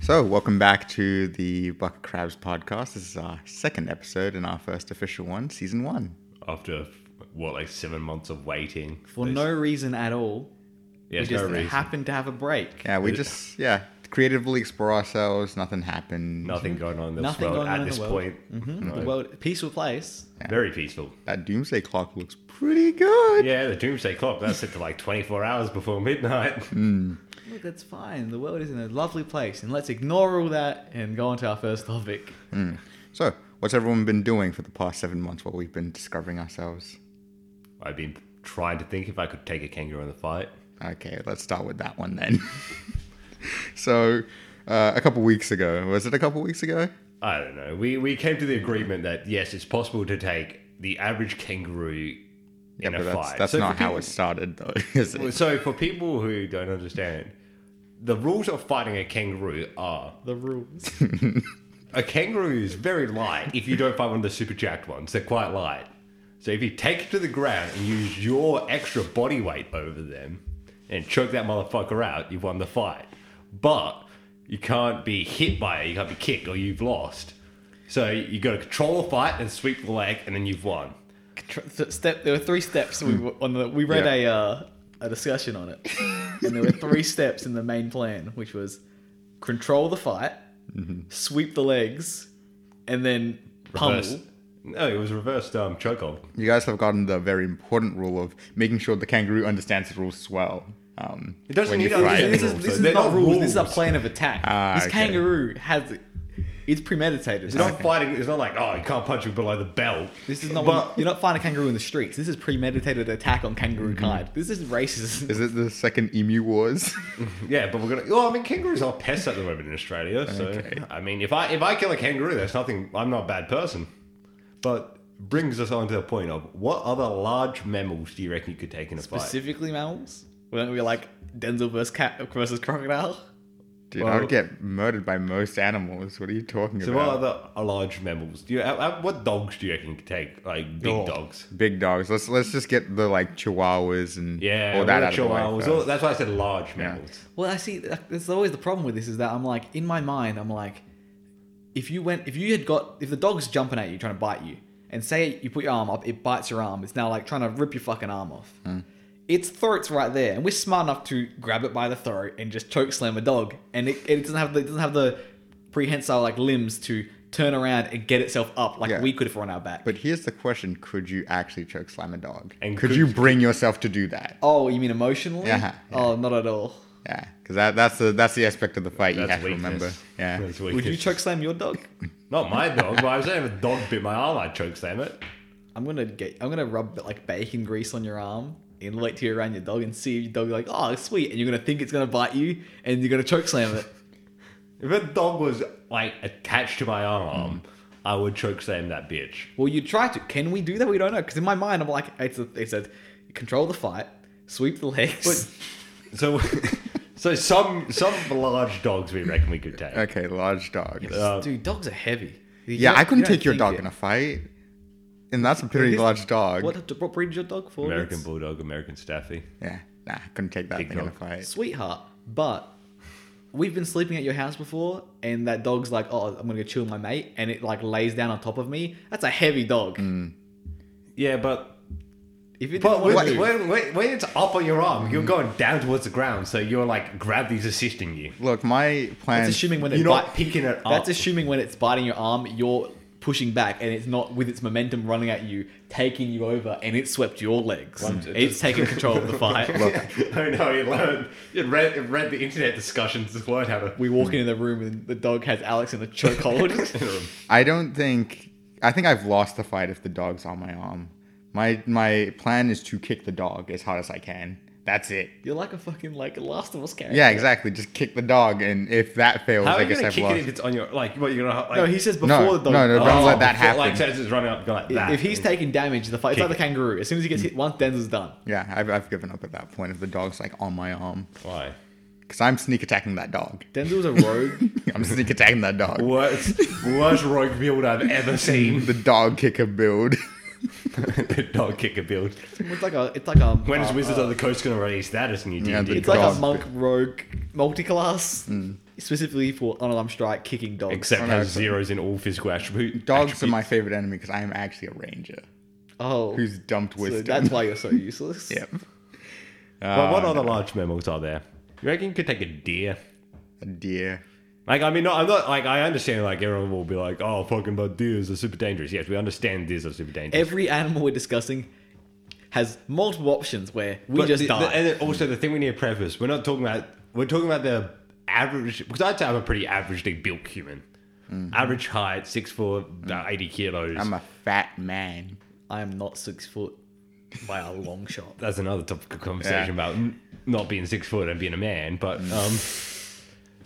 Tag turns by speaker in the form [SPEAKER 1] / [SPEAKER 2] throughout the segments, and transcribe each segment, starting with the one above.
[SPEAKER 1] So, welcome back to the Bucket Crabs podcast. This is our second episode and our first official one, season one.
[SPEAKER 2] after what like seven months of waiting
[SPEAKER 3] for
[SPEAKER 2] There's-
[SPEAKER 3] no reason at all.
[SPEAKER 2] yeah,
[SPEAKER 3] we
[SPEAKER 2] there's
[SPEAKER 3] just
[SPEAKER 2] no reason.
[SPEAKER 3] happened to have a break.
[SPEAKER 1] Yeah, we just, yeah, creatively explore ourselves. Nothing happened.
[SPEAKER 2] nothing going on in this
[SPEAKER 3] Nothing
[SPEAKER 2] world
[SPEAKER 3] going on
[SPEAKER 2] at
[SPEAKER 3] in
[SPEAKER 2] this
[SPEAKER 3] the world.
[SPEAKER 2] point
[SPEAKER 3] hmm
[SPEAKER 2] No.
[SPEAKER 3] The world, peaceful place.
[SPEAKER 2] very peaceful
[SPEAKER 1] That doomsday clock looks pretty good.
[SPEAKER 2] yeah the doomsday clock that's set to like 24 hours before midnight
[SPEAKER 3] Mm. Look, that's fine. The world is in a lovely place, and let's ignore all that and go on to our first topic.
[SPEAKER 1] So, what's everyone been doing for the past seven months while we've been discovering ourselves?
[SPEAKER 2] i've been trying to think if i could take a kangaroo in the fight
[SPEAKER 1] Okay, let's start with that one then. so, uh, a couple weeks ago, was it a couple weeks ago?
[SPEAKER 2] i don't know we we came to the agreement that yes it's possible to take the average kangaroo in a
[SPEAKER 1] but that's,
[SPEAKER 2] fight
[SPEAKER 1] that's
[SPEAKER 2] So
[SPEAKER 1] not
[SPEAKER 2] for
[SPEAKER 1] how
[SPEAKER 2] people-
[SPEAKER 1] it started, though, is
[SPEAKER 2] Well,
[SPEAKER 1] it?
[SPEAKER 2] so for people who don't understand the rules of fighting a kangaroo are
[SPEAKER 3] The rules.
[SPEAKER 2] A kangaroo is very light if you don't find one of the super jacked ones. They're quite light. So if you take it to the ground and use your extra body weight over them and choke that motherfucker out, you've won the fight. But you can't be hit by it, you can't be kicked, or you've lost. So you got to control the fight and sweep the leg, and then you've won.
[SPEAKER 3] Tr- th- Step. There were three steps. We were on the. We read
[SPEAKER 1] Yeah.
[SPEAKER 3] a uh, a discussion on it, and there were three steps in the main plan, which was control the fight,
[SPEAKER 2] Mm-hmm.
[SPEAKER 3] sweep the legs, and then pummel.
[SPEAKER 2] Reverse- No, it was reversed um, chokehold.
[SPEAKER 1] You guys have gotten the very important rule of making sure the kangaroo understands the rules as well. Um,
[SPEAKER 2] It doesn't
[SPEAKER 1] when you
[SPEAKER 2] need to
[SPEAKER 1] fight.
[SPEAKER 2] understand
[SPEAKER 3] This
[SPEAKER 2] So
[SPEAKER 3] is, this is
[SPEAKER 2] they're
[SPEAKER 3] not,
[SPEAKER 2] not
[SPEAKER 3] rules. This is a
[SPEAKER 2] rules.
[SPEAKER 3] plan of attack.
[SPEAKER 1] Ah,
[SPEAKER 3] this
[SPEAKER 1] okay.
[SPEAKER 3] kangaroo has. It's premeditated.
[SPEAKER 2] It's not fighting, it's not like, oh, you can't punch him below the belt.
[SPEAKER 3] This is not.
[SPEAKER 2] But-
[SPEAKER 3] you're not finding kangaroo in the streets. This is premeditated attack on kangaroo kind. This is racist.
[SPEAKER 1] Is it the second Emu Wars?
[SPEAKER 2] Yeah, but we're gonna. Well, I mean, kangaroos are pests at the moment in Australia. So I mean, if I if I kill a kangaroo, that's nothing. I'm not a bad person. But brings us on to the point of what other large mammals do you reckon you could take in a fight?
[SPEAKER 3] Specifically mammals. Wouldn't we like Denzel versus cat versus crocodile?
[SPEAKER 1] Dude, I would get murdered by most animals. What are you talking
[SPEAKER 2] So what
[SPEAKER 1] about?
[SPEAKER 2] other uh, large mammals do you? uh, uh, What dogs do you reckon you could take? Like big
[SPEAKER 3] Oh.
[SPEAKER 2] dogs.
[SPEAKER 1] Big dogs. Let's let's just get the like chihuahuas and
[SPEAKER 2] Yeah,
[SPEAKER 1] all that
[SPEAKER 2] what
[SPEAKER 1] out
[SPEAKER 2] chihuahuas,
[SPEAKER 1] of the way
[SPEAKER 2] all-
[SPEAKER 1] first.
[SPEAKER 2] That's why I said large mammals.
[SPEAKER 3] Well, I see. like, That's always the problem with this is that I'm like in my mind, I'm like, if you went, if you had got, if the dog's jumping at you trying to bite you, and say you put your arm up, it bites your arm. It's now like trying to rip your fucking arm off.
[SPEAKER 1] Hmm.
[SPEAKER 3] Its throat's right there, and we're smart enough to grab it by the throat and just choke slam a dog, and it, it doesn't have the it doesn't have the prehensile like limbs to turn around and get itself up like
[SPEAKER 1] Yeah.
[SPEAKER 3] we could if we're on our back.
[SPEAKER 1] But here's the question: Could you actually choke slam a dog?
[SPEAKER 2] And
[SPEAKER 1] could,
[SPEAKER 2] could-
[SPEAKER 1] you bring yourself to do that?
[SPEAKER 3] oh, you mean emotionally?
[SPEAKER 1] Yeah, Uh-huh, yeah.
[SPEAKER 3] Oh, not at all.
[SPEAKER 1] Yeah, because that, that's the that's the aspect of the fight you
[SPEAKER 2] That's
[SPEAKER 1] have to
[SPEAKER 2] weakness.
[SPEAKER 1] remember. Yeah,
[SPEAKER 2] That's
[SPEAKER 3] Would you
[SPEAKER 2] weakness.
[SPEAKER 3] choke slam your dog?
[SPEAKER 2] Not my dog. but I was saying if a dog bit my arm, I'd choke slam it.
[SPEAKER 3] I'm gonna get. I'm gonna rub like bacon grease on your arm and lick to around your dog and see if your dog like, oh, sweet, and you're gonna think it's gonna bite you and you're gonna choke slam it.
[SPEAKER 2] If a dog was like attached to my arm,
[SPEAKER 1] Mm.
[SPEAKER 2] I would choke slam that bitch.
[SPEAKER 3] well, you try to. Can we do that? We don't know. Because in my mind, I'm like, it's a, it's a control the fight, sweep the legs.
[SPEAKER 2] So, so some some large dogs we reckon we could take.
[SPEAKER 1] Okay, large dogs. Yeah,
[SPEAKER 2] Uh,
[SPEAKER 3] Dude, dogs are heavy. You don't-
[SPEAKER 1] I couldn't
[SPEAKER 3] you don't
[SPEAKER 1] take your
[SPEAKER 3] think
[SPEAKER 1] dog
[SPEAKER 3] it.
[SPEAKER 1] in a fight, and that's a pretty
[SPEAKER 3] Here's-
[SPEAKER 1] large dog.
[SPEAKER 3] What, what breed is your dog for?
[SPEAKER 2] American
[SPEAKER 3] It's
[SPEAKER 2] Bulldog, American Staffy.
[SPEAKER 1] Yeah, nah, couldn't take that
[SPEAKER 2] Big
[SPEAKER 1] thing in a
[SPEAKER 2] dog.
[SPEAKER 1] fight.
[SPEAKER 3] Sweetheart, but. We've been sleeping at your house before, and that dog's like, "Oh, I'm gonna go chill with my mate," and it like lays down on top of me. That's a heavy dog.
[SPEAKER 1] Mm.
[SPEAKER 2] Yeah, but
[SPEAKER 3] If it
[SPEAKER 2] but
[SPEAKER 3] didn't wanna
[SPEAKER 2] when,
[SPEAKER 3] move-
[SPEAKER 2] when, when, when it's up on your arm, you're going down towards the ground, so you're like gravity's assisting you.
[SPEAKER 1] Look, my plan.
[SPEAKER 3] That's assuming when
[SPEAKER 2] You're
[SPEAKER 3] it
[SPEAKER 2] not
[SPEAKER 3] bite,
[SPEAKER 2] picking it up.
[SPEAKER 1] Oh.
[SPEAKER 3] That's assuming when it's biting your arm, you're pushing back, and it's not with its momentum running at you, taking you over, and it swept your legs.
[SPEAKER 2] Once it
[SPEAKER 3] it's
[SPEAKER 2] just-
[SPEAKER 3] taking control of the fight.
[SPEAKER 2] oh no, you learned. You read, you read the internet discussions to learn how to.
[SPEAKER 3] we walk into the room, and the dog has Alex in a chokehold.
[SPEAKER 1] I don't think. I think I've lost the fight if the dog's on my arm. My my plan is to kick the dog as hard as I can. That's it.
[SPEAKER 3] you're like a fucking like Last of Us character.
[SPEAKER 1] Yeah, exactly. Just kick the dog, and if that fails,
[SPEAKER 2] How are
[SPEAKER 1] I
[SPEAKER 2] you
[SPEAKER 1] guess
[SPEAKER 2] gonna
[SPEAKER 1] I've
[SPEAKER 2] kick it
[SPEAKER 1] lost.
[SPEAKER 2] if it's on your like? What you're gonna like?
[SPEAKER 3] No, he says before
[SPEAKER 1] No,
[SPEAKER 3] the dog.
[SPEAKER 1] no, no,
[SPEAKER 3] Oh,
[SPEAKER 1] don't let that
[SPEAKER 2] before- Like
[SPEAKER 1] happen.
[SPEAKER 2] says it's running up like that.
[SPEAKER 3] if he's taking damage, the fight. It's like the
[SPEAKER 2] Kick
[SPEAKER 3] kangaroo. As soon as he gets hit once, Denzel's done.
[SPEAKER 1] yeah, I've, I've given up at that point. If the dog's like on my arm,
[SPEAKER 2] why?
[SPEAKER 1] because I'm sneak attacking that dog.
[SPEAKER 3] Denzel's a rogue.
[SPEAKER 1] I'm sneak attacking that dog.
[SPEAKER 2] Worst worst rogue build I've ever seen.
[SPEAKER 1] The dog kicker build.
[SPEAKER 2] the dog kicker build.
[SPEAKER 3] it's like a. It's like a.
[SPEAKER 2] When is
[SPEAKER 3] uh,
[SPEAKER 2] Wizards of the Coast going to release that as a new D&D?
[SPEAKER 1] Yeah, the
[SPEAKER 3] It's like
[SPEAKER 1] God. Mm.
[SPEAKER 3] a monk rogue multi-class. specifically for unarmed strike kicking dogs.
[SPEAKER 2] Except
[SPEAKER 1] Oh, no,
[SPEAKER 2] has
[SPEAKER 1] it's-
[SPEAKER 2] zeros in all physical attribute.
[SPEAKER 1] Dogs are my favorite enemy because I am actually a ranger
[SPEAKER 3] oh,
[SPEAKER 1] who's dumped
[SPEAKER 3] so
[SPEAKER 1] wisdom.
[SPEAKER 3] that's why you're so useless.
[SPEAKER 1] yep.
[SPEAKER 2] Well, what other large mammals are there? You reckon you could take a deer?
[SPEAKER 1] A deer.
[SPEAKER 2] Like, I mean, no, I'm not like I understand. Like, everyone will be like, "Oh, fucking, but deers are super dangerous." Yes, we understand deers are super dangerous.
[SPEAKER 3] Every animal we're discussing has multiple options where we
[SPEAKER 2] But
[SPEAKER 3] just
[SPEAKER 2] the- the-
[SPEAKER 3] die.
[SPEAKER 2] and then also, the thing we need to preface: we're not talking about we're talking about the average because I'd say I'm a pretty averagely built human,
[SPEAKER 3] Mm.
[SPEAKER 2] average height, six foot, about eighty kilos.
[SPEAKER 1] I'm a fat man.
[SPEAKER 3] I am not six foot by a long shot.
[SPEAKER 2] That's another topic of conversation about n- not being six foot and being a man. But
[SPEAKER 3] Mm.
[SPEAKER 2] um,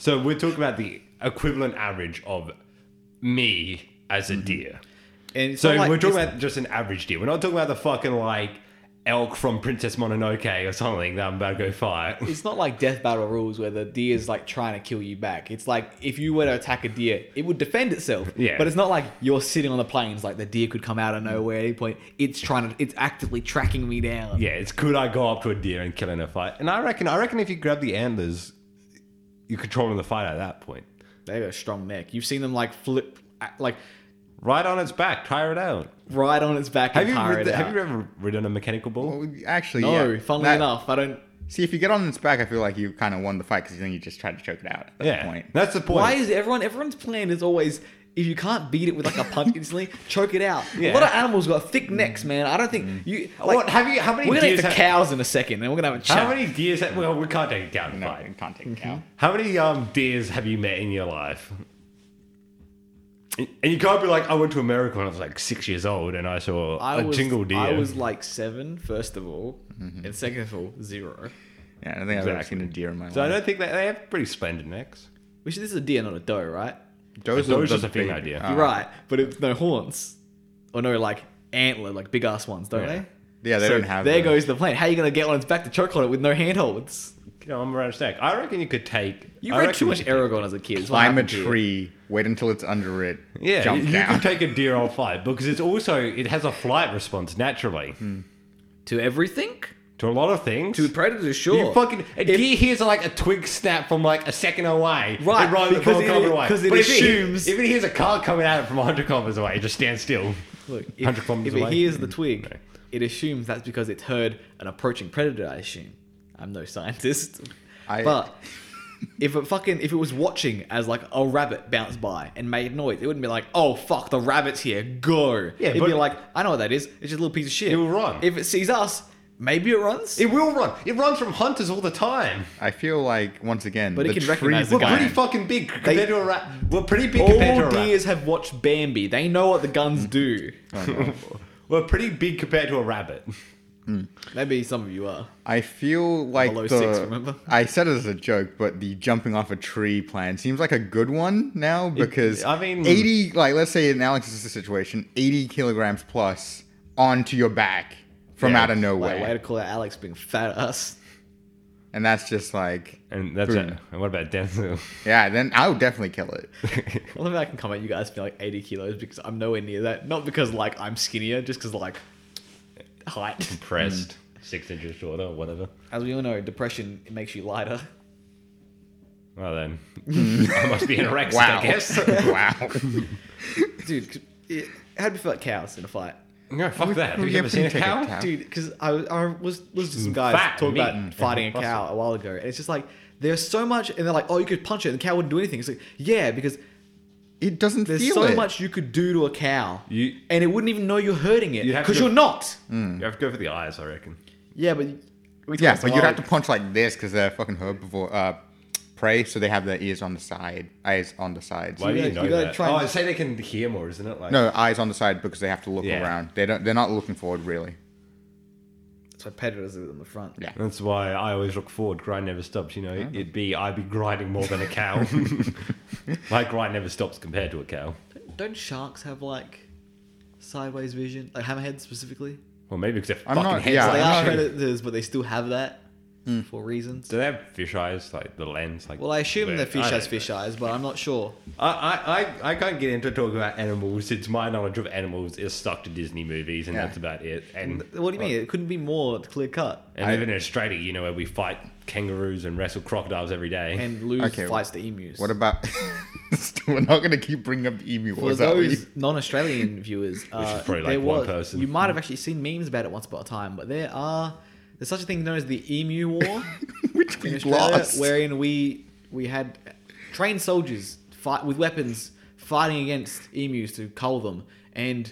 [SPEAKER 2] so we're talking about the equivalent average of me as a deer.
[SPEAKER 3] And it's
[SPEAKER 2] So
[SPEAKER 3] not Mm-hmm. like-
[SPEAKER 2] we're talking
[SPEAKER 3] it's-
[SPEAKER 2] about just an average deer. We're not talking about the fucking like elk from Princess Mononoke or something that I'm about to go fight.
[SPEAKER 3] it's not like death battle rules where the deer is like trying to kill you back. It's like if you were to attack a deer, it would defend itself.
[SPEAKER 2] Yeah.
[SPEAKER 3] But it's not like you're sitting on the plains like the deer could come out of nowhere at any point. It's trying to it's actively tracking me down.
[SPEAKER 2] Yeah, it's could I go up to a deer and kill in a fight? And I reckon, I reckon if you grab the antlers, you're controlling the fight at that point.
[SPEAKER 3] They have a strong neck. You've seen them like flip act- like
[SPEAKER 2] Right on its back, tire it out.
[SPEAKER 3] right on its back
[SPEAKER 2] Have
[SPEAKER 3] and
[SPEAKER 2] you
[SPEAKER 3] tire
[SPEAKER 2] rid-
[SPEAKER 3] it
[SPEAKER 2] have
[SPEAKER 3] out.
[SPEAKER 2] you ever ridden a mechanical bull?
[SPEAKER 1] Well, actually,
[SPEAKER 3] no,
[SPEAKER 1] yeah.
[SPEAKER 3] funnily
[SPEAKER 1] That-
[SPEAKER 3] enough, I don't
[SPEAKER 1] See, if you get on its back, I feel like you kind of won the fight because then you just tried to choke it out at that
[SPEAKER 2] yeah,
[SPEAKER 1] point.
[SPEAKER 2] that's the point.
[SPEAKER 3] Why is everyone everyone's plan is always if you can't beat it with like a punch instantly, choke it out.
[SPEAKER 2] Yeah. Mm.
[SPEAKER 3] A lot of animals got thick necks, man. I don't think you like,
[SPEAKER 2] what have you? How many
[SPEAKER 3] We're gonna
[SPEAKER 2] deers?
[SPEAKER 3] get to
[SPEAKER 2] have-
[SPEAKER 3] cows in a second, and we're gonna have a chat.
[SPEAKER 2] how many deers? Have, well, we can't take a cow in a
[SPEAKER 1] No,
[SPEAKER 2] fight.
[SPEAKER 1] you can't take a cow.
[SPEAKER 2] How many um deers have you met in your life? And and you can't be like, I went to America when I was like six years old and I saw
[SPEAKER 3] I
[SPEAKER 2] a
[SPEAKER 3] was,
[SPEAKER 2] jingle deer.
[SPEAKER 3] I was like seven, first of all,
[SPEAKER 2] Mm-hmm.
[SPEAKER 3] and second of all, zero.
[SPEAKER 1] Yeah, I don't think I've ever
[SPEAKER 2] Exactly.
[SPEAKER 1] seen a deer in my
[SPEAKER 2] so I
[SPEAKER 1] life.
[SPEAKER 2] don't think that they have pretty splendid necks.
[SPEAKER 3] Which this is a deer, not a doe, right?
[SPEAKER 1] Those
[SPEAKER 2] That
[SPEAKER 1] are
[SPEAKER 2] was
[SPEAKER 1] the
[SPEAKER 2] just a female
[SPEAKER 1] big-
[SPEAKER 2] deer.
[SPEAKER 1] uh,
[SPEAKER 3] You're right, but it's no horns, or no like antler, like big ass ones, don't
[SPEAKER 2] Yeah.
[SPEAKER 3] they?
[SPEAKER 1] Yeah, they
[SPEAKER 3] So
[SPEAKER 1] don't have.
[SPEAKER 3] There
[SPEAKER 1] those.
[SPEAKER 3] goes the plan. How are you gonna get on its back to choke on it with no handholds?
[SPEAKER 2] You know, I'm around a snack. I reckon you could take.
[SPEAKER 3] You
[SPEAKER 2] I
[SPEAKER 3] read
[SPEAKER 2] reckon
[SPEAKER 3] too
[SPEAKER 2] you
[SPEAKER 3] much
[SPEAKER 2] could-
[SPEAKER 3] Aragon as a kid. That's what
[SPEAKER 1] Climb a
[SPEAKER 3] happened to you.
[SPEAKER 1] tree, wait until it's under it,
[SPEAKER 2] Yeah,
[SPEAKER 1] jump
[SPEAKER 2] you
[SPEAKER 1] down.
[SPEAKER 2] could take a deer on flight because it's also it has a flight response naturally
[SPEAKER 3] to everything.
[SPEAKER 2] to a lot of things.
[SPEAKER 3] Hmm. To predators, sure.
[SPEAKER 2] You fucking a deer hears like a twig snap from like a second away.
[SPEAKER 3] Right,
[SPEAKER 2] it runs
[SPEAKER 3] because
[SPEAKER 2] because
[SPEAKER 3] it-
[SPEAKER 2] kilometer away.
[SPEAKER 3] 'cause it
[SPEAKER 2] But
[SPEAKER 3] assumes-
[SPEAKER 2] If it, if it hears a car coming at it from hundred kilometers away, it just stands still.
[SPEAKER 3] Look,
[SPEAKER 2] 100
[SPEAKER 3] if,
[SPEAKER 2] kilometers
[SPEAKER 3] if it
[SPEAKER 2] away. Mm,
[SPEAKER 3] hears the twig,
[SPEAKER 2] no.
[SPEAKER 3] it assumes that's because it's heard an approaching predator. I assume. I'm no scientist,
[SPEAKER 1] I-
[SPEAKER 3] but if it fucking if it was watching as like a rabbit bounced by and made noise, it wouldn't be like, "Oh fuck, the rabbit's here, go!"
[SPEAKER 2] Yeah,
[SPEAKER 3] it'd
[SPEAKER 2] but-
[SPEAKER 3] be like, "I know what that is. It's just a little piece of shit."
[SPEAKER 2] It will run.
[SPEAKER 3] If it sees us, maybe it runs.
[SPEAKER 2] It will run. It runs from hunters all the time.
[SPEAKER 1] I feel like once again,
[SPEAKER 3] But it
[SPEAKER 1] the
[SPEAKER 3] can
[SPEAKER 1] tree
[SPEAKER 3] recognize the
[SPEAKER 2] We're
[SPEAKER 1] plan-
[SPEAKER 3] guy.
[SPEAKER 2] pretty fucking big compared
[SPEAKER 3] They-
[SPEAKER 2] to a rat. We're pretty big compared
[SPEAKER 3] All
[SPEAKER 2] to a rabbit.
[SPEAKER 3] deers have watched Bambi. They know what the guns
[SPEAKER 2] Mm.
[SPEAKER 3] do.
[SPEAKER 2] We're pretty big compared to a rabbit.
[SPEAKER 3] Maybe some of you are.
[SPEAKER 1] I feel like
[SPEAKER 3] Below
[SPEAKER 1] the,
[SPEAKER 3] six, remember?
[SPEAKER 1] I said it as a joke, but the jumping off a tree plan seems like a good one now because
[SPEAKER 2] I mean-
[SPEAKER 1] eighty, like let's say in Alex's situation, eighty kilograms plus onto your back from
[SPEAKER 2] Yeah,
[SPEAKER 1] out of nowhere,
[SPEAKER 3] Like, way to call out Alex being fat ass.
[SPEAKER 1] and that's just like,
[SPEAKER 2] And that's
[SPEAKER 1] Boom.
[SPEAKER 2] it. And what about Denzel?
[SPEAKER 1] yeah, then I would definitely kill it.
[SPEAKER 3] I love how I can come at you guys being like 80 kilos because I'm nowhere near that. Not because like I'm skinnier, just because like height.
[SPEAKER 2] Pressed, six inches shorter, or whatever.
[SPEAKER 3] As we all know, depression it makes you lighter.
[SPEAKER 2] Well then, I must be anorexic,
[SPEAKER 1] Wow,
[SPEAKER 2] I guess.
[SPEAKER 1] wow.
[SPEAKER 3] Dude, 'cause it, how'd you feel like cows in a fight?
[SPEAKER 2] no, fuck that. Have
[SPEAKER 1] we
[SPEAKER 2] you ever
[SPEAKER 1] definitely
[SPEAKER 2] seen a
[SPEAKER 1] take a
[SPEAKER 2] cow?
[SPEAKER 1] cow.
[SPEAKER 3] Dude, because I, I was listening to some guys
[SPEAKER 2] Fat
[SPEAKER 3] talk
[SPEAKER 2] meat and
[SPEAKER 3] about fighting a
[SPEAKER 2] muscle.
[SPEAKER 3] cow a while ago, and it's just like there's so much, and they're like, oh, you could punch it, and the cow wouldn't do anything. It's like, yeah, because
[SPEAKER 1] It doesn't
[SPEAKER 3] there's
[SPEAKER 1] feel
[SPEAKER 3] so
[SPEAKER 1] it.
[SPEAKER 3] much you could do to a cow,
[SPEAKER 2] You-
[SPEAKER 3] and it wouldn't even know you're hurting it
[SPEAKER 2] You'd have
[SPEAKER 3] because
[SPEAKER 2] to- Mm.
[SPEAKER 3] you're not.
[SPEAKER 2] You have to go for the eyes, I reckon.
[SPEAKER 3] Yeah, but we
[SPEAKER 1] Yeah,
[SPEAKER 3] talked
[SPEAKER 1] but you'd
[SPEAKER 3] about-
[SPEAKER 1] have to punch like this because they're fucking herbivore uh, prey, so they have their ears on the side, eyes on the sides.
[SPEAKER 2] Why do you
[SPEAKER 3] gotta-
[SPEAKER 2] know
[SPEAKER 3] you gotta
[SPEAKER 2] that?
[SPEAKER 3] try
[SPEAKER 2] oh, I
[SPEAKER 3] and-
[SPEAKER 2] say they can hear more, isn't it? Like,
[SPEAKER 1] No, eyes on the side because they have to look
[SPEAKER 2] Yeah.
[SPEAKER 1] around. They don't. They're not looking forward really.
[SPEAKER 3] That's why predators are on the front.
[SPEAKER 1] Yeah.
[SPEAKER 2] That's why I always look forward. Grind never stops. You know, it'd be I'd be grinding more than a cow. My grind never stops compared to a cow.
[SPEAKER 3] Don't sharks have like sideways vision? Like hammerheads specifically?
[SPEAKER 2] Well, maybe because they're
[SPEAKER 1] I'm
[SPEAKER 2] fucking
[SPEAKER 1] not-
[SPEAKER 2] heads
[SPEAKER 1] yeah,
[SPEAKER 2] like
[SPEAKER 3] they
[SPEAKER 1] I'm
[SPEAKER 3] are
[SPEAKER 1] not-
[SPEAKER 3] predators, but they still have that.
[SPEAKER 2] Hmm.
[SPEAKER 3] for reasons.
[SPEAKER 2] Do they have fish eyes, like the lens? Like
[SPEAKER 3] Well, I assume
[SPEAKER 2] where-
[SPEAKER 3] the fish
[SPEAKER 2] I
[SPEAKER 3] has
[SPEAKER 2] don't know.
[SPEAKER 3] fish eyes, but I'm not sure.
[SPEAKER 2] I, I- I, I can't get into talking about animals since my knowledge of animals is stuck to Disney movies, and
[SPEAKER 1] Yeah.
[SPEAKER 2] that's about it. And
[SPEAKER 3] What do you mean? It couldn't be more clear cut.
[SPEAKER 2] And
[SPEAKER 1] I-
[SPEAKER 2] even in Australia, you know, where we fight kangaroos and wrestle crocodiles every day.
[SPEAKER 3] And lose
[SPEAKER 1] Okay,
[SPEAKER 3] fights to emus.
[SPEAKER 1] What about? We're not gonna keep bringing up the emu.
[SPEAKER 3] For
[SPEAKER 1] Was that what you-
[SPEAKER 3] those non-Australian viewers, uh,
[SPEAKER 2] probably like
[SPEAKER 3] there
[SPEAKER 2] one
[SPEAKER 3] was,
[SPEAKER 2] person.
[SPEAKER 3] you might have actually seen memes about it once upon a time, but there are there's such a thing known as the Emu War
[SPEAKER 1] which
[SPEAKER 3] in
[SPEAKER 1] we
[SPEAKER 3] Australia,
[SPEAKER 1] lost?
[SPEAKER 3] wherein we we had trained soldiers fight with weapons fighting against emus to cull them, and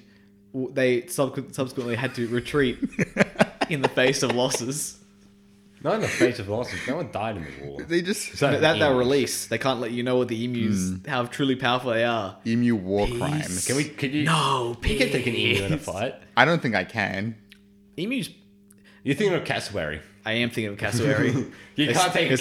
[SPEAKER 3] w- they sub- subsequently had to retreat in the face of losses.
[SPEAKER 2] not in the face of losses. No one died in the war.
[SPEAKER 1] They just
[SPEAKER 2] So-
[SPEAKER 3] That that they'll
[SPEAKER 2] Emus.
[SPEAKER 3] release. They can't let you know what the emus
[SPEAKER 2] Hmm.
[SPEAKER 3] how truly powerful they are.
[SPEAKER 1] emu war crimes.
[SPEAKER 2] Can we? Can you?
[SPEAKER 3] No,
[SPEAKER 2] You can take an emu in a
[SPEAKER 3] peace.
[SPEAKER 2] fight.
[SPEAKER 1] I don't think I can.
[SPEAKER 3] Emus
[SPEAKER 2] You're thinking of cassowary.
[SPEAKER 3] I am thinking of Cassowary.
[SPEAKER 2] You can't take a cassowary
[SPEAKER 3] Because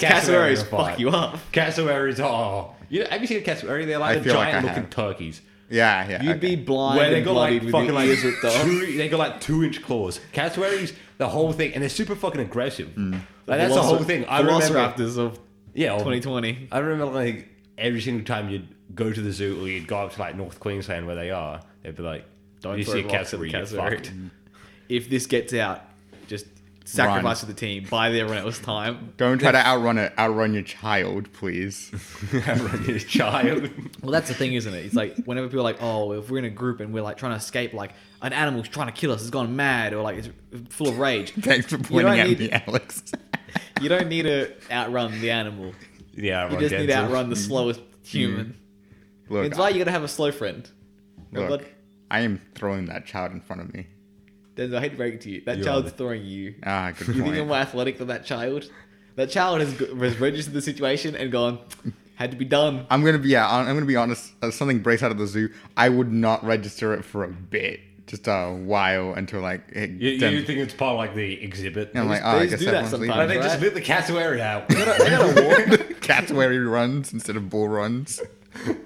[SPEAKER 3] cassowaries
[SPEAKER 2] in a fight.
[SPEAKER 3] fuck you up.
[SPEAKER 2] Cassowaries. Oh, you know, have you seen a cassowary? They're like
[SPEAKER 1] I
[SPEAKER 2] the
[SPEAKER 1] feel like I
[SPEAKER 2] giant looking
[SPEAKER 1] have.
[SPEAKER 2] turkeys.
[SPEAKER 1] Yeah, yeah.
[SPEAKER 3] You'd be
[SPEAKER 1] okay.
[SPEAKER 3] blind
[SPEAKER 2] Where they
[SPEAKER 3] and
[SPEAKER 2] got
[SPEAKER 3] bloodied
[SPEAKER 2] like
[SPEAKER 3] with
[SPEAKER 2] fucking
[SPEAKER 3] your
[SPEAKER 2] like
[SPEAKER 3] ears ripped off.
[SPEAKER 2] two, they got like two inch claws. Cassowaries, the whole thing, and they're super fucking aggressive.
[SPEAKER 3] Mm.
[SPEAKER 2] Like that's the whole thing. I remember,
[SPEAKER 3] Velociraptors of
[SPEAKER 2] yeah, or-
[SPEAKER 3] 2020.
[SPEAKER 2] I remember like every single time you'd go to the zoo or you'd go up to like North Queensland where they are, they'd be like,
[SPEAKER 3] Don't
[SPEAKER 2] "You
[SPEAKER 3] throw
[SPEAKER 2] see a
[SPEAKER 3] rocks at the
[SPEAKER 2] cassowary, you
[SPEAKER 3] cassowary."
[SPEAKER 2] fucked."
[SPEAKER 3] If this gets out, just sacrifice to the team. Buy there when it was time.
[SPEAKER 1] Don't try to outrun it. Outrun your child, please.
[SPEAKER 2] Run your child.
[SPEAKER 3] Well, that's the thing, isn't it? It's like whenever people are like, oh, if we're in a group and we're like trying to escape, like an animal's trying to kill us, it's gone mad, or like it's full of rage.
[SPEAKER 1] Thanks for
[SPEAKER 3] don't
[SPEAKER 1] pointing at
[SPEAKER 3] need-
[SPEAKER 1] me, Alex.
[SPEAKER 3] You don't need to outrun the animal.
[SPEAKER 2] yeah,
[SPEAKER 3] You
[SPEAKER 2] run
[SPEAKER 3] just need to
[SPEAKER 2] Denzel.
[SPEAKER 3] outrun the slowest human.
[SPEAKER 1] Mm-hmm. Look,
[SPEAKER 3] It's why you gotta have a slow friend.
[SPEAKER 1] look,
[SPEAKER 3] But-
[SPEAKER 1] I am throwing that child in front of me.
[SPEAKER 3] Denzel, I hate to break it to you. That
[SPEAKER 2] You
[SPEAKER 3] child's
[SPEAKER 2] are.
[SPEAKER 3] throwing you.
[SPEAKER 1] Ah, good
[SPEAKER 3] You think I'm
[SPEAKER 1] point.
[SPEAKER 3] more athletic than that child? That child has, g- has registered the situation and gone, had to be done.
[SPEAKER 1] I'm gonna be yeah. I'm I'm gonna be honest. If something breaks out of the zoo, I would not register it for a bit, just a while until like. It
[SPEAKER 2] You, you
[SPEAKER 1] dem-
[SPEAKER 2] think it's part of like the exhibit?
[SPEAKER 1] I'm like,
[SPEAKER 3] just-
[SPEAKER 1] oh,
[SPEAKER 3] they
[SPEAKER 1] I
[SPEAKER 3] just
[SPEAKER 1] guess
[SPEAKER 3] do that
[SPEAKER 1] everyone's
[SPEAKER 3] sometimes.
[SPEAKER 2] and
[SPEAKER 1] leaving.
[SPEAKER 2] they just
[SPEAKER 3] Right.
[SPEAKER 2] let the cassowary out.
[SPEAKER 1] Cats where he runs instead of bull runs.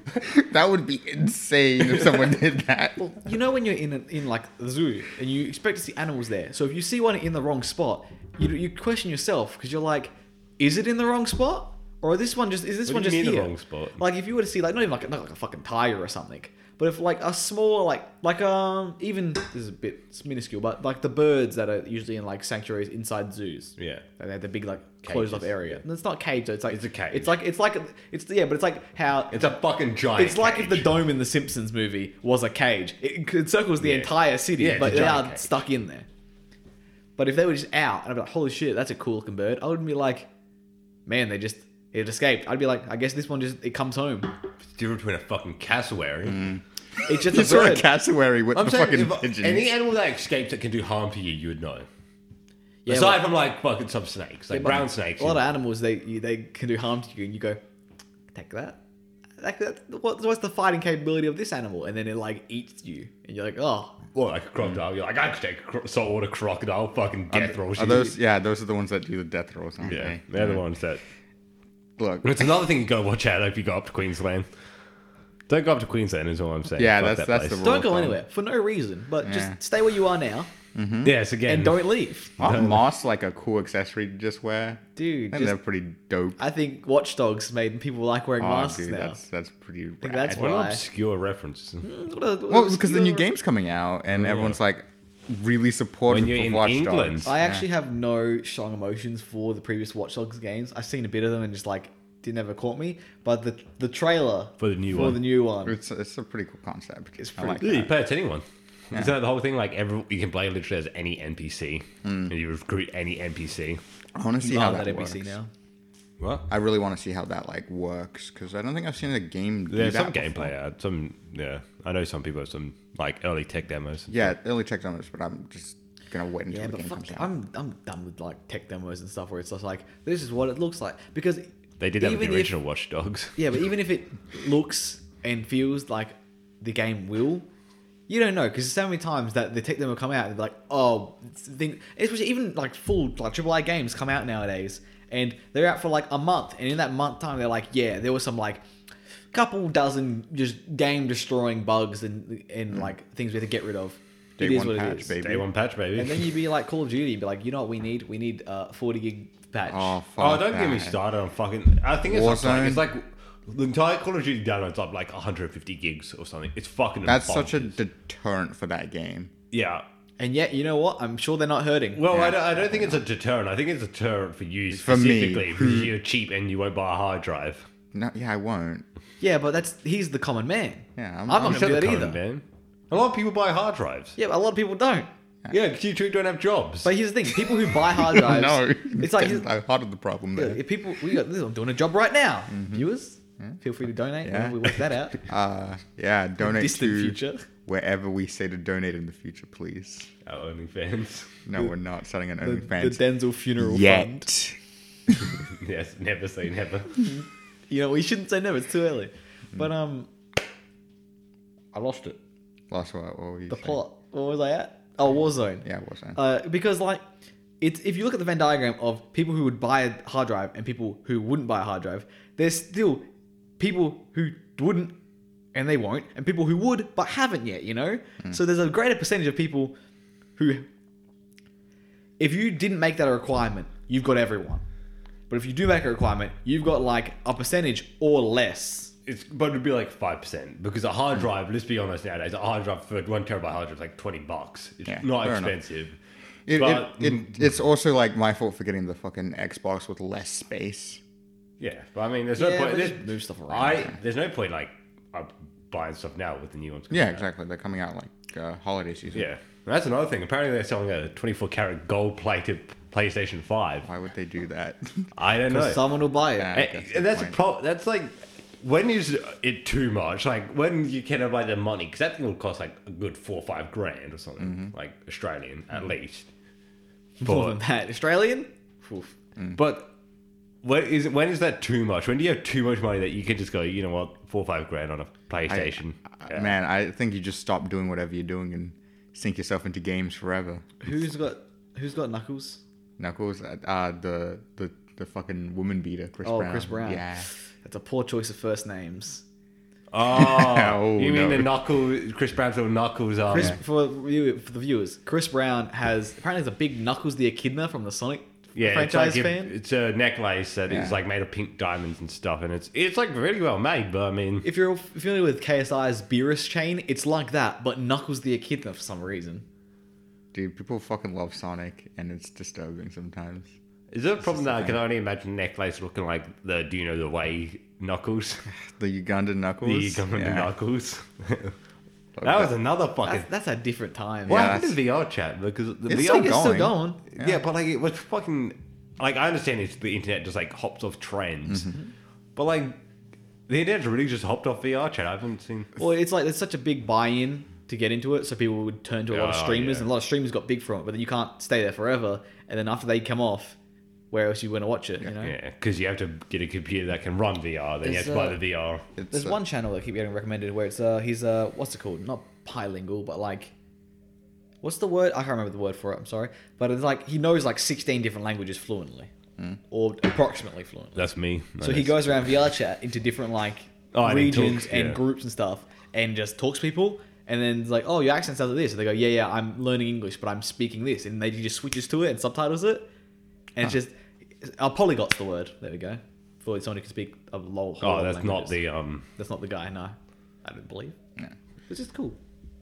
[SPEAKER 1] that would be insane if someone did that.
[SPEAKER 3] You know when you're in an, in like the zoo and you expect to see animals there. So if you see one in the wrong spot, you, you question yourself because you're like, is it in the wrong spot? Or this one just is this
[SPEAKER 2] What
[SPEAKER 3] one
[SPEAKER 2] do you mean
[SPEAKER 3] just
[SPEAKER 2] the
[SPEAKER 3] here?
[SPEAKER 2] wrong spot?
[SPEAKER 3] Like if you were to see like not even like, not like a fucking tiger or something, but if like a small like like um even this is a bit it's minuscule, but like the birds that are usually in like sanctuaries inside zoos.
[SPEAKER 2] yeah.
[SPEAKER 3] Like, They had the big like closed off
[SPEAKER 2] Cages.
[SPEAKER 3] area. And It's not cage though. It's like
[SPEAKER 2] It's a cage.
[SPEAKER 3] It's like it's like it's yeah, but it's like how
[SPEAKER 2] It's a fucking giant.
[SPEAKER 3] it's like if the
[SPEAKER 2] cage.
[SPEAKER 3] dome in the Simpsons movie was a cage. It encircles the
[SPEAKER 2] Yeah.
[SPEAKER 3] entire city,
[SPEAKER 2] Yeah, it's
[SPEAKER 3] but
[SPEAKER 2] a
[SPEAKER 3] they are
[SPEAKER 2] giant cage.
[SPEAKER 3] stuck in there. But if they were just out, and I'd be like, "Holy shit, that's a cool looking bird," I wouldn't be like, "Man, they just it escaped." I'd be like, "I guess this one just it comes home.
[SPEAKER 2] It's different between a fucking cassowary.
[SPEAKER 3] It's just
[SPEAKER 1] You
[SPEAKER 3] a
[SPEAKER 1] saw a
[SPEAKER 3] bird."
[SPEAKER 1] cassowary with
[SPEAKER 2] I'm
[SPEAKER 1] the
[SPEAKER 2] saying,
[SPEAKER 1] fucking
[SPEAKER 2] if
[SPEAKER 1] pigeons.
[SPEAKER 2] any animal that escapes that can do harm to you, you would know.
[SPEAKER 3] Yeah,
[SPEAKER 2] Aside
[SPEAKER 3] but-
[SPEAKER 2] from like fucking some snakes, like
[SPEAKER 3] but
[SPEAKER 2] brown snakes.
[SPEAKER 3] A lot of animals they you- they can do harm to you, and you go, "Take that." Like that, what, what's the fighting capability of this animal? And then it like eats you, and you're like, oh,
[SPEAKER 2] Or like a crocodile. You're like, I could take a cro- saltwater crocodile, fucking death roll.
[SPEAKER 1] Are those? Yeah, those are the ones that do the death rolls. Aren't
[SPEAKER 2] Yeah,
[SPEAKER 1] they?
[SPEAKER 2] they're the ones that.
[SPEAKER 1] Look,
[SPEAKER 2] It's another thing you gotta watch out if you go up to Queensland. Don't go up to Queensland, is all I'm saying.
[SPEAKER 1] Yeah,
[SPEAKER 2] Fuck
[SPEAKER 1] that's-
[SPEAKER 2] that
[SPEAKER 1] that's
[SPEAKER 2] place.
[SPEAKER 1] the
[SPEAKER 3] don't go
[SPEAKER 1] Well done.
[SPEAKER 3] anywhere for no reason, but
[SPEAKER 1] Yeah.
[SPEAKER 3] just stay where you are now
[SPEAKER 2] Yes, again.
[SPEAKER 3] Hmm? and don't leave.
[SPEAKER 1] aren't moss like a cool accessory to just wear? I
[SPEAKER 3] Dude,
[SPEAKER 1] think
[SPEAKER 3] just-
[SPEAKER 1] they're pretty dope.
[SPEAKER 3] I think Watch Dogs made people like wearing
[SPEAKER 1] Oh,
[SPEAKER 3] masks
[SPEAKER 1] dude,
[SPEAKER 3] now.
[SPEAKER 1] that's that's pretty.
[SPEAKER 3] think
[SPEAKER 1] Rad.
[SPEAKER 3] that's
[SPEAKER 2] What an
[SPEAKER 3] Why?
[SPEAKER 2] obscure reference.
[SPEAKER 3] What a- what
[SPEAKER 1] well,
[SPEAKER 3] an
[SPEAKER 1] because the new
[SPEAKER 3] obscure-
[SPEAKER 1] game's coming out, and everyone's like really supportive
[SPEAKER 2] When you're
[SPEAKER 1] of
[SPEAKER 2] in
[SPEAKER 1] Watch
[SPEAKER 2] England.
[SPEAKER 1] Dogs.
[SPEAKER 3] I actually have no strong emotions for the previous Watch Dogs games. I've seen a bit of them and just like didn't ever caught me. But the the trailer
[SPEAKER 2] For the new
[SPEAKER 3] for
[SPEAKER 2] one.
[SPEAKER 3] the new one,
[SPEAKER 1] It's, it's a pretty cool concept.
[SPEAKER 3] It's
[SPEAKER 1] I
[SPEAKER 3] pretty
[SPEAKER 1] like
[SPEAKER 2] Yeah, you
[SPEAKER 1] that.
[SPEAKER 2] play it to anyone. Isn't that the whole thing? Like, every, you can play literally as any NPC.
[SPEAKER 1] Hmm.
[SPEAKER 2] And you recruit any NPC.
[SPEAKER 1] I want to see
[SPEAKER 3] oh,
[SPEAKER 1] how
[SPEAKER 3] that
[SPEAKER 1] that, works.
[SPEAKER 3] NPC now.
[SPEAKER 2] What?
[SPEAKER 1] I really want to see how that like works because I don't think I've seen a game. Do
[SPEAKER 2] There's
[SPEAKER 1] that
[SPEAKER 2] some
[SPEAKER 1] before.
[SPEAKER 2] gameplay out. Some, yeah. I know some people have some, like, early tech demos.
[SPEAKER 1] Yeah, early checked on this, but I'm just gonna wait until
[SPEAKER 3] Yeah,
[SPEAKER 1] the
[SPEAKER 3] but
[SPEAKER 1] game
[SPEAKER 3] fuck,
[SPEAKER 1] comes out.
[SPEAKER 3] I'm I'm done with like tech demos and stuff where it's just like this is what it looks like because
[SPEAKER 2] They did that with
[SPEAKER 3] even
[SPEAKER 2] the
[SPEAKER 3] if-
[SPEAKER 2] original Watch Dogs.
[SPEAKER 3] Yeah, but even if it looks and feels like the game will, you don't know because so many times that the tech demo come out and they're like, oh, it's the thing. Especially even like full like AAA games come out nowadays, and they're out for like a month, and in that month time they're like, yeah, there was some like couple dozen just game destroying bugs and and like things we had to get rid of.
[SPEAKER 1] Day
[SPEAKER 3] it is
[SPEAKER 1] Hmm. one
[SPEAKER 3] what
[SPEAKER 1] patch,
[SPEAKER 3] it is.
[SPEAKER 1] baby.
[SPEAKER 2] Day one patch, baby.
[SPEAKER 3] And then you'd be like Call of Duty, you'd be like, you know what we need? We need uh, 40 gig patch.
[SPEAKER 1] Oh, fuck.
[SPEAKER 2] Oh, don't
[SPEAKER 1] that.
[SPEAKER 2] get me started on fucking. I think it's, like,
[SPEAKER 1] Warzone.
[SPEAKER 2] it's like the entire Call of Duty downloads up like 150 gigs or something. It's fucking.
[SPEAKER 1] That's
[SPEAKER 2] bonkers.
[SPEAKER 1] such a deterrent for that game.
[SPEAKER 2] yeah.
[SPEAKER 3] And yet, you know what? I'm sure they're not hurting.
[SPEAKER 2] Well, I,
[SPEAKER 1] Yeah.
[SPEAKER 2] don't, I don't think it's a deterrent. I think it's a deterrent for you
[SPEAKER 1] For me,
[SPEAKER 2] specifically
[SPEAKER 1] who-
[SPEAKER 2] because you're cheap and you won't buy a hard drive.
[SPEAKER 1] No, yeah, I won't.
[SPEAKER 3] yeah, but that's he's the common man.
[SPEAKER 1] Yeah,
[SPEAKER 3] I'm,
[SPEAKER 1] I'm-
[SPEAKER 3] not
[SPEAKER 1] I'm
[SPEAKER 3] gonna
[SPEAKER 2] Shut
[SPEAKER 3] do
[SPEAKER 2] the
[SPEAKER 3] that
[SPEAKER 2] cunt,
[SPEAKER 3] either.
[SPEAKER 2] man. A lot of people buy hard drives.
[SPEAKER 3] Yeah, but a lot of people don't.
[SPEAKER 2] Yeah, because you two don't have jobs.
[SPEAKER 3] But here's the thing: people who buy hard drives,
[SPEAKER 1] no,
[SPEAKER 3] it's like here's-
[SPEAKER 1] I part of the problem
[SPEAKER 3] look,
[SPEAKER 1] there.
[SPEAKER 3] if people we got I'm doing a job right now. Viewers, feel free to donate.
[SPEAKER 1] Mm-hmm. Yeah.
[SPEAKER 3] We work that out.
[SPEAKER 1] Uh, yeah, donate
[SPEAKER 3] Distant
[SPEAKER 1] to
[SPEAKER 3] future.
[SPEAKER 1] wherever we say to donate in the future, please.
[SPEAKER 2] Our OnlyFans.
[SPEAKER 1] No, we're not starting an
[SPEAKER 3] The,
[SPEAKER 1] OnlyFans
[SPEAKER 3] the Denzel funeral fund.
[SPEAKER 1] yet.
[SPEAKER 2] yes, never say never.
[SPEAKER 3] You know, we shouldn't say no. It's too early.
[SPEAKER 1] Mm.
[SPEAKER 3] But um, I lost it.
[SPEAKER 1] Last what? What were you
[SPEAKER 3] The
[SPEAKER 1] saying?
[SPEAKER 3] plot. What was I at? Oh, Warzone.
[SPEAKER 1] Yeah, what's that?
[SPEAKER 3] Uh, because like it's if you look at the Venn diagram of people who would buy a hard drive and people who wouldn't buy a hard drive, there's still people who wouldn't and they won't, and people who would but haven't yet. You know, so there's a greater percentage of people who, if you didn't make that a requirement, you've got everyone. But if you do make a requirement, you've got like a percentage or less.
[SPEAKER 2] It's, but it'd be like five percent because a hard drive. Let's be honest, nowadays a hard drive for one terabyte hard drive is like twenty bucks. It's
[SPEAKER 1] Yeah,
[SPEAKER 2] not
[SPEAKER 1] fair enough.
[SPEAKER 2] expensive.
[SPEAKER 1] It, it,
[SPEAKER 2] but-
[SPEAKER 1] it, it's also like my fault for getting the fucking Xbox with less space.
[SPEAKER 2] Yeah, but I mean, there's
[SPEAKER 3] Yeah,
[SPEAKER 2] no point.
[SPEAKER 3] but
[SPEAKER 2] There's,
[SPEAKER 3] just move stuff around.
[SPEAKER 2] I there's no point like I'm buying stuff now with the new ones. coming
[SPEAKER 1] Yeah,
[SPEAKER 2] out.
[SPEAKER 1] exactly. They're coming out like uh, holiday season.
[SPEAKER 2] Yeah, And that's another thing. Apparently, they're selling a 24 karat gold plated PlayStation Five.
[SPEAKER 1] Why would they do that?
[SPEAKER 2] I don't know.
[SPEAKER 3] Someone will buy it.
[SPEAKER 1] Yeah.
[SPEAKER 2] And-
[SPEAKER 3] eh,
[SPEAKER 1] guess
[SPEAKER 2] and that's a
[SPEAKER 1] that's
[SPEAKER 2] pro- That's like when is it too much? Like when you can have like the money because that thing will cost like a good four or five grand or something,
[SPEAKER 1] Mm-hmm.
[SPEAKER 2] like Australian at least.
[SPEAKER 3] More
[SPEAKER 2] But
[SPEAKER 3] than that, Australian. Oof.
[SPEAKER 1] Mm.
[SPEAKER 2] But when is when is that too much? When do you have too much money that you can just go, you know what, four or five grand on a PlayStation?
[SPEAKER 1] I- Uh, Man, I think you just stop doing whatever you're doing and sink yourself into games forever.
[SPEAKER 3] Who's got Who's got knuckles?
[SPEAKER 1] Knuckles, uh, uh, the the the fucking woman beater, Chris
[SPEAKER 3] Oh,
[SPEAKER 1] Brown.
[SPEAKER 3] Chris Brown.
[SPEAKER 1] Yeah.
[SPEAKER 3] That's a poor choice of first names.
[SPEAKER 2] oh,
[SPEAKER 1] Oh,
[SPEAKER 2] you mean
[SPEAKER 1] no.
[SPEAKER 2] the knuckles? Chris Brown's little knuckles um, are.
[SPEAKER 3] Chris, for, you- for the viewers, Chris Brown has apparently has a big Knuckles the Echidna from the Sonic
[SPEAKER 2] Yeah, it's,
[SPEAKER 3] franchise
[SPEAKER 2] like a,
[SPEAKER 3] fan.
[SPEAKER 2] it's a necklace that is
[SPEAKER 1] Yeah.
[SPEAKER 2] like made of pink diamonds and stuff, and it's it's like really well made. But I mean,
[SPEAKER 3] If you're familiar with KSI's Beerus chain, it's like that, but Knuckles the Echidna for some reason.
[SPEAKER 1] Dude, people fucking love Sonic, and it's disturbing sometimes.
[SPEAKER 2] is there a problem that I can only imagine necklace looking like the Do You Know the Way knuckles,
[SPEAKER 1] The Uganda Knuckles.
[SPEAKER 2] the government
[SPEAKER 1] yeah.
[SPEAKER 2] knuckles?
[SPEAKER 1] Fuck
[SPEAKER 2] that was another fucking.
[SPEAKER 3] That's, that's a different time.
[SPEAKER 2] What
[SPEAKER 1] Yeah,
[SPEAKER 2] happened to VR chat? Because the
[SPEAKER 1] It's
[SPEAKER 2] VR
[SPEAKER 1] still
[SPEAKER 3] It's still
[SPEAKER 1] going.
[SPEAKER 3] going.
[SPEAKER 2] Yeah. but like it was fucking like I understand it's the internet just like hops off trends, but like the internet's really just hopped off VR chat. I haven't seen.
[SPEAKER 3] Well, it's like there's such a big buy-in to get into it, so people would turn to a lot of
[SPEAKER 2] Oh,
[SPEAKER 3] streamers,
[SPEAKER 2] yeah.
[SPEAKER 3] and a lot of streamers got big from it. But then you can't stay there forever, and then after they come off, where else you want to watch it? You know,
[SPEAKER 2] Yeah, because you have to get a computer that can run VR. Then you have
[SPEAKER 3] There's,
[SPEAKER 2] to buy
[SPEAKER 3] uh,
[SPEAKER 2] the VR.
[SPEAKER 1] It's,
[SPEAKER 3] There's
[SPEAKER 1] uh,
[SPEAKER 3] one channel that I keep getting recommended where it's uh he's uh what's it called? Not bilingual, but like what's the word? I can't remember the word for it. I'm sorry, but it's like he knows like 16 different languages fluently,
[SPEAKER 2] Hmm.
[SPEAKER 3] or approximately fluently.
[SPEAKER 2] That's me.
[SPEAKER 3] So he goes around VR chat into different like
[SPEAKER 2] Oh, and he
[SPEAKER 3] regions
[SPEAKER 2] talks,
[SPEAKER 3] and
[SPEAKER 2] yeah.
[SPEAKER 3] groups and stuff, and just talks to people. And then it's like, oh, your accent sounds like this. And they go, yeah, yeah, I'm learning English, but I'm speaking this. And they he just switches to it and subtitles it. And it's just, a polyglot's the word. There we go. For someone who can speak a lo- whole lot.
[SPEAKER 2] Oh,
[SPEAKER 3] of
[SPEAKER 2] that's not
[SPEAKER 3] languages.
[SPEAKER 2] the um.
[SPEAKER 3] That's not the guy, no. I don't believe.
[SPEAKER 1] No.
[SPEAKER 3] It's just cool.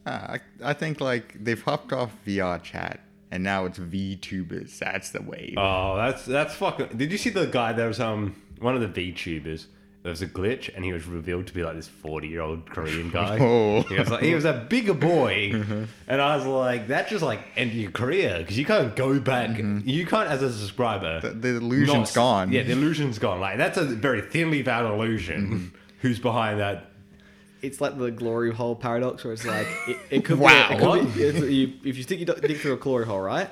[SPEAKER 1] Ah, I, I think like they've hopped off VR chat, and now it's VTubers. That's the wave.
[SPEAKER 2] Oh, that's that's fucking. Did you see the guy that was um one of the VTubers? There was a glitch, and he was revealed to be like this forty-year-old Korean guy.
[SPEAKER 1] Oh.
[SPEAKER 2] He was like, he was a bigger boy, and I was like, that just like ended your career because you can't go back. You can't, as a subscriber,
[SPEAKER 1] The- the illusion's
[SPEAKER 2] not-
[SPEAKER 1] gone.
[SPEAKER 2] Yeah, the illusion's gone. Like that's a very thinly veiled illusion. Who's behind that?
[SPEAKER 3] It's like the glory hole paradox, where it's like it, it could
[SPEAKER 1] Wow.
[SPEAKER 3] be, it could be it's- you, if you stick your dick through a glory hole, right?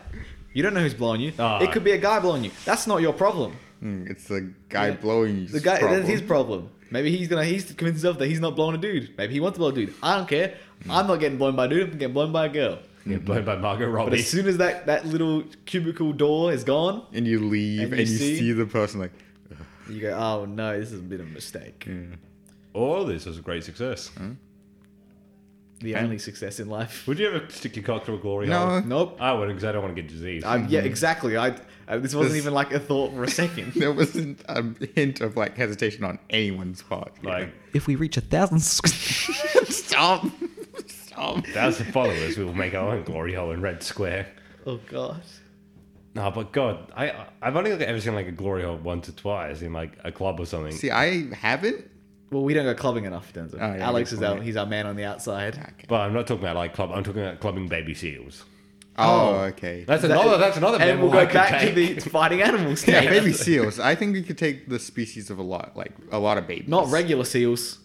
[SPEAKER 3] You don't know who's blowing you.
[SPEAKER 2] Ah.
[SPEAKER 3] It could be a guy blowing you. That's not your problem.
[SPEAKER 1] Mm, It's the guy
[SPEAKER 3] Yeah.
[SPEAKER 1] blowing you.
[SPEAKER 3] The guy
[SPEAKER 1] problem.
[SPEAKER 3] that's his problem. Maybe he's gonna he's convinced himself that he's not blowing a dude. Maybe he wants to blow a dude. I don't care.
[SPEAKER 1] Hmm.
[SPEAKER 3] I'm not getting blown by a dude. I'm getting blown by a girl.
[SPEAKER 2] Yeah, blown by Margot
[SPEAKER 3] But
[SPEAKER 2] Robbie.
[SPEAKER 3] as soon as that that little cubicle door is gone,
[SPEAKER 1] and you leave,
[SPEAKER 3] And
[SPEAKER 1] and,
[SPEAKER 3] you
[SPEAKER 1] you
[SPEAKER 3] see-
[SPEAKER 1] see, the person like,
[SPEAKER 3] you go, oh
[SPEAKER 1] Hmm.
[SPEAKER 3] no, this has been a mistake.
[SPEAKER 2] Oh, All this was a great success.
[SPEAKER 3] the only success in life.
[SPEAKER 2] Would you ever stick your cock through a glory
[SPEAKER 1] No.
[SPEAKER 2] hole?
[SPEAKER 3] Nope.
[SPEAKER 2] I wouldn't because I don't want to get disease.
[SPEAKER 3] Um, yeah, exactly. I uh, this wasn't
[SPEAKER 1] This-
[SPEAKER 3] even like a thought for a second.
[SPEAKER 1] There wasn't a hint of like hesitation on anyone's part. here.
[SPEAKER 2] like
[SPEAKER 3] if we reach a thousand,
[SPEAKER 1] stop, stop.
[SPEAKER 2] thousand followers, we will make our own glory hole in Red Square.
[SPEAKER 3] oh god,
[SPEAKER 2] No, but God, I I've only ever seen like a glory hole once or twice in like a club or something.
[SPEAKER 1] See, I haven't.
[SPEAKER 3] well we don't go clubbing enough, Denzel.
[SPEAKER 1] Oh, yeah,
[SPEAKER 3] Alex
[SPEAKER 1] good
[SPEAKER 3] is our
[SPEAKER 1] point.
[SPEAKER 3] he's our man on the outside.
[SPEAKER 2] But I'm not talking about like club. I'm talking about clubbing baby seals.
[SPEAKER 1] Oh,
[SPEAKER 3] Oh.
[SPEAKER 1] okay.
[SPEAKER 2] That's another. That's another.
[SPEAKER 3] And
[SPEAKER 2] mammal
[SPEAKER 3] we'll go
[SPEAKER 2] I could
[SPEAKER 3] back to
[SPEAKER 2] take.
[SPEAKER 3] the fighting animals.
[SPEAKER 1] Yeah,
[SPEAKER 3] game.
[SPEAKER 1] baby seals. I think we could take the species of a lot, like a lot of babies.
[SPEAKER 3] Not regular seals.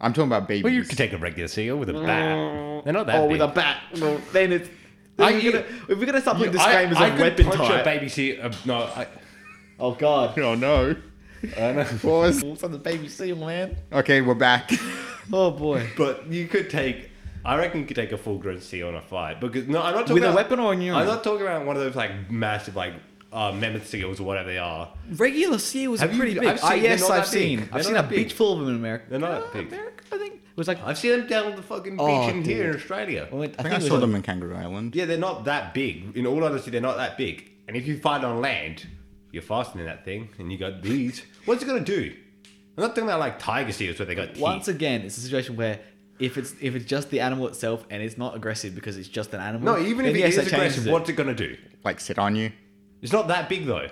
[SPEAKER 1] I'm talking about babies.
[SPEAKER 2] Well, you could take a regular seal with a bat. They're not that
[SPEAKER 3] or
[SPEAKER 2] big.
[SPEAKER 3] Oh, with a bat. Well, then it's. Then
[SPEAKER 2] I-
[SPEAKER 3] we're
[SPEAKER 2] you-
[SPEAKER 3] gonna, if we're gonna start putting
[SPEAKER 2] You- I-
[SPEAKER 3] disclaimers
[SPEAKER 2] I
[SPEAKER 3] on
[SPEAKER 2] could
[SPEAKER 3] weapon
[SPEAKER 2] punch
[SPEAKER 3] type.
[SPEAKER 2] a baby seal. uh, no, I,
[SPEAKER 3] oh god.
[SPEAKER 1] Oh no.
[SPEAKER 2] I know.
[SPEAKER 1] Pause.
[SPEAKER 3] What's on the baby seal, man?
[SPEAKER 1] Okay, we're back.
[SPEAKER 3] Oh boy.
[SPEAKER 2] But you could take. I reckon you could take a full grown seal in a fight because no, I'm not talking
[SPEAKER 3] With a
[SPEAKER 2] about,
[SPEAKER 3] weapon or on your
[SPEAKER 2] I'm
[SPEAKER 3] own?
[SPEAKER 2] not talking about one of those like massive like uh, mammoth seals or whatever they are.
[SPEAKER 3] Regular seals are
[SPEAKER 2] Have you-
[SPEAKER 3] pretty
[SPEAKER 2] I've
[SPEAKER 3] big.
[SPEAKER 2] seen-
[SPEAKER 3] Ah,
[SPEAKER 2] they're
[SPEAKER 3] yes,
[SPEAKER 2] not
[SPEAKER 3] I've
[SPEAKER 2] that big.
[SPEAKER 3] seen.
[SPEAKER 2] They're
[SPEAKER 3] I've
[SPEAKER 2] not
[SPEAKER 3] seen a
[SPEAKER 2] that big.
[SPEAKER 3] beach full of them in America.
[SPEAKER 2] They're not
[SPEAKER 3] Ah,
[SPEAKER 2] that big.
[SPEAKER 3] America, I think it was like.
[SPEAKER 2] I've seen them down the fucking beach
[SPEAKER 3] Oh,
[SPEAKER 2] in here in
[SPEAKER 3] dude.
[SPEAKER 2] Australia.
[SPEAKER 3] I,
[SPEAKER 1] I think I
[SPEAKER 3] it was
[SPEAKER 1] saw
[SPEAKER 3] like-
[SPEAKER 1] them in Kangaroo Island.
[SPEAKER 2] Yeah, they're not that big. In all honesty, they're not that big. And if you fight on land, you're faster than that thing, and you got these. What's it gonna do? I'm not talking about like tiger seals where they got teeth.
[SPEAKER 3] Once again, it's a situation where if it's if it's just the animal itself and it's not aggressive because it's just an animal.
[SPEAKER 2] no, even
[SPEAKER 3] then
[SPEAKER 2] if it
[SPEAKER 3] yes,
[SPEAKER 2] is
[SPEAKER 3] that changes
[SPEAKER 2] aggressive,
[SPEAKER 3] it.
[SPEAKER 2] what's it gonna do?
[SPEAKER 1] Like sit on you.
[SPEAKER 2] It's not that big though.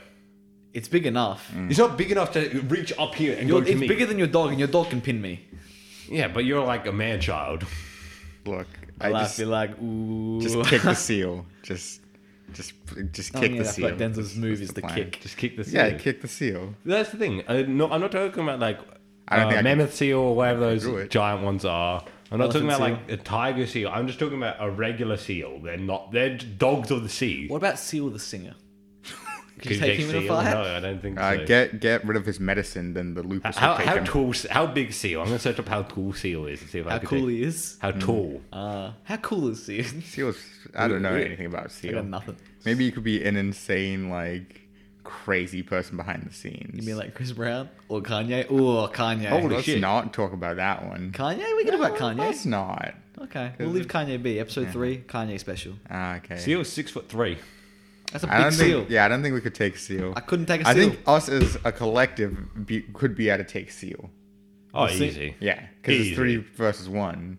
[SPEAKER 3] it's big enough.
[SPEAKER 2] It's not big enough to reach up here and
[SPEAKER 3] You're-
[SPEAKER 2] go to
[SPEAKER 3] it's
[SPEAKER 2] Mm. me.
[SPEAKER 3] bigger than your dog, and your dog can pin me.
[SPEAKER 2] yeah, but you're like a man child.
[SPEAKER 1] Look, I
[SPEAKER 3] I
[SPEAKER 1] just,
[SPEAKER 3] be like, ooh.
[SPEAKER 1] just kick the seal. Just, just, just
[SPEAKER 3] Oh,
[SPEAKER 1] kick
[SPEAKER 3] yeah,
[SPEAKER 1] the
[SPEAKER 3] that's
[SPEAKER 1] seal.
[SPEAKER 3] like Denzel's
[SPEAKER 1] That's-
[SPEAKER 3] move
[SPEAKER 1] that's
[SPEAKER 3] is the
[SPEAKER 1] plan.
[SPEAKER 3] kick.
[SPEAKER 2] Just kick the seal.
[SPEAKER 1] Yeah, kick the seal.
[SPEAKER 2] That's the thing. I, no, I'm not talking about like
[SPEAKER 1] I don't
[SPEAKER 2] uh,
[SPEAKER 1] think I can-
[SPEAKER 2] mammoth seal or whatever those
[SPEAKER 1] do it.
[SPEAKER 2] giant ones are. I'm not talking
[SPEAKER 3] Elephant
[SPEAKER 2] about like a tiger seal. I'm just talking about a regular seal. They're not. They're just dogs of the sea.
[SPEAKER 3] What about Seal the singer? Could you
[SPEAKER 2] Could
[SPEAKER 3] take
[SPEAKER 2] they
[SPEAKER 3] him in a
[SPEAKER 2] seal?
[SPEAKER 3] fight?
[SPEAKER 2] No, I don't think so.
[SPEAKER 1] Uh, get get rid of his medicine, then the lupus
[SPEAKER 2] how
[SPEAKER 1] will take
[SPEAKER 2] how
[SPEAKER 1] him.
[SPEAKER 2] tall? s- How big seal? I'm gonna search up how tall seal is and see if I
[SPEAKER 3] How
[SPEAKER 2] can
[SPEAKER 3] cool
[SPEAKER 2] take-
[SPEAKER 3] he is.
[SPEAKER 2] How tall?
[SPEAKER 3] Uh, how cool is Seal?
[SPEAKER 1] Seals. I don't know
[SPEAKER 2] Ooh, ooh.
[SPEAKER 1] anything about
[SPEAKER 3] I got
[SPEAKER 1] seal.
[SPEAKER 3] nothing.
[SPEAKER 1] Maybe you could be an insane, like crazy person behind the scenes.
[SPEAKER 3] You mean like Chris Brown or Kanye? Ooh, Kanye.
[SPEAKER 1] oh, let's
[SPEAKER 2] shit.
[SPEAKER 1] not talk about that one.
[SPEAKER 3] Kanye? We can talk about
[SPEAKER 1] Let's
[SPEAKER 3] Kanye.
[SPEAKER 1] not.
[SPEAKER 3] Okay, we'll leave Kanye be. Episode three, Kanye special.
[SPEAKER 1] Ah, okay.
[SPEAKER 2] Seal's six foot three.
[SPEAKER 3] That's a
[SPEAKER 1] I don't
[SPEAKER 3] big seal.
[SPEAKER 1] think. Yeah, I don't think we could take seal.
[SPEAKER 3] I couldn't take a
[SPEAKER 1] I
[SPEAKER 3] seal.
[SPEAKER 1] think us as a collective be, could be able to take seal.
[SPEAKER 2] Oh,
[SPEAKER 3] see-
[SPEAKER 2] easy.
[SPEAKER 1] Yeah, because
[SPEAKER 2] Easy.
[SPEAKER 1] it's three versus one,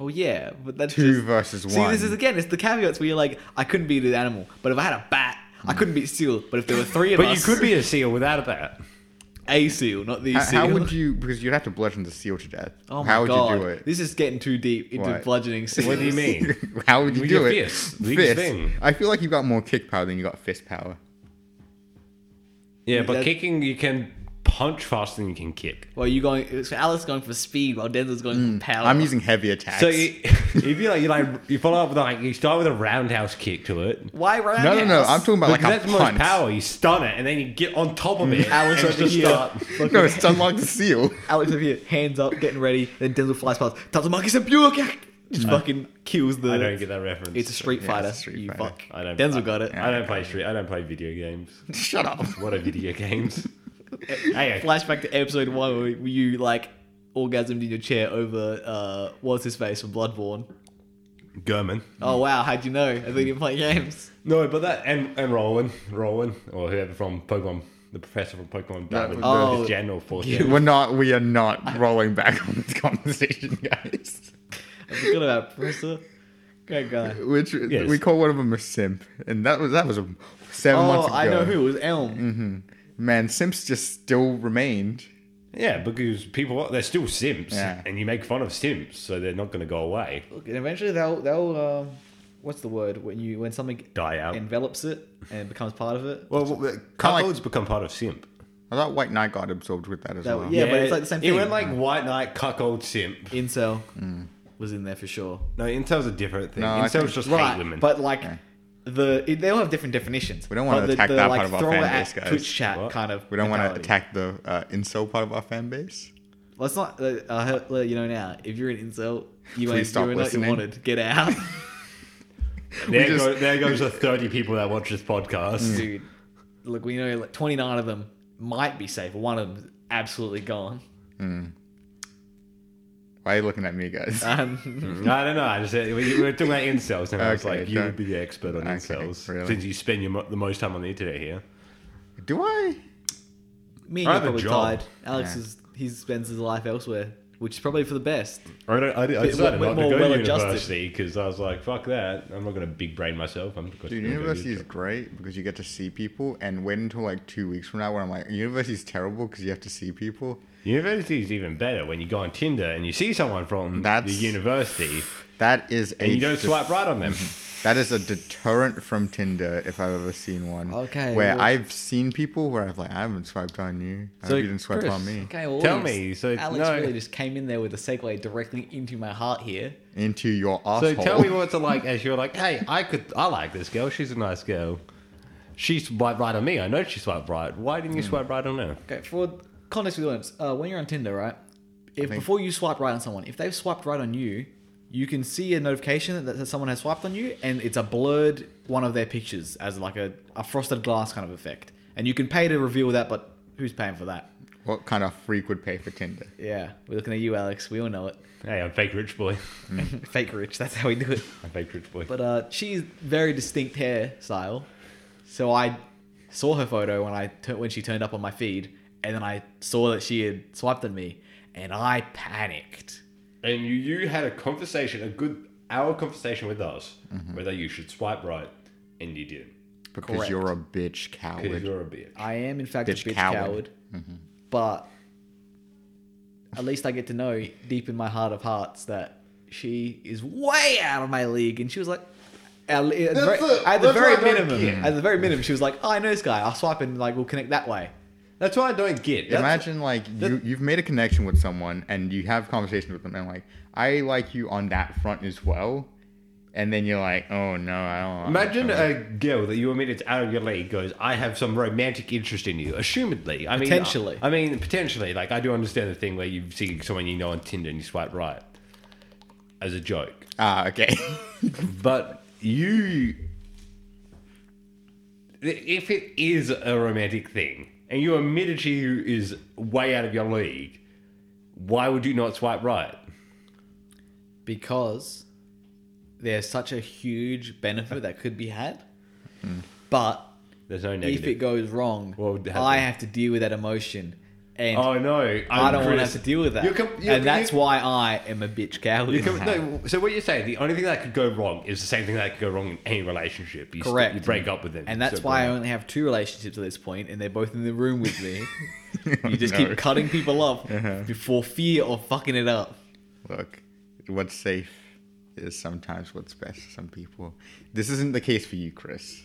[SPEAKER 3] Oh yeah, but that's
[SPEAKER 1] two
[SPEAKER 3] just...
[SPEAKER 1] versus
[SPEAKER 3] See,
[SPEAKER 1] one.
[SPEAKER 3] this is again, it's the caveats where you're like, I couldn't beat an animal, but if I had a bat, I couldn't beat seal. But if there were three of
[SPEAKER 2] But you
[SPEAKER 3] us,
[SPEAKER 2] could be a seal without a bat.
[SPEAKER 3] a seal, not the
[SPEAKER 1] How,
[SPEAKER 3] seal.
[SPEAKER 1] how would you? Because you'd have to bludgeon the seal to death.
[SPEAKER 3] Oh my
[SPEAKER 1] how would
[SPEAKER 3] god,
[SPEAKER 1] you do it?
[SPEAKER 3] this is getting too deep into
[SPEAKER 1] What?
[SPEAKER 3] bludgeoning seals.
[SPEAKER 2] What do you mean?
[SPEAKER 1] How would you
[SPEAKER 2] With
[SPEAKER 1] do
[SPEAKER 2] your
[SPEAKER 1] it?
[SPEAKER 2] fist. League's thing.
[SPEAKER 1] I feel like you got more kick power than you got fist power.
[SPEAKER 2] Yeah, but
[SPEAKER 3] That-
[SPEAKER 2] kicking you can punch faster than you can kick.
[SPEAKER 3] Well, you going? it's Alice going for speed, while Denzel's going for power.
[SPEAKER 1] Mm. I'm using heavy attacks.
[SPEAKER 2] So you, if you like, you like, you follow up with like, you start with a roundhouse kick to it.
[SPEAKER 3] Why roundhouse?
[SPEAKER 1] no, no, no. I'm talking about like
[SPEAKER 2] But that's
[SPEAKER 1] a
[SPEAKER 2] the most
[SPEAKER 1] punch.
[SPEAKER 2] power. You stun it, and then you get on top of it.
[SPEAKER 3] Mm. Alice
[SPEAKER 2] and
[SPEAKER 3] over
[SPEAKER 2] just
[SPEAKER 3] here.
[SPEAKER 2] start-
[SPEAKER 1] No, it's to unlock the seal.
[SPEAKER 3] Alex over here, hands up, getting ready. Then Denzel flies past. Tells the monkey, "Sabuka!" Just fucking kills the.
[SPEAKER 2] I don't get that reference.
[SPEAKER 3] It's a Street
[SPEAKER 1] Yeah, it's a
[SPEAKER 3] Fighter.
[SPEAKER 1] Street
[SPEAKER 3] you
[SPEAKER 1] Fighter.
[SPEAKER 3] fuck.
[SPEAKER 2] I don't,
[SPEAKER 3] Denzel
[SPEAKER 2] I-
[SPEAKER 3] got it.
[SPEAKER 2] I don't play street. I don't play video games.
[SPEAKER 1] Shut up.
[SPEAKER 2] What are video games? hey,
[SPEAKER 3] Flashback to episode one where you like orgasmed in your chair over uh, what's his face from Bloodborne.
[SPEAKER 2] German.
[SPEAKER 3] Oh
[SPEAKER 1] Mm.
[SPEAKER 3] wow, how'd you know? I thought you didn't play games.
[SPEAKER 2] No, but that and and Rowan, Rowan, or whoever from Pokemon, the professor from Pokemon, Diamond,
[SPEAKER 3] Oh.
[SPEAKER 2] his general force.
[SPEAKER 1] We're not. We are not rolling back on this conversation, guys.
[SPEAKER 3] I forgot about Professor. Great guy.
[SPEAKER 1] Which
[SPEAKER 2] Yes.
[SPEAKER 1] we call one of them a simp, and that was that was um, seven months
[SPEAKER 3] Oh,
[SPEAKER 1] ago. Mm.
[SPEAKER 3] I know who it was Elm.
[SPEAKER 1] Man, simps just still remained.
[SPEAKER 2] Yeah, because people they're still simps,
[SPEAKER 1] Yeah.
[SPEAKER 2] and you make fun of simps, so they're not going to go away.
[SPEAKER 3] Look, and eventually they'll they'll um, what's the word when you when something
[SPEAKER 2] Die out.
[SPEAKER 3] envelops it and becomes part of it.
[SPEAKER 2] Well, well, cuckolds become part of simp.
[SPEAKER 1] I thought White Knight got absorbed with that as
[SPEAKER 3] That-
[SPEAKER 1] well.
[SPEAKER 3] yeah. but it's like the same
[SPEAKER 2] It
[SPEAKER 3] thing.
[SPEAKER 2] went like white knight, cuckold, simp.
[SPEAKER 3] Incel
[SPEAKER 1] Mm.
[SPEAKER 3] was in there for sure.
[SPEAKER 2] No, incels a different thing.
[SPEAKER 1] No, I
[SPEAKER 2] incels
[SPEAKER 1] think-
[SPEAKER 2] just
[SPEAKER 3] right,
[SPEAKER 2] hate women.
[SPEAKER 3] But like the it, they all have different definitions.
[SPEAKER 1] We don't wanna
[SPEAKER 3] But the-
[SPEAKER 1] attack
[SPEAKER 3] the,
[SPEAKER 1] that
[SPEAKER 3] like,
[SPEAKER 1] part of our
[SPEAKER 3] throw
[SPEAKER 1] fan
[SPEAKER 3] it at
[SPEAKER 1] base, guys.
[SPEAKER 3] Twitch chat
[SPEAKER 2] What?
[SPEAKER 3] kind of.
[SPEAKER 1] We don't want to
[SPEAKER 3] mentality.
[SPEAKER 1] attack the uh, incel part of our fan base.
[SPEAKER 3] Let's not. Uh, I'll let you know now. If you're an incel, you
[SPEAKER 1] Please
[SPEAKER 3] ain't
[SPEAKER 1] stop
[SPEAKER 3] doing what you
[SPEAKER 1] listening.
[SPEAKER 3] wanted. Get out,
[SPEAKER 2] there,
[SPEAKER 1] just-
[SPEAKER 2] go, there goes the thirty people that watch this podcast.
[SPEAKER 3] dude. Look, we know like 29 of them might be safe. One of them absolutely gone.
[SPEAKER 1] Why are you looking at me, guys?
[SPEAKER 3] Um,
[SPEAKER 2] I don't know. I just we we were talking about incels, and I was
[SPEAKER 1] Okay,
[SPEAKER 2] like, you
[SPEAKER 1] don't-
[SPEAKER 2] would be the expert on
[SPEAKER 1] Okay,
[SPEAKER 2] incels
[SPEAKER 1] really?
[SPEAKER 2] since you spend your, mo- the most time on the internet here.
[SPEAKER 1] Do I?
[SPEAKER 3] me
[SPEAKER 2] I
[SPEAKER 3] and you
[SPEAKER 2] have a
[SPEAKER 3] probably
[SPEAKER 2] job.
[SPEAKER 3] tied. Alex
[SPEAKER 1] Yeah.
[SPEAKER 3] is he spends his life elsewhere, which is probably for the best.
[SPEAKER 2] I, don't, I, I
[SPEAKER 3] decided
[SPEAKER 2] decided
[SPEAKER 3] we're-
[SPEAKER 2] not
[SPEAKER 3] not
[SPEAKER 2] to
[SPEAKER 3] to
[SPEAKER 2] go
[SPEAKER 3] we're go to
[SPEAKER 2] to
[SPEAKER 3] well adjusted.
[SPEAKER 2] university because I was like, fuck that. I'm not going to big brain myself. I'm going
[SPEAKER 1] Dude, university is great because you get to see people and wait until like two weeks from now when I'm like, university is terrible because you have to see people.
[SPEAKER 2] University is even better when you go on Tinder and you see someone from
[SPEAKER 1] That's-
[SPEAKER 2] the university
[SPEAKER 1] That is a
[SPEAKER 2] and you don't
[SPEAKER 1] dis-
[SPEAKER 2] swipe right on them.
[SPEAKER 1] that is a deterrent from Tinder if I've ever seen one.
[SPEAKER 3] Okay,
[SPEAKER 1] Where
[SPEAKER 3] well-
[SPEAKER 1] I've seen people where I've like, I haven't swiped on you. I
[SPEAKER 2] So,
[SPEAKER 1] hope you didn't swipe
[SPEAKER 2] Chris,
[SPEAKER 1] on me.
[SPEAKER 3] Okay, well,
[SPEAKER 2] Tell
[SPEAKER 3] Alex-
[SPEAKER 2] me, so
[SPEAKER 3] Alex
[SPEAKER 2] no-
[SPEAKER 3] really just came in there with a segue directly into my heart here.
[SPEAKER 1] Into your
[SPEAKER 2] so
[SPEAKER 1] asshole.
[SPEAKER 2] tell me what it's like as you're like, hey, I could, I like this girl. She's a nice girl. She swiped right on me. I know she swiped right. Why didn't you swipe right on her?
[SPEAKER 3] Okay, for context with the audience, uh, when you're on Tinder, right? If
[SPEAKER 1] think-
[SPEAKER 3] before you swipe right on someone, if they've swiped right on you, you can see a notification that, that someone has swiped on you, and it's a blurred one of their pictures as like a, a frosted glass kind of effect. And you can pay to reveal that, but who's paying for that?
[SPEAKER 1] what kind of freak would pay for Tinder?
[SPEAKER 3] Yeah, we're looking at you, Alex. We all know it.
[SPEAKER 2] Hey, I'm fake rich boy.
[SPEAKER 3] Fake rich. That's how we do it.
[SPEAKER 2] I'm fake rich boy.
[SPEAKER 3] But uh, she's very distinct hair style, so I saw her photo when I tur- when she turned up on my feed, and then I saw that she had swiped at me, and I panicked.
[SPEAKER 2] and you, you had a conversation, a good hour conversation with us, whether you should swipe right, and you didn't
[SPEAKER 1] Because
[SPEAKER 3] Correct.
[SPEAKER 1] you're a bitch
[SPEAKER 2] because
[SPEAKER 1] coward.
[SPEAKER 2] you're a bitch.
[SPEAKER 3] I am in fact
[SPEAKER 1] Bitch
[SPEAKER 3] a bitch
[SPEAKER 1] coward.
[SPEAKER 3] coward, but at least I get to know deep in my heart of hearts that she is way out of my league, and she was like. At le- at the very,
[SPEAKER 2] That's it.
[SPEAKER 3] at the
[SPEAKER 2] That's
[SPEAKER 3] very
[SPEAKER 2] what I don't
[SPEAKER 3] minimum,
[SPEAKER 2] get.
[SPEAKER 3] at the very minimum, she was like, "Oh, "I know this guy. I'll swipe and like we'll connect that way."
[SPEAKER 2] That's what I don't get. That's-
[SPEAKER 1] Imagine like you, you've made a connection with someone and you have conversations with them and like I like you on that front as well, and then you're like, oh no, I don't. I
[SPEAKER 2] Imagine
[SPEAKER 1] don't-
[SPEAKER 2] a girl that you admit is out of your league goes, I have some romantic interest in you, assumedly. I mean,
[SPEAKER 3] Potentially.
[SPEAKER 2] I mean, potentially. Like, I do understand the thing where you see someone you know on Tinder and you swipe right as a joke.
[SPEAKER 1] ah okay.
[SPEAKER 2] But you. If it is a romantic thing and you admitted she is way out of your league, why would you not swipe right?
[SPEAKER 3] because there's such a huge benefit that could be had. But
[SPEAKER 2] There's no
[SPEAKER 3] if it
[SPEAKER 2] negative.
[SPEAKER 3] goes wrong,
[SPEAKER 2] What would happen?
[SPEAKER 3] I have to deal with that emotion. And
[SPEAKER 2] oh, no. I'm
[SPEAKER 3] I don't want to
[SPEAKER 2] Chris.
[SPEAKER 3] have to deal with that.
[SPEAKER 2] You're com- you're-
[SPEAKER 3] and that's
[SPEAKER 2] you're-
[SPEAKER 3] why I am a bitch coward.
[SPEAKER 2] You can- no, so what you're saying, the only thing that could go wrong is the same thing that could go wrong in any relationship. You st-
[SPEAKER 3] Correct.
[SPEAKER 2] you break up with them.
[SPEAKER 3] and that's
[SPEAKER 2] So
[SPEAKER 3] why I
[SPEAKER 2] great.
[SPEAKER 3] only have two relationships at this point, and they're both in the room with me. you just
[SPEAKER 1] No.
[SPEAKER 3] keep cutting people off
[SPEAKER 2] Uh-huh.
[SPEAKER 3] before fear of fucking it up.
[SPEAKER 1] Look, what's safe is sometimes what's best for some people. This isn't the case for you, Chris.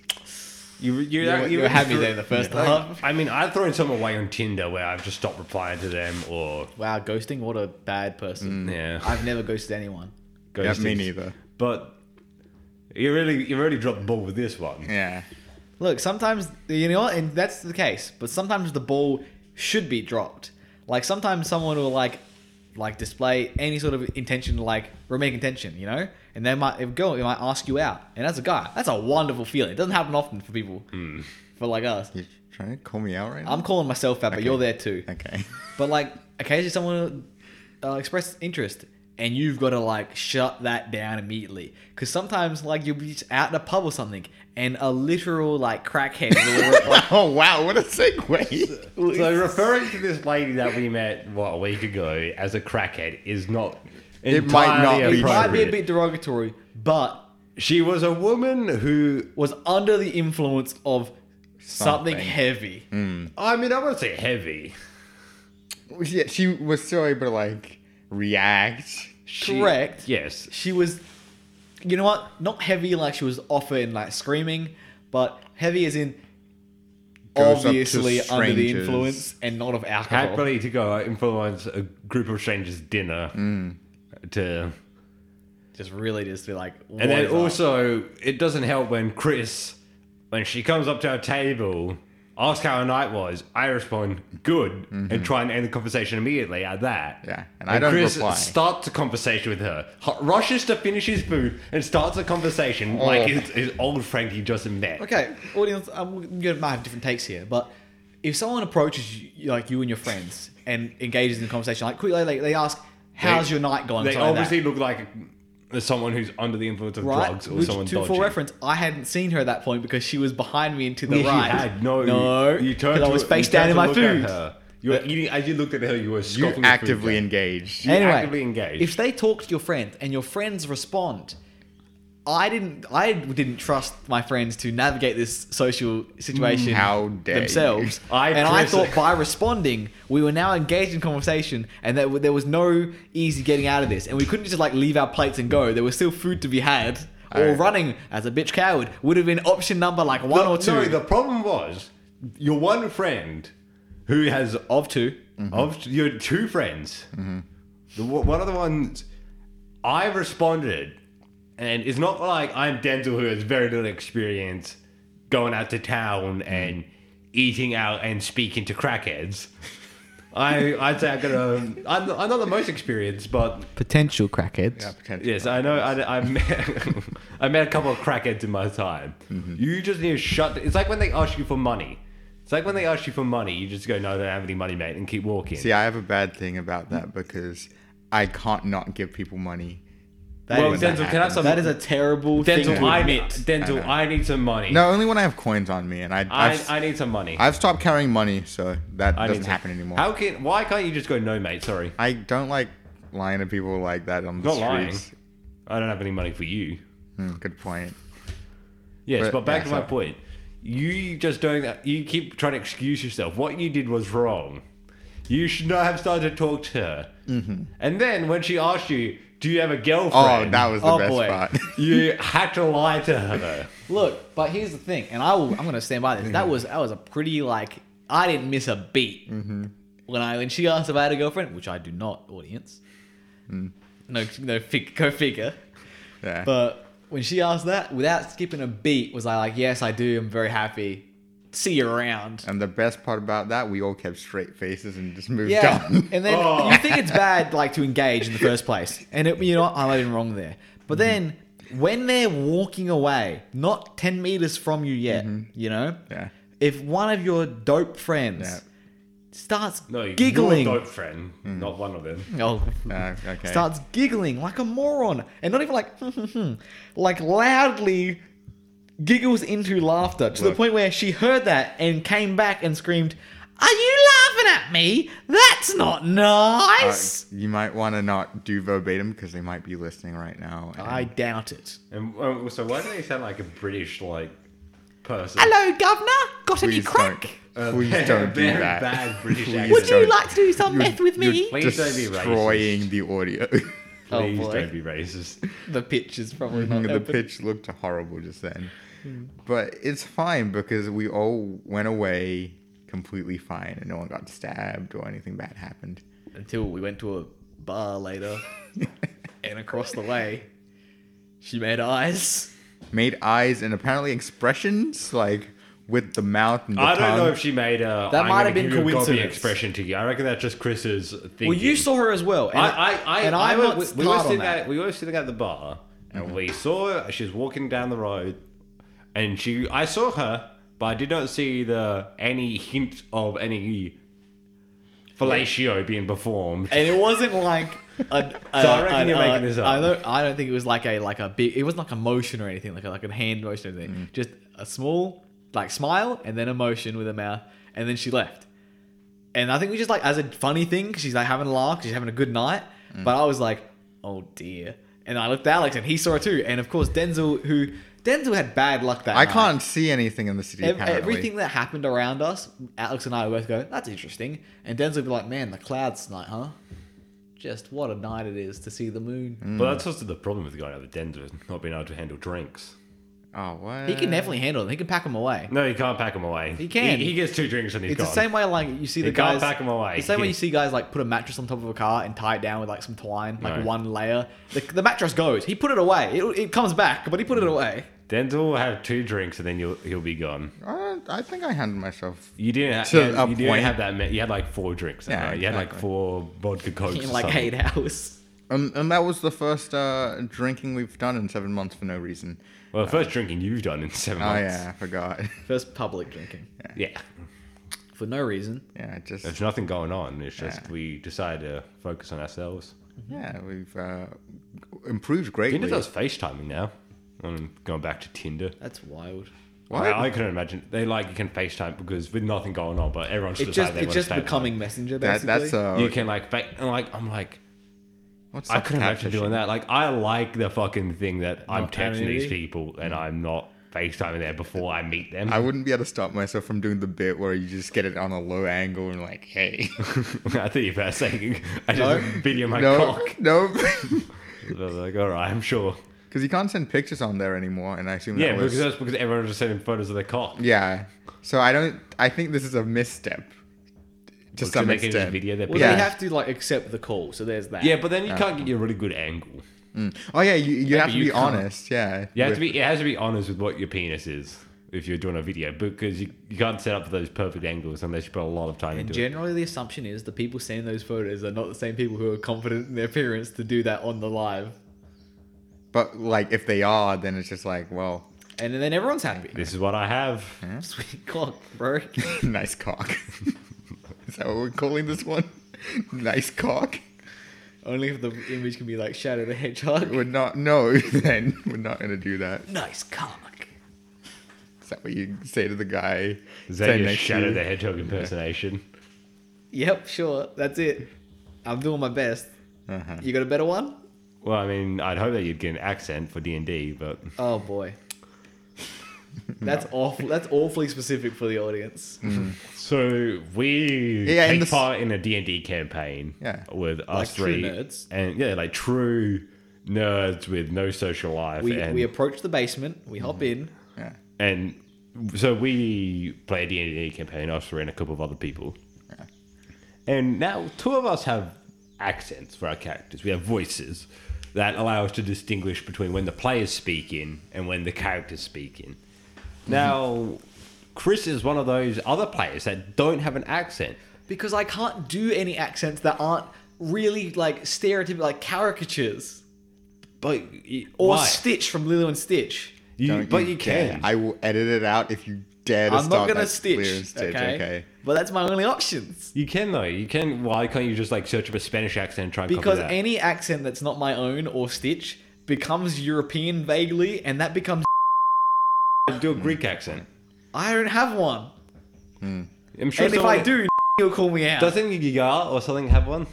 [SPEAKER 2] you you,
[SPEAKER 3] You,
[SPEAKER 2] you,
[SPEAKER 3] you had me there the first half.
[SPEAKER 2] I mean, I've thrown some away on Tinder where I've just stopped replying to them or
[SPEAKER 3] Wow, ghosting, what a bad person.
[SPEAKER 2] yeah.
[SPEAKER 3] I've never ghosted anyone.
[SPEAKER 1] Yeah, me
[SPEAKER 2] ghosting.
[SPEAKER 1] neither.
[SPEAKER 2] But you really you really dropped the ball with this one.
[SPEAKER 1] Yeah.
[SPEAKER 3] Look, sometimes you know, what, and that's the case. But sometimes the ball should be dropped. Like sometimes someone will like, like display any sort of intention, like romantic intention, you know. And they might if go, they might ask you out. And as a guy, that's a wonderful feeling. It doesn't happen often for people,
[SPEAKER 1] Hmm.
[SPEAKER 3] for like us.
[SPEAKER 1] You're trying to call me out right now?
[SPEAKER 3] I'm calling myself out, but
[SPEAKER 1] Okay.
[SPEAKER 3] you're there too.
[SPEAKER 1] okay.
[SPEAKER 3] But like occasionally someone will uh, express interest and you've got to like shut that down immediately because sometimes like you'll be just out in a pub or something and a literal like crackhead will like,
[SPEAKER 1] oh, wow. What a segue.
[SPEAKER 2] So referring to this lady that we met what a week ago as a crackhead is not
[SPEAKER 1] It might not
[SPEAKER 2] entirely
[SPEAKER 1] be
[SPEAKER 3] it might be a
[SPEAKER 2] appropriate.
[SPEAKER 3] bit derogatory but
[SPEAKER 2] She was a woman who
[SPEAKER 3] was under the influence of something,
[SPEAKER 1] Something. Mm.
[SPEAKER 3] heavy
[SPEAKER 2] I mean I wouldn't say heavy.
[SPEAKER 1] yeah, she was so able to, like, react.
[SPEAKER 2] She-
[SPEAKER 3] Correct.
[SPEAKER 2] Yes.
[SPEAKER 3] she was you know what not heavy like she was often like screaming but heavy as in
[SPEAKER 1] Goes up to
[SPEAKER 3] obviously under the
[SPEAKER 1] strangers.
[SPEAKER 3] influence and not of alcohol
[SPEAKER 2] happily to go influence a group of strangers dinner
[SPEAKER 3] Mm.
[SPEAKER 2] to
[SPEAKER 3] just really just be like
[SPEAKER 2] and then
[SPEAKER 3] what is up?
[SPEAKER 2] also it doesn't help when chris when she comes up to our table asks how her night was i respond good
[SPEAKER 3] Mm-hmm.
[SPEAKER 2] and try and end the conversation immediately at that
[SPEAKER 1] Yeah, and I don't
[SPEAKER 2] Chris
[SPEAKER 1] reply.
[SPEAKER 2] starts a conversation with her. H- rushes to finish his food and starts a conversation like his, his old friend he just met.
[SPEAKER 3] Oh. Okay, audience, I'm gonna might have different takes here, but if someone approaches you, like you and your friends, and engages in a conversation, like quickly, like they ask, How's your night gone?
[SPEAKER 2] They
[SPEAKER 3] Something like that.
[SPEAKER 2] obviously look like someone who's under the influence of
[SPEAKER 3] right?
[SPEAKER 2] drugs or
[SPEAKER 3] Which,
[SPEAKER 2] someone
[SPEAKER 3] to,
[SPEAKER 2] dodgy.
[SPEAKER 3] for reference, I hadn't seen her at that point because she was behind me and to the
[SPEAKER 2] Yes, you
[SPEAKER 3] right.
[SPEAKER 2] had. No,
[SPEAKER 3] no,
[SPEAKER 2] You, you turned.
[SPEAKER 3] because I
[SPEAKER 2] to-
[SPEAKER 3] was
[SPEAKER 2] you
[SPEAKER 3] face
[SPEAKER 2] turned
[SPEAKER 3] down
[SPEAKER 2] to
[SPEAKER 3] in my
[SPEAKER 2] look at
[SPEAKER 3] food.
[SPEAKER 2] her. You were eating as you looked at her. You were
[SPEAKER 1] You
[SPEAKER 2] scoffing.
[SPEAKER 1] actively
[SPEAKER 2] engaged.
[SPEAKER 1] engaged.
[SPEAKER 2] And-
[SPEAKER 3] anyway,
[SPEAKER 2] actively engaged.
[SPEAKER 3] If they talk to your friend and your friends respond, I didn't. I didn't trust my friends to navigate this social situation
[SPEAKER 1] How dare you.
[SPEAKER 3] themselves.
[SPEAKER 2] I
[SPEAKER 3] and I
[SPEAKER 2] press-
[SPEAKER 3] thought by responding, we were now engaged in conversation, and that there was no easy getting out of this. And we couldn't just like leave our plates and go. There was still food to be had. Or
[SPEAKER 1] I-
[SPEAKER 3] running as a bitch coward would have been option number like one or two.
[SPEAKER 2] No, the problem was your one friend who has
[SPEAKER 3] of two.
[SPEAKER 2] of t- your two friends.
[SPEAKER 3] Mm-hmm.
[SPEAKER 2] The, w- one of the ones I responded, and it's not like I'm Denzel who has very little experience going out to town
[SPEAKER 3] Mm-hmm.
[SPEAKER 2] and eating out and speaking to crackheads. I I'd say I got a I'm I'm not the most experienced, but
[SPEAKER 3] Potential crackheads.
[SPEAKER 1] Yeah, potentially.
[SPEAKER 2] Yes, I know. I, I met I met a couple of crackheads in my time.
[SPEAKER 1] Mm-hmm.
[SPEAKER 2] You just need to shut. It's like when they ask you for money. It's like when they ask you for money, you just go, "No, I don't have any money, mate," and keep walking.
[SPEAKER 1] See, I have a bad thing about that because I can't not give people money.
[SPEAKER 3] That
[SPEAKER 2] well,
[SPEAKER 3] is-
[SPEAKER 1] that
[SPEAKER 2] Denzel, can I have some?
[SPEAKER 3] that is a terrible thing
[SPEAKER 2] Denzel,
[SPEAKER 3] to
[SPEAKER 2] I
[SPEAKER 3] admit.
[SPEAKER 2] need Denzel,
[SPEAKER 1] I know.
[SPEAKER 2] I need some money.
[SPEAKER 1] No, only when I have coins on me, and I,
[SPEAKER 2] I,
[SPEAKER 1] I've,
[SPEAKER 2] I need some money.
[SPEAKER 1] I've stopped carrying money, so that
[SPEAKER 2] I need
[SPEAKER 1] doesn't
[SPEAKER 2] some-
[SPEAKER 1] happen anymore.
[SPEAKER 2] How can? Why can't you just go, "No, mate, sorry,
[SPEAKER 1] I don't like lying to people like that on the
[SPEAKER 2] Not lying.
[SPEAKER 1] streets.
[SPEAKER 2] I don't have any money for you."
[SPEAKER 1] Hmm, good point.
[SPEAKER 2] Yes,
[SPEAKER 1] But-
[SPEAKER 2] but, back
[SPEAKER 1] yeah,
[SPEAKER 2] to my
[SPEAKER 1] so-
[SPEAKER 2] point. You just doing that. You keep trying to excuse yourself. What you did was wrong. You should not have started to talk to her. Mm-hmm. And then when she asked you, "Do you have a girlfriend?"
[SPEAKER 1] Oh, that was the
[SPEAKER 3] Oh,
[SPEAKER 1] best
[SPEAKER 3] boy.
[SPEAKER 1] part.
[SPEAKER 2] you had to lie to her.
[SPEAKER 3] Look, but here's the thing, and I will, I'm going to stand by this. That was that was a pretty like I didn't miss a beat when I when she asked if I had a girlfriend, which I do not, audience. No, no, fig, go figure.
[SPEAKER 1] yeah.
[SPEAKER 3] But when she asked that, without skipping a beat, was I like, yes, I do. I'm very happy. See you around.
[SPEAKER 1] and the best part about that, we all kept straight faces and just moved
[SPEAKER 3] Yeah,
[SPEAKER 1] on.
[SPEAKER 3] and then
[SPEAKER 2] Oh.
[SPEAKER 3] you think it's bad like to engage in the first place, and it, you know what, I'm not even wrong there. But then when they're walking away, not ten meters from you yet, you know,
[SPEAKER 1] Yeah.
[SPEAKER 3] if one of your dope friends
[SPEAKER 1] Yeah.
[SPEAKER 3] starts
[SPEAKER 2] No, you
[SPEAKER 3] giggling, Hmm.
[SPEAKER 2] Your dope friend, not one of them.
[SPEAKER 3] oh,
[SPEAKER 1] Uh, okay.
[SPEAKER 3] starts giggling like a moron, and not even like, like loudly giggles into laughter to the
[SPEAKER 1] Look.
[SPEAKER 3] point where she heard that and came back and screamed, "Are you laughing at me? That's not
[SPEAKER 1] Uh,
[SPEAKER 3] nice."
[SPEAKER 1] you might want to not do verbatim because they might be listening right now. and-
[SPEAKER 3] I doubt it.
[SPEAKER 2] And um, so why do they sound like a British like person?
[SPEAKER 3] Hello, governor. Got any
[SPEAKER 1] please
[SPEAKER 3] crack?
[SPEAKER 1] don't.
[SPEAKER 2] A
[SPEAKER 1] Please
[SPEAKER 2] very-
[SPEAKER 1] don't do
[SPEAKER 2] very
[SPEAKER 1] that.
[SPEAKER 2] bad British
[SPEAKER 1] Please
[SPEAKER 2] accent.
[SPEAKER 3] Would you
[SPEAKER 1] don't.
[SPEAKER 3] like to do some
[SPEAKER 1] You-
[SPEAKER 3] meth with me?
[SPEAKER 1] You're
[SPEAKER 2] Please don't be racist.
[SPEAKER 1] destroying the audio.
[SPEAKER 2] Please
[SPEAKER 3] Oh, boy.
[SPEAKER 2] don't be racist.
[SPEAKER 3] The pitch is probably not
[SPEAKER 1] the
[SPEAKER 3] open.
[SPEAKER 1] pitch looked horrible just then.
[SPEAKER 2] Hmm.
[SPEAKER 1] But it's fine because we all went away completely fine and no one got stabbed or anything bad happened.
[SPEAKER 3] Until we went to a bar later, and across the way, she made eyes.
[SPEAKER 1] Made eyes and apparently expressions like with the mouth and the
[SPEAKER 2] I
[SPEAKER 1] tongue.
[SPEAKER 2] don't know if she made a.
[SPEAKER 3] That
[SPEAKER 2] I'm
[SPEAKER 3] might have
[SPEAKER 2] gonna
[SPEAKER 3] been
[SPEAKER 2] give you a gobby
[SPEAKER 3] coincidence.
[SPEAKER 2] expression to you. I reckon that's just Chris's thing.
[SPEAKER 3] Well, you saw her as well, and
[SPEAKER 2] I, I, I,
[SPEAKER 3] and
[SPEAKER 2] I
[SPEAKER 3] I'm
[SPEAKER 2] were-
[SPEAKER 3] not
[SPEAKER 2] we- we,
[SPEAKER 3] hard
[SPEAKER 2] were
[SPEAKER 3] on
[SPEAKER 2] sitting
[SPEAKER 3] that. Mm-hmm.
[SPEAKER 2] at, we were sitting at the bar, and we saw her. She was walking down the road, and she. I saw her, but I did not see the any hint of any fellatio being performed.
[SPEAKER 3] and it wasn't like. A, a,
[SPEAKER 2] So I reckon
[SPEAKER 3] a-
[SPEAKER 2] you're
[SPEAKER 3] a-
[SPEAKER 2] making this up.
[SPEAKER 3] I don't. I don't think it was like a like a big. It wasn't like a motion or anything like a, like a hand motion or anything.
[SPEAKER 2] Mm.
[SPEAKER 3] Just a small like smile and then a motion with her mouth, and then she left. And I think we just like as a funny thing 'cause she's like having a laugh, 'cause she's having a good night.
[SPEAKER 2] Mm.
[SPEAKER 3] But I was like, oh dear. And I looked at Alex, and he saw it too. And of course, Denzel, who Denzel had bad luck that
[SPEAKER 1] I
[SPEAKER 3] night.
[SPEAKER 1] can't see anything in the city.
[SPEAKER 3] Ev-
[SPEAKER 1] apparently.
[SPEAKER 3] everything that happened around us, Alex and I were both go, that's interesting. And Denzel would be like, man, the clouds tonight, huh? Just what a night it is to see the moon.
[SPEAKER 2] But that's also the problem with going out with Denver, not being able to handle drinks.
[SPEAKER 1] Oh, what?
[SPEAKER 3] He can definitely handle them. He can pack them away.
[SPEAKER 2] No, you can't pack them away. He
[SPEAKER 3] can.
[SPEAKER 2] He, gets two drinks and he's
[SPEAKER 3] It's
[SPEAKER 2] gone.
[SPEAKER 3] the same way like you see the
[SPEAKER 2] You can't
[SPEAKER 3] guys
[SPEAKER 2] pack 'em away.
[SPEAKER 3] The same way
[SPEAKER 2] You-
[SPEAKER 3] you see guys like put a mattress on top of a car and tie it down with like some twine, like
[SPEAKER 2] No.
[SPEAKER 3] one layer. The, the mattress goes. He put it away. It, it comes back, but he put it away.
[SPEAKER 2] Denzel will have two drinks and then you'll, he'll be gone.
[SPEAKER 1] Uh, I think I handled myself.
[SPEAKER 2] You didn't. Have,
[SPEAKER 1] To
[SPEAKER 2] you,
[SPEAKER 1] a
[SPEAKER 2] had- you didn't
[SPEAKER 1] point.
[SPEAKER 2] have that. ma- You had like four drinks. Yeah,
[SPEAKER 1] Yeah,
[SPEAKER 2] You had like
[SPEAKER 1] exactly.
[SPEAKER 2] four vodka cokes.
[SPEAKER 3] In
[SPEAKER 2] or
[SPEAKER 3] like
[SPEAKER 2] something.
[SPEAKER 3] eight hours.
[SPEAKER 1] Um, and that was the first uh, drinking we've done in seven months for no reason.
[SPEAKER 2] Well, the first drinking you've done in seven
[SPEAKER 1] Oh,
[SPEAKER 2] months.
[SPEAKER 1] yeah, I forgot.
[SPEAKER 3] First public drinking.
[SPEAKER 2] yeah.
[SPEAKER 3] For no reason.
[SPEAKER 1] yeah, just.
[SPEAKER 2] There's nothing going on. It's just
[SPEAKER 1] Yeah.
[SPEAKER 2] we decided to focus on ourselves.
[SPEAKER 1] Yeah, we've uh, improved
[SPEAKER 2] Tinder
[SPEAKER 1] greatly.
[SPEAKER 2] does FaceTiming now. I'm going back to Tinder.
[SPEAKER 3] That's wild.
[SPEAKER 1] What?
[SPEAKER 2] I, I couldn't imagine. They like you can FaceTime because with nothing going on, but everyone's
[SPEAKER 3] It's
[SPEAKER 2] just
[SPEAKER 3] just
[SPEAKER 2] they
[SPEAKER 3] it's
[SPEAKER 2] wanna
[SPEAKER 3] just
[SPEAKER 2] FaceTime.
[SPEAKER 3] becoming messenger
[SPEAKER 1] That,
[SPEAKER 3] basically.
[SPEAKER 1] that's uh,
[SPEAKER 2] You can like, fa- and like I'm like,
[SPEAKER 1] what's
[SPEAKER 2] I
[SPEAKER 1] up
[SPEAKER 2] couldn't imagine
[SPEAKER 1] catfishing?
[SPEAKER 2] doing that. Like I like the fucking thing that I'm
[SPEAKER 3] Not
[SPEAKER 2] texting
[SPEAKER 3] anonymity.
[SPEAKER 2] these people and I'm not FaceTiming there before I meet them.
[SPEAKER 1] I wouldn't be able to stop myself from doing the bit where you just get it on a low angle and like, hey,
[SPEAKER 2] I thought you were saying I
[SPEAKER 1] No.
[SPEAKER 2] just video my
[SPEAKER 1] no,
[SPEAKER 2] cock.
[SPEAKER 1] no,
[SPEAKER 2] I was like, all right, I'm sure.
[SPEAKER 1] because you can't send pictures on there anymore, and I assume
[SPEAKER 2] Yeah,
[SPEAKER 1] that was
[SPEAKER 2] because that's because everyone's just sending photos of their cock.
[SPEAKER 1] yeah. So I don't. I think this is a misstep to
[SPEAKER 2] So
[SPEAKER 1] some
[SPEAKER 2] they can just
[SPEAKER 1] extent.
[SPEAKER 2] video their
[SPEAKER 3] well,
[SPEAKER 1] Yeah.
[SPEAKER 3] they have to like accept the call, so there's that.
[SPEAKER 2] Yeah, but then you can't get your really good angle.
[SPEAKER 1] Oh yeah, you, you have to
[SPEAKER 3] you
[SPEAKER 1] be
[SPEAKER 3] can't.
[SPEAKER 1] honest. Yeah,
[SPEAKER 2] You have to
[SPEAKER 1] with-
[SPEAKER 2] be. It has to be honest with what your penis is if you're doing a video because you, you can't set up those perfect angles unless you put a lot of time
[SPEAKER 3] And
[SPEAKER 2] into it.
[SPEAKER 3] generally, the assumption is the people sending those photos are not the same people who are confident in their appearance to do that on the live,
[SPEAKER 1] But like, if they are, then it's just like, well,
[SPEAKER 3] and then everyone's happy.
[SPEAKER 2] This is what I have.
[SPEAKER 3] Sweet cock, bro.
[SPEAKER 1] nice cock. is that what we're calling this one? nice cock.
[SPEAKER 3] Only if the image can be like Shadow the Hedgehog.
[SPEAKER 1] We're not. No, then we're not gonna do that.
[SPEAKER 3] Nice cock.
[SPEAKER 1] Is that what you say to the guy?
[SPEAKER 2] Is that
[SPEAKER 1] sitting
[SPEAKER 2] your
[SPEAKER 1] next to
[SPEAKER 2] Shadow
[SPEAKER 1] you?
[SPEAKER 2] the Hedgehog impersonation?
[SPEAKER 3] Yep, sure. That's it. I'm doing my best.
[SPEAKER 1] Uh-huh.
[SPEAKER 3] You got a better one?
[SPEAKER 2] Well, I mean, I'd hope that you'd get an accent for D and D, but
[SPEAKER 3] Oh boy. That's awful. That's awfully specific for the audience.
[SPEAKER 2] so we
[SPEAKER 1] Yeah, and
[SPEAKER 2] take
[SPEAKER 1] this-
[SPEAKER 2] part in a D and D campaign.
[SPEAKER 1] Yeah.
[SPEAKER 2] with us
[SPEAKER 3] Like true
[SPEAKER 2] three
[SPEAKER 3] nerds.
[SPEAKER 2] and yeah, like true nerds with no social life.
[SPEAKER 3] We,
[SPEAKER 2] and
[SPEAKER 3] we approach the basement. We hop in.
[SPEAKER 1] Yeah.
[SPEAKER 2] and so we play D and D E campaign. Us three and a couple of other people, and now two of us have accents for our characters. We have voices that allow us to distinguish between when the players speak in and when the characters speak in.
[SPEAKER 3] Mm-hmm.
[SPEAKER 2] Now, Chris is one of those other players that don't have an accent.
[SPEAKER 3] because I can't do any accents that aren't really like stereotypical, like caricatures
[SPEAKER 2] But
[SPEAKER 3] or
[SPEAKER 2] why?
[SPEAKER 3] Stitch from Lilo and Stitch.
[SPEAKER 2] You-
[SPEAKER 1] Don't
[SPEAKER 2] but you, can.
[SPEAKER 1] dare. I will edit it out if you dare to
[SPEAKER 3] I'm
[SPEAKER 1] start
[SPEAKER 3] not gonna
[SPEAKER 1] that
[SPEAKER 3] Stitch,
[SPEAKER 1] weird stitch.
[SPEAKER 3] okay?
[SPEAKER 1] Okay.
[SPEAKER 3] But that's my only options
[SPEAKER 2] you can though. You can. Why can't you just like search up a Spanish accent and try and
[SPEAKER 3] because
[SPEAKER 2] copy that?
[SPEAKER 3] any accent that's not my own or Stitch becomes European vaguely, and that becomes
[SPEAKER 2] do a Greek accent.
[SPEAKER 3] I don't have one.
[SPEAKER 2] I'm sure.
[SPEAKER 3] And if I
[SPEAKER 2] someone-
[SPEAKER 3] do, you'll call me out.
[SPEAKER 2] Doesn't Giga or something have one?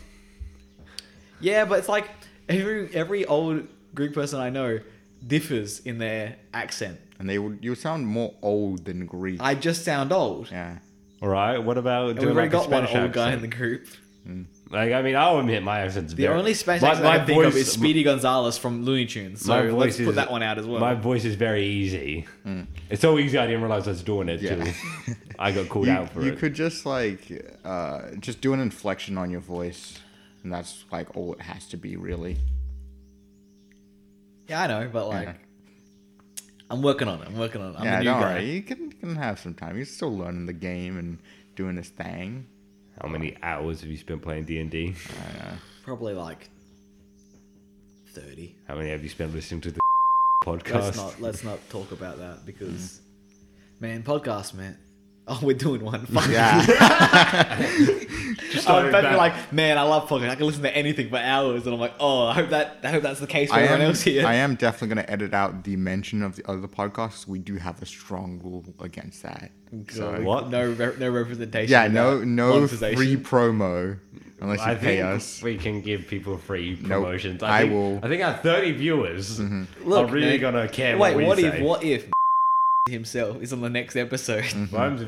[SPEAKER 3] Yeah, but it's like every every old Greek person I know differs in their accent.
[SPEAKER 1] And they would. You sound more old than Greek.
[SPEAKER 3] I just sound old.
[SPEAKER 1] yeah.
[SPEAKER 2] All right. What about
[SPEAKER 3] And
[SPEAKER 2] doing
[SPEAKER 3] we've already
[SPEAKER 2] like a
[SPEAKER 3] got one old
[SPEAKER 2] Spanish
[SPEAKER 3] guy in
[SPEAKER 2] accent?
[SPEAKER 3] the group.
[SPEAKER 2] Like, I mean, I'll admit my accent's
[SPEAKER 3] The only Spanish accent I can think of is Speedy Gonzalez from Looney Tunes. So
[SPEAKER 2] my
[SPEAKER 3] let's
[SPEAKER 2] voice
[SPEAKER 3] put
[SPEAKER 2] is-
[SPEAKER 3] that one out as well. Hmm.
[SPEAKER 2] My voice is very easy. It's so easy. I didn't realize I was doing it
[SPEAKER 1] Yeah.
[SPEAKER 2] till I got called
[SPEAKER 1] You,
[SPEAKER 2] out for
[SPEAKER 1] you
[SPEAKER 2] it.
[SPEAKER 1] could just like uh, just do an inflection on your voice, and that's like all it has to be really.
[SPEAKER 3] yeah, I know, but like, I'm working on it. I'm working on it. I'm
[SPEAKER 1] yeah,
[SPEAKER 3] a new
[SPEAKER 1] don't
[SPEAKER 3] guy.
[SPEAKER 1] worry. You can, can have some time. You're still learning the game and doing this thing.
[SPEAKER 2] How many hours have you spent playing D and D?
[SPEAKER 3] Probably like thirty.
[SPEAKER 2] How many have you spent listening to the
[SPEAKER 3] Let's
[SPEAKER 2] podcast?
[SPEAKER 3] not let's not talk about that because, man, podcast, man. Oh, we're doing one. Fuck.
[SPEAKER 1] Yeah.
[SPEAKER 2] Just
[SPEAKER 3] I'm
[SPEAKER 2] started
[SPEAKER 3] about to be
[SPEAKER 2] back-
[SPEAKER 3] like, man, I love podcasts. I can listen to anything for hours, and I'm like, oh, I hope that I hope that's the case for
[SPEAKER 1] I
[SPEAKER 3] everyone
[SPEAKER 1] am,
[SPEAKER 3] else here.
[SPEAKER 1] I am definitely going to edit out the mention of the other podcasts. We do have a strong rule against that. So,
[SPEAKER 3] Like,
[SPEAKER 2] What?
[SPEAKER 3] No, re- no representation.
[SPEAKER 1] yeah, no
[SPEAKER 3] without
[SPEAKER 1] no
[SPEAKER 3] monetization.
[SPEAKER 1] free promo unless you
[SPEAKER 2] I
[SPEAKER 1] pay
[SPEAKER 2] think
[SPEAKER 1] us.
[SPEAKER 2] we can give people free
[SPEAKER 1] Nope.
[SPEAKER 2] promotions.
[SPEAKER 1] I
[SPEAKER 2] I, think,
[SPEAKER 1] will-
[SPEAKER 2] I think our 30 viewers
[SPEAKER 3] Mm-hmm. Look,
[SPEAKER 2] are really
[SPEAKER 3] man.
[SPEAKER 2] gonna care.
[SPEAKER 3] Wait,
[SPEAKER 2] what,
[SPEAKER 3] what
[SPEAKER 2] we
[SPEAKER 3] if
[SPEAKER 2] say.
[SPEAKER 3] what if himself is on the next episode?
[SPEAKER 2] Rhymes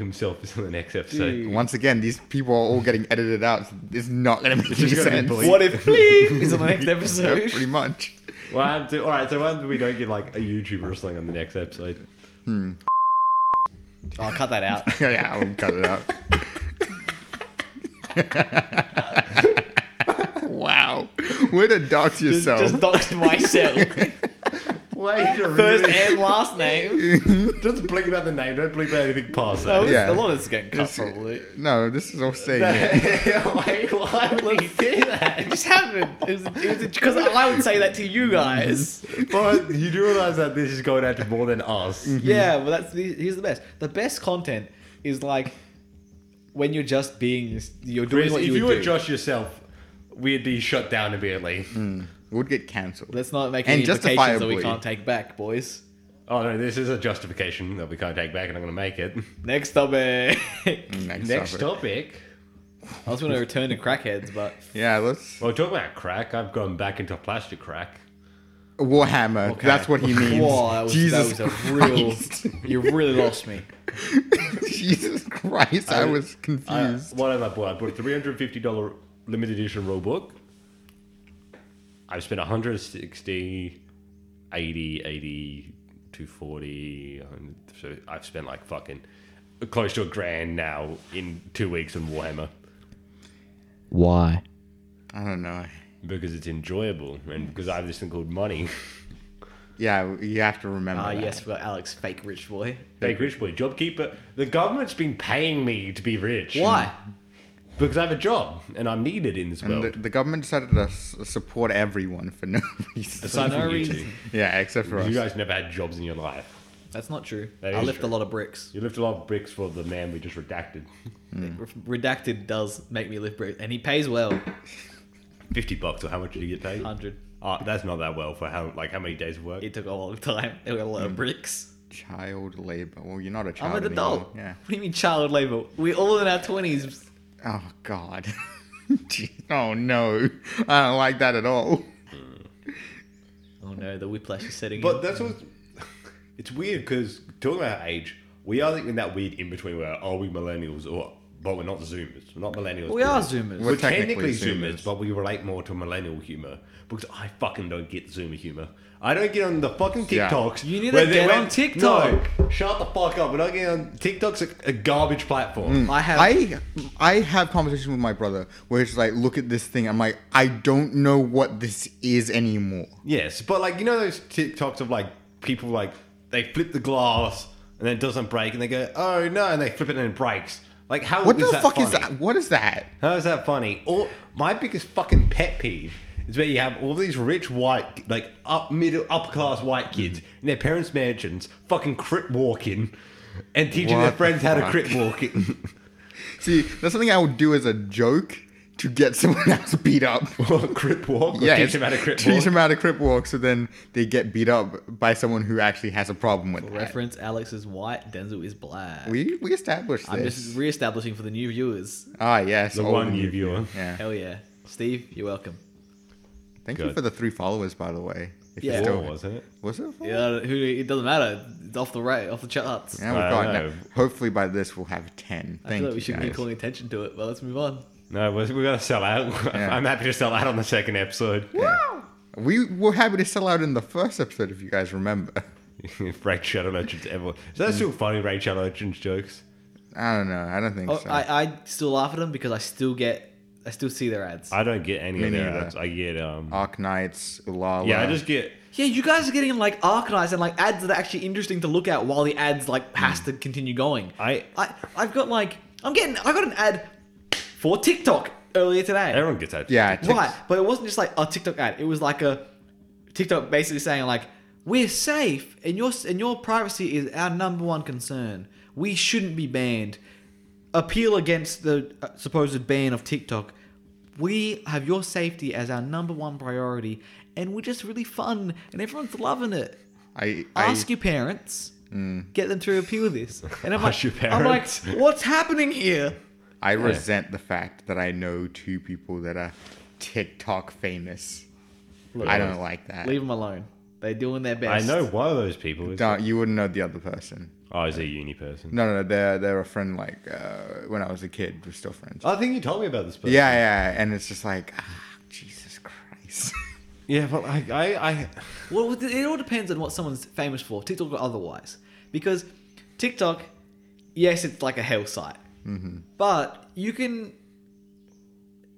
[SPEAKER 2] himself is in the next episode.
[SPEAKER 3] Dude.
[SPEAKER 1] Once again, these people are all getting edited out. So it's not going to make any
[SPEAKER 2] just gonna be
[SPEAKER 1] sense.
[SPEAKER 2] bleeped.
[SPEAKER 3] What if bleep is on the next
[SPEAKER 1] Yeah,
[SPEAKER 3] episode?
[SPEAKER 1] pretty much.
[SPEAKER 2] What happened to, all right, so what happens if we don't get like a YouTube wrestling on the next episode?
[SPEAKER 3] oh, cut that out.
[SPEAKER 1] yeah, I'll cut it out. wow. Way to dox
[SPEAKER 3] Just,
[SPEAKER 1] yourself.
[SPEAKER 3] just doxed myself. First and last name.
[SPEAKER 2] just bleep out the name. Don't bleep out anything past
[SPEAKER 3] No,
[SPEAKER 2] that.
[SPEAKER 1] Yeah.
[SPEAKER 3] A lot of this is getting cut
[SPEAKER 1] It's-
[SPEAKER 3] probably.
[SPEAKER 1] no, this is all saying it.
[SPEAKER 2] Wait, why would you do that?
[SPEAKER 3] It just happened. It was because I would say that to you guys.
[SPEAKER 1] Mm-hmm.
[SPEAKER 2] But you do realize that this is going out to more than us.
[SPEAKER 3] Yeah, well, that's the, here's the best. The best content is like when you're just being you're doing
[SPEAKER 2] Chris,
[SPEAKER 3] what
[SPEAKER 2] if
[SPEAKER 3] you,
[SPEAKER 2] you
[SPEAKER 3] would
[SPEAKER 2] were
[SPEAKER 3] do.
[SPEAKER 2] Josh yourself, we'd be shut down immediately.
[SPEAKER 1] It would get cancelled.
[SPEAKER 3] Let's not make
[SPEAKER 1] And
[SPEAKER 3] any implications that we
[SPEAKER 1] justifiably.
[SPEAKER 3] can't take back, boys.
[SPEAKER 2] Oh no, this is a justification that we can't take back, and I'm going to make it.
[SPEAKER 3] Next topic.
[SPEAKER 1] Next,
[SPEAKER 2] Next
[SPEAKER 1] topic.
[SPEAKER 2] topic.
[SPEAKER 3] I was going to return to crackheads, but
[SPEAKER 1] Yeah, let's
[SPEAKER 2] Well, talking about crack, I've gone back into plastic crack.
[SPEAKER 1] Warhammer.
[SPEAKER 3] Okay.
[SPEAKER 1] That's what he means.
[SPEAKER 3] Whoa, that was,
[SPEAKER 1] Jesus
[SPEAKER 3] that was a real.
[SPEAKER 1] Christ.
[SPEAKER 3] You really lost me.
[SPEAKER 1] Jesus Christ, I,
[SPEAKER 2] I-
[SPEAKER 1] was
[SPEAKER 2] Uh,
[SPEAKER 1] confused.
[SPEAKER 2] what have I bought? I bought a three hundred fifty dollar limited edition rule book. I've spent 160, 80, 80, 240. 100 So I've spent like fucking close to a grand now in two weeks in Warhammer
[SPEAKER 3] Why?
[SPEAKER 1] I don't know.
[SPEAKER 2] because it's enjoyable and because I have this thing called money.
[SPEAKER 1] Yeah, you have to remember.
[SPEAKER 3] Ah,
[SPEAKER 1] that.
[SPEAKER 3] yes, we got Alex, fake rich boy.
[SPEAKER 2] Fake rich boy, JobKeeper. The government's been paying me to be rich.
[SPEAKER 3] Why?
[SPEAKER 2] Because I have a job and I'm needed in this
[SPEAKER 1] And
[SPEAKER 2] world.
[SPEAKER 1] the, the government decided to s- support everyone for no reason.
[SPEAKER 2] Aside
[SPEAKER 3] For
[SPEAKER 2] from
[SPEAKER 3] no
[SPEAKER 2] you two,
[SPEAKER 3] reason.
[SPEAKER 1] Yeah, except for us.
[SPEAKER 2] you guys never had jobs in your life.
[SPEAKER 3] That's not true.
[SPEAKER 2] That
[SPEAKER 3] I
[SPEAKER 2] is
[SPEAKER 3] left
[SPEAKER 2] true.
[SPEAKER 3] a lot of bricks.
[SPEAKER 2] You lift a lot of bricks for the man we just redacted.
[SPEAKER 1] Mm.
[SPEAKER 3] Redacted does make me lift bricks, and he pays well.
[SPEAKER 2] 50 bucks, or how much did you get paid?
[SPEAKER 3] Hundred.
[SPEAKER 2] Ah, that's not that well for how like how many days of work.
[SPEAKER 3] It took a long time. It was a lot
[SPEAKER 1] Mm.
[SPEAKER 3] of bricks.
[SPEAKER 1] Child labor. Well, you're not a
[SPEAKER 3] I'm
[SPEAKER 1] child.
[SPEAKER 3] an adult.
[SPEAKER 1] anymore. Yeah.
[SPEAKER 3] What do you mean child labor? We all in our twenties.
[SPEAKER 1] Oh God. Gee, oh no. I don't like that at all.
[SPEAKER 3] Oh no, the whiplash is setting
[SPEAKER 2] But
[SPEAKER 3] in.
[SPEAKER 2] that's what it's weird because talking about age, we are in that weird in between where are we millennials or but we're not Zoomers, we're not millennials.
[SPEAKER 3] We are Zoomers.
[SPEAKER 2] We're,
[SPEAKER 1] We're technically
[SPEAKER 2] technically, Zoomers,
[SPEAKER 1] Zoomers.
[SPEAKER 2] but we relate more to millennial humor because I fucking don't get Zoomer humor. I don't get on the fucking
[SPEAKER 1] Yeah.
[SPEAKER 2] TikToks.
[SPEAKER 3] You need
[SPEAKER 2] where
[SPEAKER 3] to
[SPEAKER 2] they
[SPEAKER 3] get
[SPEAKER 2] went-
[SPEAKER 3] on TikTok.
[SPEAKER 2] No, shut the fuck up. We're not getting on TikTok's a, a garbage platform.
[SPEAKER 3] I have.
[SPEAKER 1] I I have conversations with my brother where he's like, "Look at this thing." I'm like, "I don't know what this is anymore."
[SPEAKER 2] Yes, but like you know those TikToks of like people like they flip the glass and then it doesn't break and they go oh no and they flip it and it breaks. Like how
[SPEAKER 1] What
[SPEAKER 2] is
[SPEAKER 1] the
[SPEAKER 2] that
[SPEAKER 1] fuck
[SPEAKER 2] funny?
[SPEAKER 1] is that? What is that?
[SPEAKER 2] How is that funny? Or my biggest fucking pet peeve is where you have all these rich white like up middle upper class white
[SPEAKER 1] Mm.
[SPEAKER 2] kids in their parents' mansions fucking crip walking and teaching
[SPEAKER 1] What
[SPEAKER 2] their
[SPEAKER 1] the
[SPEAKER 2] friends how to
[SPEAKER 1] fuck?
[SPEAKER 2] crip walk. it.
[SPEAKER 1] See, that's something I would do as a joke to get someone else beat up.
[SPEAKER 2] or crip walk or
[SPEAKER 1] Yes.
[SPEAKER 2] teach them how to crip
[SPEAKER 1] Teach
[SPEAKER 2] walk.
[SPEAKER 1] them how to crip walk, so then they get beat up by someone who actually has a problem with that.
[SPEAKER 3] reference. Alex is white. Denzel is black.
[SPEAKER 1] We we established
[SPEAKER 3] I'm
[SPEAKER 1] this.
[SPEAKER 3] just re-establishing for the new viewers.
[SPEAKER 1] Ah, yes.
[SPEAKER 2] the
[SPEAKER 1] all
[SPEAKER 2] one
[SPEAKER 1] new
[SPEAKER 2] new viewer.
[SPEAKER 1] Yeah.
[SPEAKER 3] Hell yeah, Steve, you're welcome.
[SPEAKER 1] Thank you
[SPEAKER 2] Good.
[SPEAKER 1] for the three followers, by the way. If you
[SPEAKER 3] Yeah.
[SPEAKER 2] Four,
[SPEAKER 1] still-
[SPEAKER 2] wasn't it?
[SPEAKER 1] was it? four?
[SPEAKER 3] Yeah, who it doesn't matter. It's off the right, off the charts.
[SPEAKER 1] Yeah,
[SPEAKER 2] I
[SPEAKER 1] we've got.
[SPEAKER 2] know.
[SPEAKER 1] Hopefully, by this we'll have ten.
[SPEAKER 3] I feel
[SPEAKER 1] Thank
[SPEAKER 3] like we
[SPEAKER 1] you
[SPEAKER 3] should
[SPEAKER 1] guys.
[SPEAKER 3] keep calling attention to it. Well, let's move on.
[SPEAKER 2] No, we're, we're gonna sell out.
[SPEAKER 1] Yeah.
[SPEAKER 2] I'm happy to sell out on the second episode.
[SPEAKER 1] We were happy to sell out in the first episode, if you guys remember.
[SPEAKER 2] Ray Shadow Legends ever. Is that still funny, Ray Shadow Legends jokes?
[SPEAKER 1] I don't know. I don't think
[SPEAKER 3] Oh,
[SPEAKER 1] so.
[SPEAKER 3] I, I still laugh at them because I still get, I still see their ads.
[SPEAKER 2] I don't get any
[SPEAKER 1] Me
[SPEAKER 2] of their
[SPEAKER 1] neither. Oh,
[SPEAKER 2] ads. I get, um.
[SPEAKER 1] Arc Knights, Ulala.
[SPEAKER 2] yeah, I just get.
[SPEAKER 3] yeah, you guys are getting like arcanized and like ads that are actually interesting to look at while the ads like has to continue going.
[SPEAKER 2] I-
[SPEAKER 3] I, I've got like, I'm getting, I got an ad for TikTok earlier today.
[SPEAKER 2] Everyone gets ads.
[SPEAKER 1] Yeah, tick-
[SPEAKER 3] Right, but it wasn't just like a TikTok ad. It was like a TikTok basically saying like, "We're safe, and your and your privacy is our number one concern. We shouldn't be banned. Appeal against the uh, supposed ban of TikTok. We have your safety as our number one priority, and we're just really fun, and everyone's loving it.
[SPEAKER 1] I, I,
[SPEAKER 3] Ask your parents." Get them to appeal this, and I'm
[SPEAKER 2] Mm. Ask
[SPEAKER 3] like,
[SPEAKER 2] your
[SPEAKER 3] I'm like,
[SPEAKER 2] parents.
[SPEAKER 3] what's happening here?
[SPEAKER 1] I resent the fact that I know two people that are TikTok famous. I don't like that.
[SPEAKER 3] Leave them alone. They're doing
[SPEAKER 2] I
[SPEAKER 3] their best.
[SPEAKER 2] know one of those people. Is,
[SPEAKER 1] Don't, you wouldn't know the other person.
[SPEAKER 2] oh, is a uni person.
[SPEAKER 1] No, no, no. They're they're a friend. Like uh, when I was a kid, we're still friends.
[SPEAKER 2] I think you told me about this person.
[SPEAKER 1] Yeah, yeah. And it's just like, ah, Jesus Christ.
[SPEAKER 2] Yeah, but I. I, I
[SPEAKER 3] Well, it it all depends on what someone's famous for, TikTok or otherwise. Because TikTok, yes, it's like a hell site,
[SPEAKER 2] Mm-hmm.
[SPEAKER 3] but you can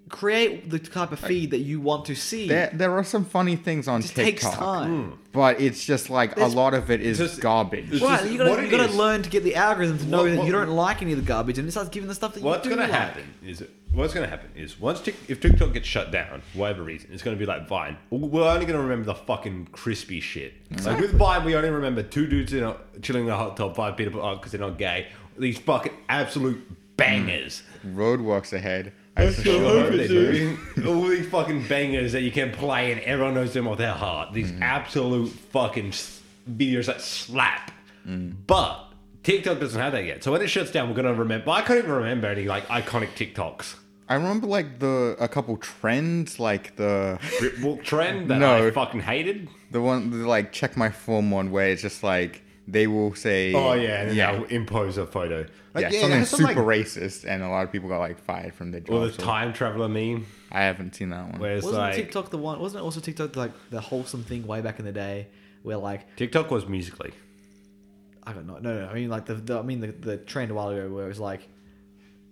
[SPEAKER 3] create the type of feed that you want to see.
[SPEAKER 1] there, there are some funny things on
[SPEAKER 3] Just takes
[SPEAKER 1] TikTok,
[SPEAKER 2] Hmm.
[SPEAKER 3] time.
[SPEAKER 1] but it's just like
[SPEAKER 3] There's-
[SPEAKER 1] a lot of it is
[SPEAKER 2] Just-
[SPEAKER 1] garbage.
[SPEAKER 2] It's
[SPEAKER 3] Right,
[SPEAKER 2] just
[SPEAKER 3] you
[SPEAKER 2] what
[SPEAKER 3] gotta,
[SPEAKER 2] it
[SPEAKER 3] you gotta
[SPEAKER 2] is.
[SPEAKER 3] learn to get the algorithm to know
[SPEAKER 2] What-
[SPEAKER 3] that
[SPEAKER 2] what-
[SPEAKER 3] you don't like any of the garbage, and it starts giving the stuff that
[SPEAKER 2] what's
[SPEAKER 3] you do
[SPEAKER 2] gonna
[SPEAKER 3] like.
[SPEAKER 2] happen is what's gonna happen is once Tik if TikTok gets shut down, for whatever reason, it's gonna be like Vine. We're only gonna remember the fucking crispy shit. Like with Vine, we only remember two dudes in a, chilling in a hot tub, five oh, people because they're not gay. These fucking absolute bangers.
[SPEAKER 1] Roadworks ahead. I I for
[SPEAKER 2] I
[SPEAKER 1] sure
[SPEAKER 2] hope
[SPEAKER 1] hope
[SPEAKER 2] they
[SPEAKER 1] they do.
[SPEAKER 2] do. All these fucking bangers that you can play and everyone knows them off their heart. These absolute fucking s- videos that slap. Mm. But TikTok doesn't have that yet. So when it shuts down, we're gonna remember. I can't even remember any like iconic TikToks.
[SPEAKER 1] I remember like the a couple trends, like the
[SPEAKER 2] Rip walk trend that
[SPEAKER 1] No.
[SPEAKER 2] I fucking hated.
[SPEAKER 1] the one the, like check my form one where it's just like they will say
[SPEAKER 2] Oh yeah, and then
[SPEAKER 1] yeah,
[SPEAKER 2] they'll impose a photo.
[SPEAKER 1] yeah,
[SPEAKER 2] Like,
[SPEAKER 1] something
[SPEAKER 2] that's some,
[SPEAKER 1] super
[SPEAKER 2] like-
[SPEAKER 1] racist, and a lot of people got like fired from their
[SPEAKER 2] or
[SPEAKER 1] jobs.
[SPEAKER 2] the time traveler meme,
[SPEAKER 1] I haven't seen that one.
[SPEAKER 2] where it's
[SPEAKER 3] Wasn't
[SPEAKER 2] like
[SPEAKER 3] TikTok the one? Wasn't it also TikTok like the wholesome thing way back in the day where like
[SPEAKER 2] TikTok was musically.
[SPEAKER 3] I don't know. No, no. I mean, like the, the I mean the, the trend a while ago where it was like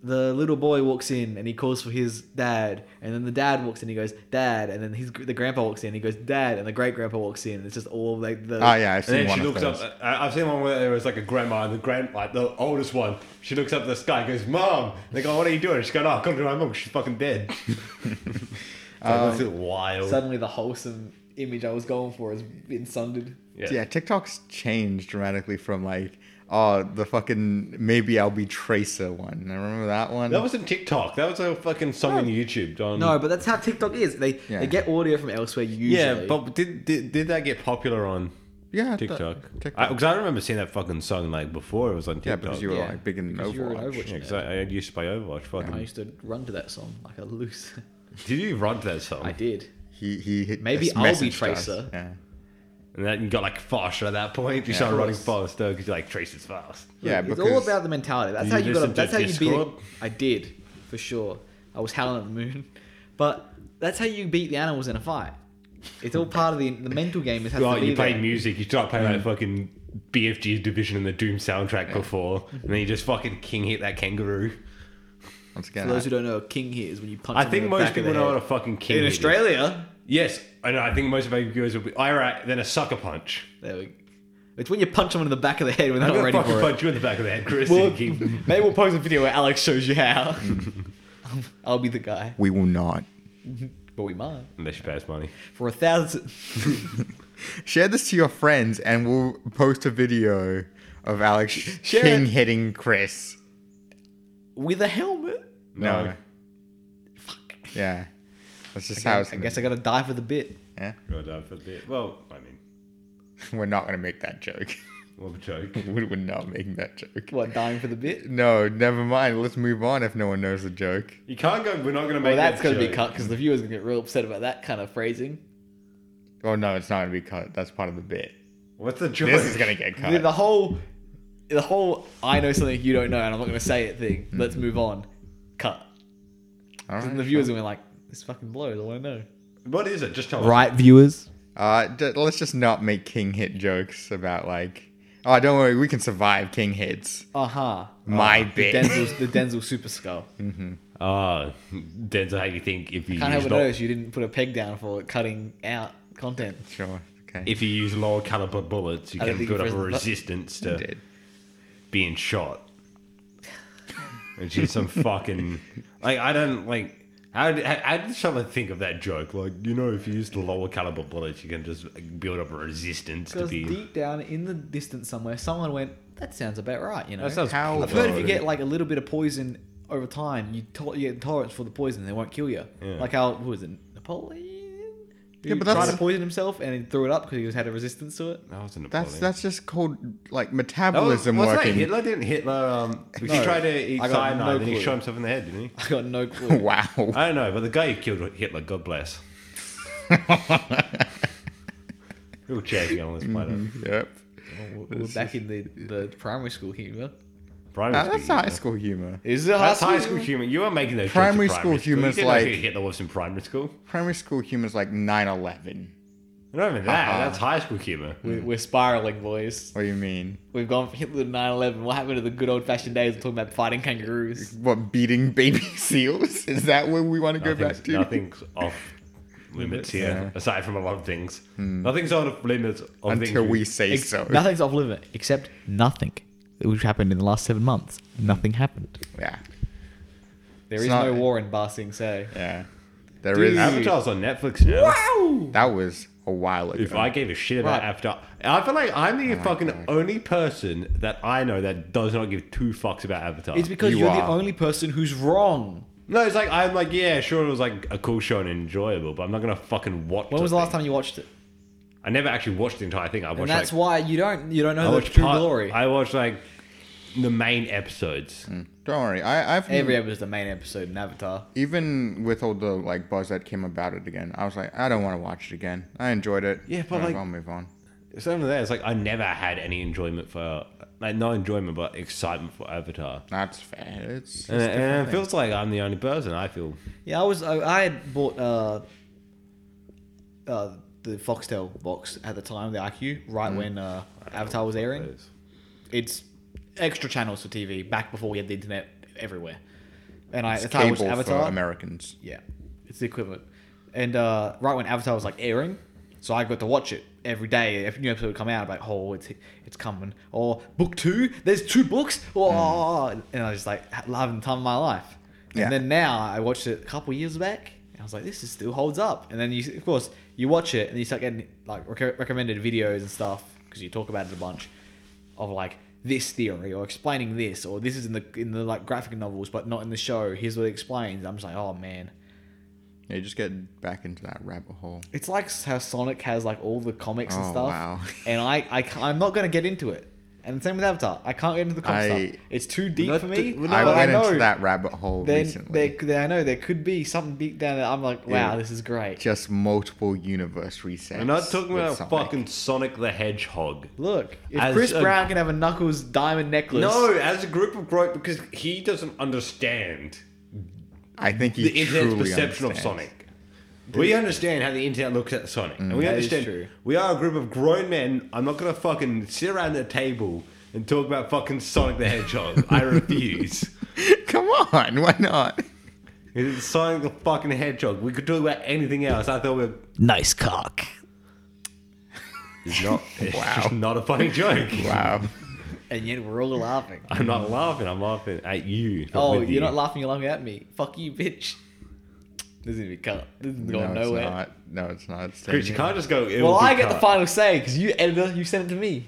[SPEAKER 3] the little boy walks in and he calls for his dad, and then the dad walks in, he goes dad, and then his the grandpa walks in, he goes dad, and the great grandpa walks in. It's just all like the
[SPEAKER 1] Oh yeah, I've
[SPEAKER 2] And
[SPEAKER 1] seen
[SPEAKER 2] then
[SPEAKER 1] one
[SPEAKER 2] she
[SPEAKER 1] of
[SPEAKER 2] looks
[SPEAKER 1] those.
[SPEAKER 2] up. I- I've seen one where there was like a grandma, and the grand, like the oldest one, she looks up at the sky and goes, "Mom." And they go, "What are you doing?" She's going, "Oh, I come to my mom. She's fucking dead." it's like, this is wild.
[SPEAKER 3] Suddenly, the wholesome image I was going for has been sundered.
[SPEAKER 2] uh,
[SPEAKER 1] yeah. TikTok's changed dramatically from like oh the fucking maybe I'll be Tracer one. I remember that one.
[SPEAKER 2] That wasn't TikTok. That was a fucking song on YouTube. On
[SPEAKER 3] No, but that's how TikTok is. They
[SPEAKER 1] Yeah.
[SPEAKER 3] they get audio from elsewhere usually.
[SPEAKER 2] yeah, but did, did did that get popular on
[SPEAKER 1] yeah, that-
[SPEAKER 2] TikTok?
[SPEAKER 1] TikTok.
[SPEAKER 2] Because I, remember seeing that fucking song like before it was on TikTok.
[SPEAKER 1] yeah, because you were
[SPEAKER 3] Yeah,
[SPEAKER 1] like big in
[SPEAKER 3] because you were in
[SPEAKER 1] Overwatch.
[SPEAKER 3] Overwatch.
[SPEAKER 2] Yeah, 'cause I, I used to play Overwatch. Fucking.
[SPEAKER 3] I used to run to that song like a loose.
[SPEAKER 2] Did you run to that song?
[SPEAKER 3] I did.
[SPEAKER 1] He he hit
[SPEAKER 3] Maybe
[SPEAKER 1] this
[SPEAKER 3] I'll be
[SPEAKER 1] message to us.
[SPEAKER 3] Tracer.
[SPEAKER 1] Yeah.
[SPEAKER 2] And then you got like faster at that point. You
[SPEAKER 1] Yeah.
[SPEAKER 2] started running
[SPEAKER 3] Of
[SPEAKER 2] faster because you're like Tracer's fast.
[SPEAKER 1] Yeah,
[SPEAKER 3] it's
[SPEAKER 1] because
[SPEAKER 3] all about the mentality. That's
[SPEAKER 2] Did
[SPEAKER 3] how
[SPEAKER 2] you
[SPEAKER 3] you got.
[SPEAKER 2] listen
[SPEAKER 3] To,
[SPEAKER 2] to
[SPEAKER 3] that's how you
[SPEAKER 2] Discord?
[SPEAKER 3] beat. I did for sure. I was howling at the moon, but that's how you beat the animals in a fight. It's all part of the the mental game. It has
[SPEAKER 2] Well,
[SPEAKER 3] to be
[SPEAKER 2] you play
[SPEAKER 3] there.
[SPEAKER 2] music. You start playing that fucking BFG division in the Doom soundtrack before, and then you just fucking king hit that kangaroo.
[SPEAKER 1] Once again,
[SPEAKER 3] For those
[SPEAKER 1] I-
[SPEAKER 3] who don't know, a king hit is when you punch.
[SPEAKER 2] I
[SPEAKER 3] them
[SPEAKER 2] think
[SPEAKER 3] in the
[SPEAKER 2] most
[SPEAKER 3] back of
[SPEAKER 2] people
[SPEAKER 3] the
[SPEAKER 2] know
[SPEAKER 3] head.
[SPEAKER 2] what a fucking king
[SPEAKER 3] in
[SPEAKER 2] hit is.
[SPEAKER 3] Australia.
[SPEAKER 2] Yes, I know. I think most of our viewers will be. All right, then a sucker punch.
[SPEAKER 3] There we. It's when you punch someone in the back of the head when they're
[SPEAKER 2] I'm
[SPEAKER 3] not
[SPEAKER 2] gonna
[SPEAKER 3] ready
[SPEAKER 2] fucking
[SPEAKER 3] for it.
[SPEAKER 2] punch you in the back of the head, Chris.
[SPEAKER 3] Well,
[SPEAKER 2] and keep-
[SPEAKER 3] maybe we'll post a video where Alex shows you how. I'll be the guy,
[SPEAKER 1] we will not
[SPEAKER 3] but we might
[SPEAKER 2] Unless you pay us money.
[SPEAKER 3] for a thousand.
[SPEAKER 1] share this to your friends, and we'll post a video of Alex
[SPEAKER 3] Share
[SPEAKER 1] King
[SPEAKER 3] it.
[SPEAKER 1] hitting Chris.
[SPEAKER 3] with a helmet.
[SPEAKER 1] No.
[SPEAKER 2] No.
[SPEAKER 3] Fuck.
[SPEAKER 1] Yeah. That's just how
[SPEAKER 3] I
[SPEAKER 1] it's gonna
[SPEAKER 3] guess I gotta die for the bit.
[SPEAKER 1] be. Yeah.
[SPEAKER 2] God, I forbid. Well, I mean,
[SPEAKER 1] We're not gonna make that joke.
[SPEAKER 2] what a joke.
[SPEAKER 1] we are not making that joke.
[SPEAKER 3] What, dying for the bit?
[SPEAKER 1] No, never mind. Let's move on if no one knows the joke.
[SPEAKER 2] You can't go. We're not gonna make.
[SPEAKER 3] Well, that's
[SPEAKER 2] that
[SPEAKER 3] going to be
[SPEAKER 2] joke.
[SPEAKER 3] cut because the viewers going to get real upset about that kind of phrasing.
[SPEAKER 1] Oh no, it's not gonna be cut. That's part of the bit.
[SPEAKER 2] What's the joke?
[SPEAKER 1] This is gonna get
[SPEAKER 3] The,
[SPEAKER 1] cut.
[SPEAKER 3] the whole, the whole I know something you don't know and I'm not going to say it thing. Let's move on. Cut.
[SPEAKER 1] All
[SPEAKER 3] And
[SPEAKER 1] right.
[SPEAKER 3] the viewers are going to be like, this fucking blows. All I know.
[SPEAKER 2] What is it? Just tell us.
[SPEAKER 3] Right, viewers.
[SPEAKER 1] Uh, d- let's just not make King hit jokes about like. Oh, don't worry, we can survive King hits.
[SPEAKER 3] Uh huh.
[SPEAKER 2] Oh,
[SPEAKER 1] My
[SPEAKER 3] The
[SPEAKER 1] bit.
[SPEAKER 3] Denzel's the Denzel super skull.
[SPEAKER 2] Ah, Denzel, how do you think if you
[SPEAKER 3] Can't
[SPEAKER 2] use
[SPEAKER 3] help but
[SPEAKER 2] lo-
[SPEAKER 3] notice you didn't put a peg down for cutting out content.
[SPEAKER 1] Sure. Okay.
[SPEAKER 2] if you use lower caliber bullets, you
[SPEAKER 3] I don't
[SPEAKER 2] can
[SPEAKER 3] think
[SPEAKER 2] build
[SPEAKER 3] you
[SPEAKER 2] up a
[SPEAKER 3] pressed the button.
[SPEAKER 2] resistance
[SPEAKER 1] You
[SPEAKER 2] to
[SPEAKER 1] did.
[SPEAKER 2] being shot. Which is some fucking like I don't like. How did, how, how did someone think of that joke? Like you know, if you use the lower caliber bullets, you can just like, build up a resistance to
[SPEAKER 3] Because
[SPEAKER 2] be.
[SPEAKER 3] deep down in the distance somewhere, someone went, that sounds about right, you know?
[SPEAKER 2] That sounds
[SPEAKER 1] How-
[SPEAKER 3] I've heard if you
[SPEAKER 1] Right.
[SPEAKER 3] get like a little bit of poison over time, you, to- you get tolerance for the poison, they won't kill you.
[SPEAKER 2] Yeah.
[SPEAKER 3] Like how who was it Napoleon? Who
[SPEAKER 1] Yeah, but
[SPEAKER 3] tried
[SPEAKER 1] that's-
[SPEAKER 3] to poison himself and he threw it up because he was had a resistance to it.
[SPEAKER 2] that wasn't a
[SPEAKER 1] That's
[SPEAKER 2] bullet.
[SPEAKER 1] that's just called like
[SPEAKER 2] That was-
[SPEAKER 1] metabolism
[SPEAKER 2] Oh, wasn't that
[SPEAKER 1] working.
[SPEAKER 2] Hitler didn't Hitler. Um, because he
[SPEAKER 3] No,
[SPEAKER 2] tried to eat
[SPEAKER 3] I got
[SPEAKER 2] cyanide
[SPEAKER 3] no
[SPEAKER 2] and he
[SPEAKER 3] clue.
[SPEAKER 2] shot himself in the head, didn't he?
[SPEAKER 3] I got no clue.
[SPEAKER 1] Wow.
[SPEAKER 2] I don't know, but the guy who killed Hitler, God bless. Real charity on this planet.
[SPEAKER 1] Mm-hmm. Yep.
[SPEAKER 3] We're- We're back in the, the primary school humor.
[SPEAKER 2] Primary
[SPEAKER 1] Nah, that's
[SPEAKER 2] school
[SPEAKER 1] high
[SPEAKER 2] humor.
[SPEAKER 1] school humor.
[SPEAKER 3] Is it
[SPEAKER 2] That's high school humor. You are making those
[SPEAKER 1] Primary
[SPEAKER 2] jokes in
[SPEAKER 1] school humor's
[SPEAKER 2] You didn't know
[SPEAKER 1] like-
[SPEAKER 2] who Hitler was in primary school.
[SPEAKER 1] Primary school humor is like 9/11.
[SPEAKER 2] Not even that.
[SPEAKER 1] Uh-uh.
[SPEAKER 2] That's high school humor.
[SPEAKER 3] We're, we're spiraling, boys.
[SPEAKER 1] What do you mean?
[SPEAKER 3] We've gone from Hitler to 9 11. What happened to the good old fashioned days of talking about fighting kangaroos?
[SPEAKER 1] What beating baby seals? Is that where we want to go back
[SPEAKER 2] Nothing's,
[SPEAKER 1] to?
[SPEAKER 2] nothing's off limits here,
[SPEAKER 1] Yeah. Hmm.
[SPEAKER 2] aside from a lot of things. Nothing's off limits on
[SPEAKER 1] Until
[SPEAKER 2] things
[SPEAKER 1] we say
[SPEAKER 3] Ex-
[SPEAKER 1] so.
[SPEAKER 3] Nothing's off limit except nothing, which happened in the last seven months. Nothing happened.
[SPEAKER 1] Yeah.
[SPEAKER 3] There is
[SPEAKER 1] It's not-
[SPEAKER 3] no war in Ba Sing Se.
[SPEAKER 1] Yeah. There is.
[SPEAKER 2] Avatar's on Netflix now.
[SPEAKER 3] Ow!
[SPEAKER 1] That was a while ago.
[SPEAKER 2] If I gave a shit about
[SPEAKER 3] Right.
[SPEAKER 2] Avatar, I feel like I'm
[SPEAKER 1] Oh
[SPEAKER 2] the fucking only person that I know that does not give two fucks about Avatar.
[SPEAKER 3] It's because
[SPEAKER 1] You
[SPEAKER 3] you are
[SPEAKER 1] are.
[SPEAKER 3] the only person who's wrong.
[SPEAKER 2] No, it's like I'm like, yeah, sure, it was like a cool show and enjoyable, but I'm not gonna fucking watch.
[SPEAKER 3] When was the last time you watched it?
[SPEAKER 2] I never actually watched the entire thing. I watched
[SPEAKER 3] And that's
[SPEAKER 2] like,
[SPEAKER 3] why you don't you don't
[SPEAKER 2] I
[SPEAKER 3] know the
[SPEAKER 2] watched
[SPEAKER 3] true
[SPEAKER 2] part-
[SPEAKER 3] glory.
[SPEAKER 2] I watched like the main episodes.
[SPEAKER 1] Don't worry. I, I've
[SPEAKER 3] Every episode is the main episode in Avatar.
[SPEAKER 1] even with all the like buzz that came about it again, I was like, I don't want to watch it again. I enjoyed it.
[SPEAKER 2] Yeah, but,
[SPEAKER 1] I'll-
[SPEAKER 2] like-
[SPEAKER 1] I'll move on.
[SPEAKER 2] Some of that, it's like I never had any enjoyment for like no enjoyment, but excitement for Avatar.
[SPEAKER 1] That's fair. It's, it's
[SPEAKER 2] And,
[SPEAKER 1] different
[SPEAKER 2] and it
[SPEAKER 1] things.
[SPEAKER 2] feels like I'm the only person. I feel
[SPEAKER 3] Yeah, I was. I, I had bought uh, uh, the Foxtel box at the time, the IQ, right when uh, Avatar was airing.
[SPEAKER 2] those.
[SPEAKER 3] It's extra channels for TV back before we had the internet everywhere. And I,
[SPEAKER 1] It's
[SPEAKER 3] that's how I watched
[SPEAKER 1] cable for
[SPEAKER 3] Avatar.
[SPEAKER 1] Americans.
[SPEAKER 3] yeah, it's the equivalent. And uh, right when Avatar was like airing, so I got to watch it every day. If a new episode would come out, I'd be like, oh, it's it's coming. Or book two, there's two books. Oh, and I was just like ha- loving the time of my life.
[SPEAKER 1] Yeah.
[SPEAKER 3] And then now I watched it a couple years back. And I was like, this is still holds up. And then you, of course, you watch it and you start getting like rec- recommended videos and stuff because you talk about it a bunch of like this theory or explaining this or this is in the in the like graphic novels but not in the show. Here's what it explains. I'm just like, oh man,
[SPEAKER 1] Yeah, you just get back into that rabbit hole.
[SPEAKER 3] it's like how Sonic has like all the comics and
[SPEAKER 1] Oh,
[SPEAKER 3] stuff,
[SPEAKER 1] wow.
[SPEAKER 3] and I, I can't- I'm not gonna get into it. And same with Avatar, I can't get into the comic
[SPEAKER 1] I-
[SPEAKER 3] stuff. It's too deep
[SPEAKER 2] not
[SPEAKER 3] for
[SPEAKER 2] the-
[SPEAKER 3] me.
[SPEAKER 2] we're
[SPEAKER 3] but
[SPEAKER 2] not-
[SPEAKER 1] I
[SPEAKER 2] but
[SPEAKER 1] went
[SPEAKER 3] know
[SPEAKER 1] into that rabbit hole
[SPEAKER 3] There, there,
[SPEAKER 1] recently.
[SPEAKER 3] there- I know there could be something deep down there. I'm like, wow,
[SPEAKER 1] Yeah.
[SPEAKER 3] this is great.
[SPEAKER 1] Just multiple universe resets.
[SPEAKER 2] I'm not talking
[SPEAKER 1] with
[SPEAKER 2] about
[SPEAKER 1] Sonic.
[SPEAKER 2] fucking Sonic the Hedgehog.
[SPEAKER 3] Look, if
[SPEAKER 2] As
[SPEAKER 3] Chris
[SPEAKER 2] a-
[SPEAKER 3] Brown can have a Knuckles diamond necklace,
[SPEAKER 2] No, as a group of growth, because he doesn't understand
[SPEAKER 1] I think he
[SPEAKER 2] the internet's
[SPEAKER 1] truly
[SPEAKER 2] perception of
[SPEAKER 1] understands.
[SPEAKER 2] Sonic. We understand how the internet looks at Sonic, and we
[SPEAKER 3] Mm, That is
[SPEAKER 2] understand
[SPEAKER 3] true.
[SPEAKER 2] we are a group of grown men. I'm not gonna fucking sit around a table and talk about fucking Sonic the Hedgehog. I refuse.
[SPEAKER 1] Come on, why not?
[SPEAKER 2] It's Sonic the fucking Hedgehog. We could talk about anything else. I thought we were
[SPEAKER 3] nice cock.
[SPEAKER 2] it's not. It's
[SPEAKER 1] Wow.
[SPEAKER 2] just not a funny joke.
[SPEAKER 1] Wow.
[SPEAKER 3] And yet we're all laughing.
[SPEAKER 2] I'm not laughing. I'm laughing at you. not
[SPEAKER 3] oh,
[SPEAKER 2] with
[SPEAKER 3] you're
[SPEAKER 2] you.
[SPEAKER 3] not laughing, you're laughing at me. Fuck you, bitch. This is gonna be cut. This is
[SPEAKER 1] No,
[SPEAKER 3] going
[SPEAKER 1] it's
[SPEAKER 3] nowhere.
[SPEAKER 1] not. No, it's not. It's
[SPEAKER 2] Chris, you can't just go. "It
[SPEAKER 3] Well,
[SPEAKER 2] will be
[SPEAKER 3] I get the
[SPEAKER 2] cut."
[SPEAKER 3] final say because you editor, you sent it to me.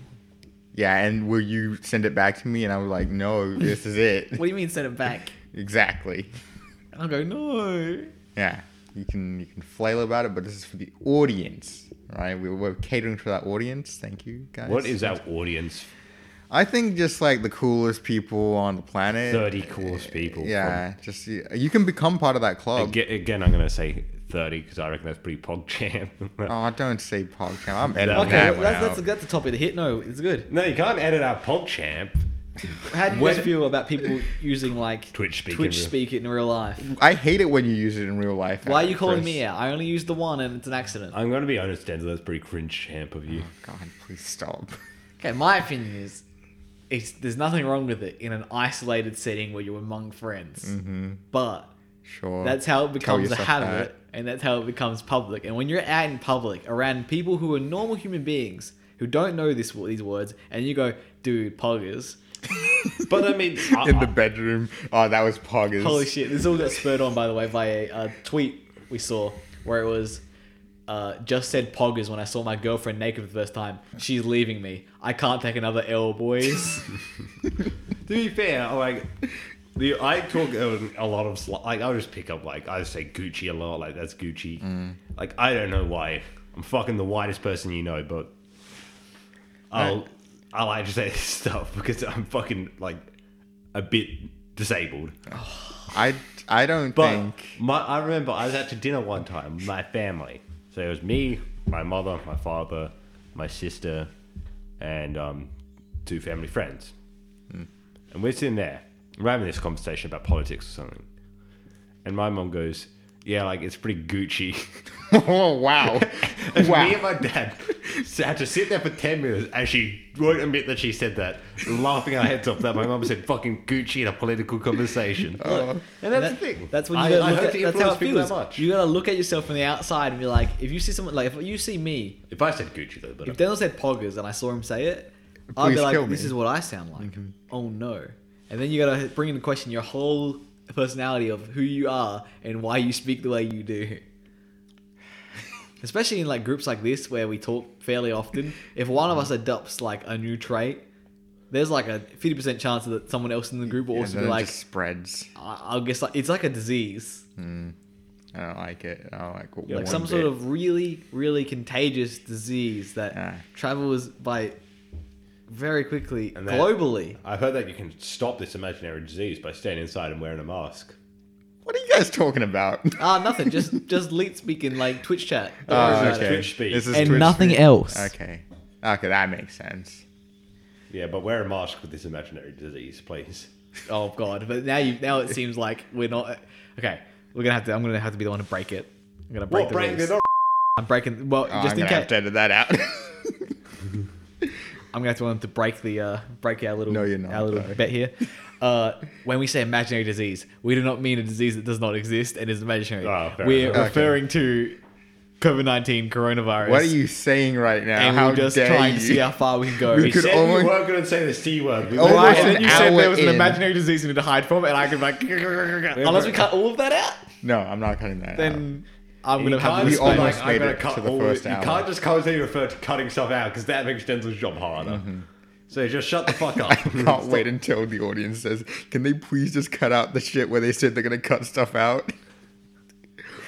[SPEAKER 1] Yeah, and will you send it back to me? And I was like, no, this is it.
[SPEAKER 3] What do you mean send it back?
[SPEAKER 1] exactly.
[SPEAKER 3] I'll go no.
[SPEAKER 1] Yeah, you can you can flail about it, but this is for the audience, right? We, we're catering for that audience. Thank you, guys.
[SPEAKER 2] What is our audience?
[SPEAKER 1] I think just like the coolest people on the planet.
[SPEAKER 2] Thirty coolest people. from-
[SPEAKER 1] Yeah, just you, you can become part of that club.
[SPEAKER 2] Aga- Again, I'm going to say 30 because I reckon that's pretty pog jam.
[SPEAKER 1] Oh, don't say PogChamp. I'm editing
[SPEAKER 3] Okay,
[SPEAKER 1] that
[SPEAKER 3] well,
[SPEAKER 1] one
[SPEAKER 3] that's,
[SPEAKER 1] out.
[SPEAKER 3] that's, that's the topic of the hit. No, it's good.
[SPEAKER 2] no, you can't edit out pog champ.
[SPEAKER 3] How do you
[SPEAKER 2] When-
[SPEAKER 3] guys feel about people using like
[SPEAKER 2] Twitch speak in
[SPEAKER 3] Twitch
[SPEAKER 2] real-
[SPEAKER 3] speak in real life?
[SPEAKER 1] I hate it when you use it in real life.
[SPEAKER 3] Why are you calling me
[SPEAKER 1] Chris.
[SPEAKER 3] out? I only used the one and it's an accident.
[SPEAKER 2] I'm going to be honest, Denzel, that's pretty cringe champ of you.
[SPEAKER 1] God, please stop.
[SPEAKER 3] Okay, my opinion is, it's there's nothing wrong with it in an isolated setting where you're among friends, but
[SPEAKER 1] Sure.
[SPEAKER 3] That's how it
[SPEAKER 1] Mm-hmm. Tell
[SPEAKER 3] becomes a
[SPEAKER 1] yourself
[SPEAKER 3] habit,
[SPEAKER 1] that.
[SPEAKER 3] and that's how it becomes public. And when you're out in public around people who are normal human beings who don't know this these words, and you go, "Dude, poggers!"
[SPEAKER 2] But I mean, I-
[SPEAKER 1] In the bedroom. Oh, that was poggers.
[SPEAKER 3] Holy shit! This all got spurred on, by the way, by a, uh tweet we saw where it was. Uh, just said poggers when I saw my girlfriend naked for the first time. She's leaving me. I can't take another L, boys.
[SPEAKER 2] to be fair, like, the, I talk a, a lot of, sl- like, I'll just pick up, like, I say Gucci a lot, like, that's Gucci.
[SPEAKER 1] Mm.
[SPEAKER 2] Like, I don't know why. I'm fucking the whitest person you know, but I'll, I'll like to say this stuff because I'm fucking, like, a bit disabled.
[SPEAKER 1] I, I don't
[SPEAKER 2] But
[SPEAKER 1] think.
[SPEAKER 2] my, I remember I was out to dinner one time with my family. So it was me, my mother, my father, my sister, and um, two family friends.
[SPEAKER 1] Hmm.
[SPEAKER 2] And we're sitting there, we're having this conversation about politics or something. And my mom goes, Yeah, like it's pretty Gucci.
[SPEAKER 1] oh, wow.
[SPEAKER 2] And me and
[SPEAKER 1] wow.
[SPEAKER 2] my dad had to sit there for 10 minutes and she won't admit that she said that, laughing our heads off that my mum said fucking Gucci in a political conversation. and that's
[SPEAKER 3] Oh. That-
[SPEAKER 2] the thing.
[SPEAKER 3] That's when
[SPEAKER 2] I-
[SPEAKER 3] you gotta
[SPEAKER 2] I
[SPEAKER 3] look
[SPEAKER 2] hope
[SPEAKER 3] at.
[SPEAKER 2] to
[SPEAKER 3] That's how
[SPEAKER 2] influence
[SPEAKER 3] it
[SPEAKER 2] people that
[SPEAKER 3] feels.
[SPEAKER 2] much.
[SPEAKER 3] You gotta look at yourself from the outside and be like, if you see someone, like if you see me,
[SPEAKER 2] If I said Gucci though, but
[SPEAKER 3] if Denzel said poggers and I saw him say it, I'd be
[SPEAKER 1] Please
[SPEAKER 3] like,
[SPEAKER 1] kill
[SPEAKER 3] this
[SPEAKER 1] me. Mm-hmm.
[SPEAKER 3] is what I sound like. Oh no! And then you gotta bring into question your whole personality of who you are and why you speak the way you do. Especially in
[SPEAKER 1] Mm-hmm.
[SPEAKER 3] like groups like this where we talk fairly often, if one of us adopts like a new trait, there's like a fifty percent chance that someone else in the group will
[SPEAKER 1] And
[SPEAKER 3] also
[SPEAKER 1] then
[SPEAKER 3] be
[SPEAKER 1] it
[SPEAKER 3] like,
[SPEAKER 1] just spreads.
[SPEAKER 3] I, I guess like, it's like a disease,
[SPEAKER 1] I don't like it. I don't like what
[SPEAKER 3] like some sort of really, really contagious disease that
[SPEAKER 1] Yeah.
[SPEAKER 3] travels by very quickly
[SPEAKER 2] And that-
[SPEAKER 3] globally.
[SPEAKER 2] I've heard that you can stop this imaginary disease by staying inside and wearing a mask.
[SPEAKER 1] What are you guys talking about?
[SPEAKER 3] Ah, nothing. Just just leet speaking like Twitch chat. Don't
[SPEAKER 1] Oh,
[SPEAKER 3] worry about
[SPEAKER 2] okay.
[SPEAKER 3] it.
[SPEAKER 2] Twitch speak.
[SPEAKER 1] This is
[SPEAKER 3] And
[SPEAKER 1] Twitch
[SPEAKER 3] nothing
[SPEAKER 1] speak.
[SPEAKER 3] else.
[SPEAKER 1] Okay. Okay, that makes sense.
[SPEAKER 2] Yeah, but wear a mask with this imaginary disease, please.
[SPEAKER 3] Oh god! But now you now it seems like we're not okay. We're gonna have to. I'm gonna have to be the one to break it. I'm gonna break
[SPEAKER 2] What
[SPEAKER 3] the
[SPEAKER 2] break?
[SPEAKER 3] rules.
[SPEAKER 2] They're not
[SPEAKER 3] I'm breaking. Well,
[SPEAKER 1] Oh, I'm
[SPEAKER 3] just in
[SPEAKER 1] gonna
[SPEAKER 3] case,
[SPEAKER 1] have to edit that out.
[SPEAKER 3] I'm gonna have to want to break the uh, break our little
[SPEAKER 1] No, you're not,
[SPEAKER 3] our little
[SPEAKER 1] sorry.
[SPEAKER 3] bet here. Uh, when we say imaginary disease, we do not mean a disease that does not exist and is imaginary.
[SPEAKER 2] Oh, fair
[SPEAKER 3] we're
[SPEAKER 2] enough. Okay.
[SPEAKER 3] referring to COVID nineteen coronavirus.
[SPEAKER 1] what are you saying right now?
[SPEAKER 3] And
[SPEAKER 1] how
[SPEAKER 3] we're just
[SPEAKER 1] dare
[SPEAKER 3] trying
[SPEAKER 1] you?
[SPEAKER 3] to see how far we can go.
[SPEAKER 1] We
[SPEAKER 2] we
[SPEAKER 1] could
[SPEAKER 2] said
[SPEAKER 1] almost-
[SPEAKER 2] we weren't going to say the C word. We
[SPEAKER 1] Oh,
[SPEAKER 2] were-
[SPEAKER 1] Almost
[SPEAKER 3] Right,
[SPEAKER 1] an
[SPEAKER 3] then you said
[SPEAKER 1] hour
[SPEAKER 3] there was an
[SPEAKER 1] in.
[SPEAKER 3] imaginary disease you need to hide from, and I could be like, unless we cut all of that out,
[SPEAKER 1] No, I'm not cutting that out.
[SPEAKER 3] then I'm
[SPEAKER 2] You
[SPEAKER 3] gonna have
[SPEAKER 2] can't
[SPEAKER 3] to
[SPEAKER 1] We
[SPEAKER 2] just be
[SPEAKER 3] explain.
[SPEAKER 1] almost
[SPEAKER 2] like, I'm
[SPEAKER 1] made
[SPEAKER 2] gonna
[SPEAKER 1] it
[SPEAKER 2] cut
[SPEAKER 1] to the
[SPEAKER 2] all-
[SPEAKER 1] first
[SPEAKER 2] You
[SPEAKER 1] hour.
[SPEAKER 2] can't just constantly refer to cutting stuff out because that makes Denzel's job harder. So just shut the fuck up.
[SPEAKER 1] Mm-hmm. Can't wait until the audience says, "Can they please just cut out the shit where they said they're gonna cut stuff out?"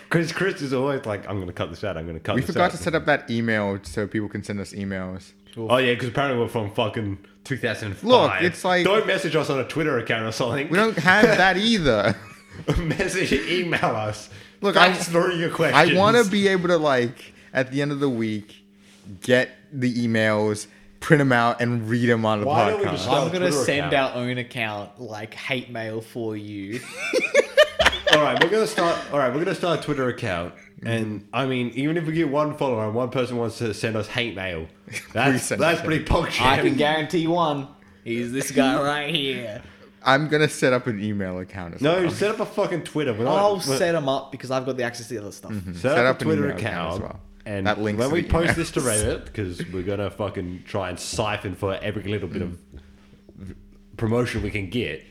[SPEAKER 2] Because Chris is always like, I'm going to cut this out. I'm going to cut
[SPEAKER 1] We
[SPEAKER 2] this
[SPEAKER 1] forgot
[SPEAKER 2] out.
[SPEAKER 1] to set up that email so people can send us emails.
[SPEAKER 2] Oh yeah, because apparently we're from fucking 2005.
[SPEAKER 1] Look, it's like-
[SPEAKER 2] don't message us on a Twitter account or something.
[SPEAKER 1] We don't have that either.
[SPEAKER 2] message, email us.
[SPEAKER 1] Look, I-
[SPEAKER 2] Fax through your questions.
[SPEAKER 1] I want to be able to like at the end of the week get the emails, print them out, and read them on the
[SPEAKER 2] Why don't we
[SPEAKER 1] podcast.
[SPEAKER 2] just start
[SPEAKER 3] I'm
[SPEAKER 2] a
[SPEAKER 3] gonna
[SPEAKER 2] "Oh, Twitter
[SPEAKER 3] send
[SPEAKER 2] account?
[SPEAKER 3] our own account like hate mail for you.
[SPEAKER 2] All right, we're gonna start. All right, we're gonna start a Twitter account,
[SPEAKER 1] Mm-hmm.
[SPEAKER 2] and I mean, even if we get one follower and one person wants to send us hate mail, that's
[SPEAKER 1] send
[SPEAKER 2] that's
[SPEAKER 1] it.
[SPEAKER 2] pretty punctual.
[SPEAKER 3] I can guarantee one. He's this guy right here.
[SPEAKER 1] I'm gonna set up an email account. As
[SPEAKER 2] No,
[SPEAKER 1] well.
[SPEAKER 2] set up a fucking Twitter. We're not,
[SPEAKER 3] I'll
[SPEAKER 2] we're-
[SPEAKER 3] set him up because I've got the access to the other stuff.
[SPEAKER 2] set
[SPEAKER 1] set
[SPEAKER 2] up
[SPEAKER 1] up an
[SPEAKER 2] a Twitter
[SPEAKER 1] email
[SPEAKER 2] account
[SPEAKER 1] account as well.
[SPEAKER 2] And
[SPEAKER 1] That links
[SPEAKER 2] when
[SPEAKER 1] to
[SPEAKER 2] we
[SPEAKER 1] the
[SPEAKER 2] post this to
[SPEAKER 1] emails.
[SPEAKER 2] Reddit because we're gonna fucking try and siphon for every little bit of promotion we can get.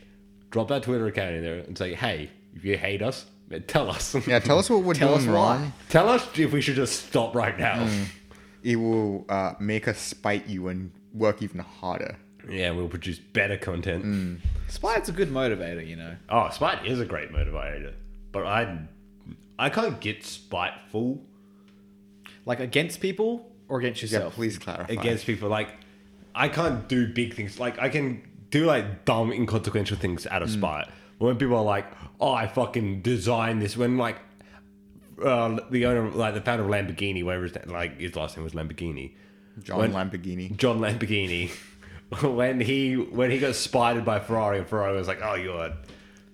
[SPEAKER 2] Drop that Twitter account in there and say, "Hey, if you hate us, then tell us.
[SPEAKER 1] yeah, tell us what we're
[SPEAKER 3] Tell us
[SPEAKER 1] doing wrong.
[SPEAKER 3] why.
[SPEAKER 2] tell us if we should just stop right now."
[SPEAKER 1] Mm. It will uh, make us spite you and work even harder.
[SPEAKER 2] Yeah, we'll produce better content.
[SPEAKER 1] Mm.
[SPEAKER 3] Spite's a good motivator, you know.
[SPEAKER 2] Oh, spite is a great motivator, but I, I can't get spiteful
[SPEAKER 3] Like against people or against
[SPEAKER 1] Yeah,
[SPEAKER 3] yourself.
[SPEAKER 1] please clarify.
[SPEAKER 2] against people. Like, I can't do big things. Like, I can do like dumb, inconsequential things out of spite. But when people are like, "Oh, I fucking designed this," when like uh, the owner, like the founder of Lamborghini, whatever his, like his last name was Lamborghini,
[SPEAKER 1] John Lamborghini.
[SPEAKER 2] John Lamborghini, when he when he got spited by Ferrari, and Ferrari was like, "Oh, you're a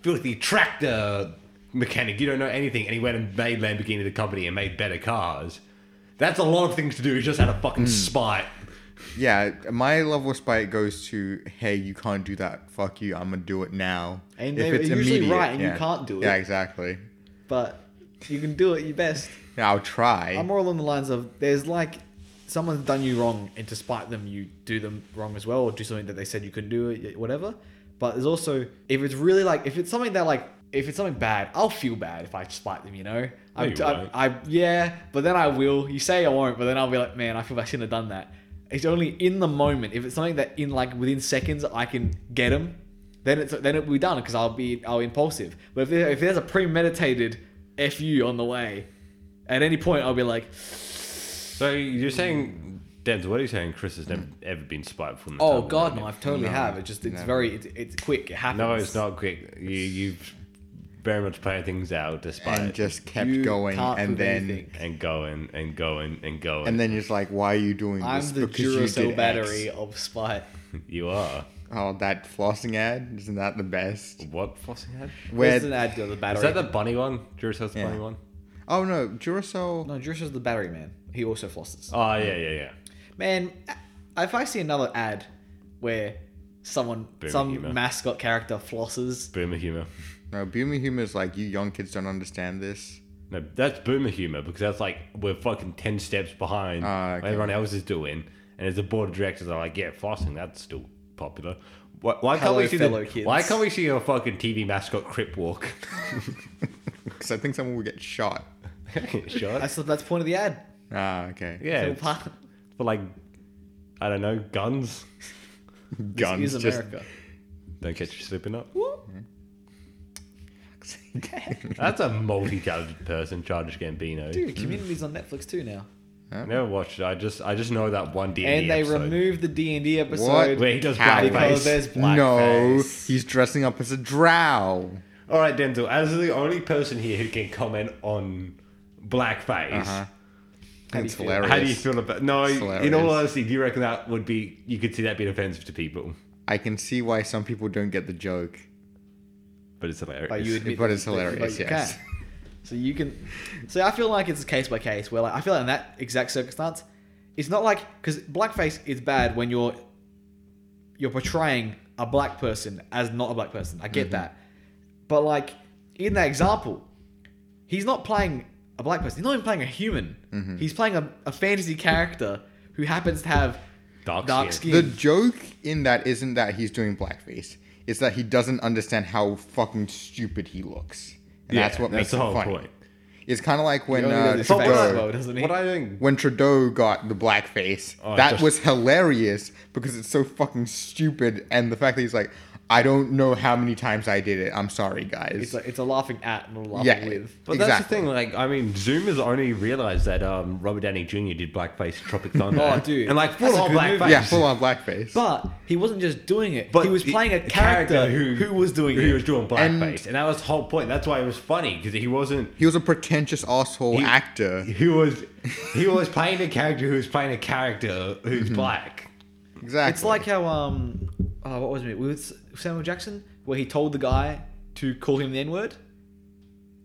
[SPEAKER 2] filthy tractor mechanic. You don't know anything." And he went and made Lamborghini the company and made better cars. That's a lot of things to do just out of fucking spite.
[SPEAKER 1] Yeah, my level of spite goes to, hey, you can't do that. Fuck you. I'm gonna do it now.
[SPEAKER 3] And they- they're usually right and you can't do
[SPEAKER 1] Yeah,
[SPEAKER 3] it.
[SPEAKER 1] exactly.
[SPEAKER 3] But you can do it your best.
[SPEAKER 1] Yeah, I'll try.
[SPEAKER 3] I'm more along the lines of there's like someone's done you wrong, and despite them, you do them wrong as well, or do something that they said you couldn't do, y- whatever. But there's also if it's really like if it's something that like if it's something bad, I'll feel bad if I spite them, you know. I'm,
[SPEAKER 2] you
[SPEAKER 3] t- I'm-
[SPEAKER 2] won't.
[SPEAKER 3] I yeah, but then I will. You say I won't, but then I'll be like, man, I feel I shouldn't have done that. It's only in the moment. If it's something that in like within seconds I can get them, then it's then it'll be done because I'll be I'll be impulsive. But if, there, if there's a premeditated fu on the way, at any point I'll be like,
[SPEAKER 2] So
[SPEAKER 1] Hmm.
[SPEAKER 2] you're saying, Denzel, what are you saying? Chris has never ever been spiteful. In the
[SPEAKER 3] oh
[SPEAKER 2] time
[SPEAKER 3] god,
[SPEAKER 2] we've
[SPEAKER 3] no,
[SPEAKER 2] known
[SPEAKER 3] I've totally
[SPEAKER 1] No,
[SPEAKER 3] have. It just it's
[SPEAKER 1] never.
[SPEAKER 3] very it's, it's quick. It
[SPEAKER 2] him.
[SPEAKER 3] happens.
[SPEAKER 2] No, it's not quick. You, you've very much planned things out despite
[SPEAKER 1] and just kept
[SPEAKER 3] You
[SPEAKER 1] going,
[SPEAKER 3] can't
[SPEAKER 1] and
[SPEAKER 3] prove
[SPEAKER 1] then
[SPEAKER 3] anything.
[SPEAKER 2] and going and going and going.
[SPEAKER 1] and then you're just like, why are you doing
[SPEAKER 3] I'm
[SPEAKER 1] this?
[SPEAKER 3] the
[SPEAKER 1] Because you did
[SPEAKER 3] Duracell
[SPEAKER 1] X.
[SPEAKER 3] battery of spite.
[SPEAKER 2] you are
[SPEAKER 1] Oh, that flossing ad isn't that the best?
[SPEAKER 2] what? Flossing head?
[SPEAKER 1] Where
[SPEAKER 3] There's an ad to the battery.
[SPEAKER 2] Is that the bunny one? Duracell's
[SPEAKER 1] Yeah.
[SPEAKER 2] bunny one?
[SPEAKER 1] oh no, Duracell.
[SPEAKER 3] no, Duracell's the battery man. He also flosses.
[SPEAKER 2] Oh yeah, yeah, yeah.
[SPEAKER 3] Man, if I see another ad where someone,
[SPEAKER 2] Boomer
[SPEAKER 3] some
[SPEAKER 2] humor.
[SPEAKER 3] mascot character flosses,
[SPEAKER 2] Boomer humor.
[SPEAKER 1] No, Boomer Humor is like you young kids don't understand this.
[SPEAKER 2] No, that's boomer humor because that's like we're fucking ten steps behind
[SPEAKER 1] Ah, okay.
[SPEAKER 2] what everyone else is doing, and as the board of directors are like, yeah, flossing, that's still popular. Why, why can't
[SPEAKER 3] Hello,
[SPEAKER 2] we see
[SPEAKER 3] fellow
[SPEAKER 2] the,
[SPEAKER 3] kids.
[SPEAKER 2] Why can't we see a fucking TV mascot crip walk?
[SPEAKER 1] Because I think someone will get shot.
[SPEAKER 2] sure.
[SPEAKER 3] that's the, that's the point of the ad.
[SPEAKER 1] Ah, okay.
[SPEAKER 2] Yeah,
[SPEAKER 3] So
[SPEAKER 2] it's
[SPEAKER 3] part-
[SPEAKER 2] for like I don't know guns.
[SPEAKER 1] guns.
[SPEAKER 3] This is
[SPEAKER 1] just-
[SPEAKER 3] America.
[SPEAKER 2] Don't catch you slipping up.
[SPEAKER 1] Damn.
[SPEAKER 2] That's a multi-talented person, Childish Gambino.
[SPEAKER 3] Dude, Community's on Netflix too now,
[SPEAKER 2] I never watched it. I just, I just know that one D
[SPEAKER 3] and they
[SPEAKER 2] episode.
[SPEAKER 3] removed the D and D episode.
[SPEAKER 2] Where he does
[SPEAKER 1] How?
[SPEAKER 3] Because
[SPEAKER 2] blackface.
[SPEAKER 3] there's
[SPEAKER 1] no,
[SPEAKER 3] blackface.
[SPEAKER 1] he's dressing up as a drow.
[SPEAKER 2] All right, Denzel. As the only person here who can comment on blackface,
[SPEAKER 1] Uh-huh.
[SPEAKER 3] How do
[SPEAKER 1] It's
[SPEAKER 3] you feel?
[SPEAKER 1] hilarious.
[SPEAKER 2] how do you feel about? No, in all
[SPEAKER 1] hilarious.
[SPEAKER 2] honesty, do you reckon that would be? You could see that being offensive to people,
[SPEAKER 1] I can see why some people don't get the joke.
[SPEAKER 2] but it's hilarious.
[SPEAKER 3] But you admit
[SPEAKER 1] But it's
[SPEAKER 3] that you-
[SPEAKER 1] hilarious,
[SPEAKER 3] but you
[SPEAKER 1] yes.
[SPEAKER 3] can. So you can. So I feel like it's a case by case where like I feel like in that exact circumstance, it's not like because blackface is bad when you're you're portraying a black person as not a black person. I get
[SPEAKER 1] Mm-hmm.
[SPEAKER 3] that, but like in that example, he's not playing a black person. He's not even playing a human.
[SPEAKER 1] Mm-hmm.
[SPEAKER 3] He's playing a, a fantasy character who happens to have
[SPEAKER 2] Dark
[SPEAKER 3] dark
[SPEAKER 2] skin.
[SPEAKER 3] skin.
[SPEAKER 1] The joke in that isn't that he's doing blackface. It's that he doesn't understand how fucking stupid he looks. And that's what makes
[SPEAKER 2] the whole
[SPEAKER 1] it funny.
[SPEAKER 2] point.
[SPEAKER 1] It's kind of like when
[SPEAKER 3] only
[SPEAKER 1] uh,
[SPEAKER 3] does his
[SPEAKER 2] But
[SPEAKER 3] Facts
[SPEAKER 2] what,
[SPEAKER 3] face
[SPEAKER 1] Trudeau,
[SPEAKER 3] as well,
[SPEAKER 2] I,
[SPEAKER 3] doesn't he?
[SPEAKER 2] what I think,
[SPEAKER 1] when Trudeau got the blackface,
[SPEAKER 2] Oh,
[SPEAKER 1] that
[SPEAKER 2] just-
[SPEAKER 1] was hilarious because it's so fucking stupid. And the fact that he's like, I don't know how many times I did it. I'm sorry, guys.
[SPEAKER 3] It's a, it's a laughing at and a laughing
[SPEAKER 1] yeah,
[SPEAKER 3] with.
[SPEAKER 2] but that's the
[SPEAKER 1] exactly.
[SPEAKER 2] thing. Like, I mean, Zoomers only realized that um, Robert Downey Jr. did blackface in Tropic Thunder.
[SPEAKER 3] Oh, dude.
[SPEAKER 2] and like
[SPEAKER 3] That's
[SPEAKER 2] full
[SPEAKER 3] a
[SPEAKER 2] on
[SPEAKER 3] good movie.
[SPEAKER 2] blackface.
[SPEAKER 1] Yeah, full on blackface.
[SPEAKER 3] But he wasn't just doing it.
[SPEAKER 2] But
[SPEAKER 3] he was
[SPEAKER 2] the-
[SPEAKER 3] playing a
[SPEAKER 2] the
[SPEAKER 3] character, who, was doing
[SPEAKER 2] who
[SPEAKER 3] it.
[SPEAKER 2] was doing
[SPEAKER 1] And-
[SPEAKER 2] blackface, and, that was the whole point. That's why it was funny because he wasn't.
[SPEAKER 1] he was a pretentious asshole
[SPEAKER 2] He-
[SPEAKER 1] actor.
[SPEAKER 2] He was. He was playing a character who was playing a character who's
[SPEAKER 3] Mm-hmm.
[SPEAKER 2] black.
[SPEAKER 1] Exactly.
[SPEAKER 3] It's like how um, oh, what was it with Samuel Jackson, where he told the guy to call him the N word.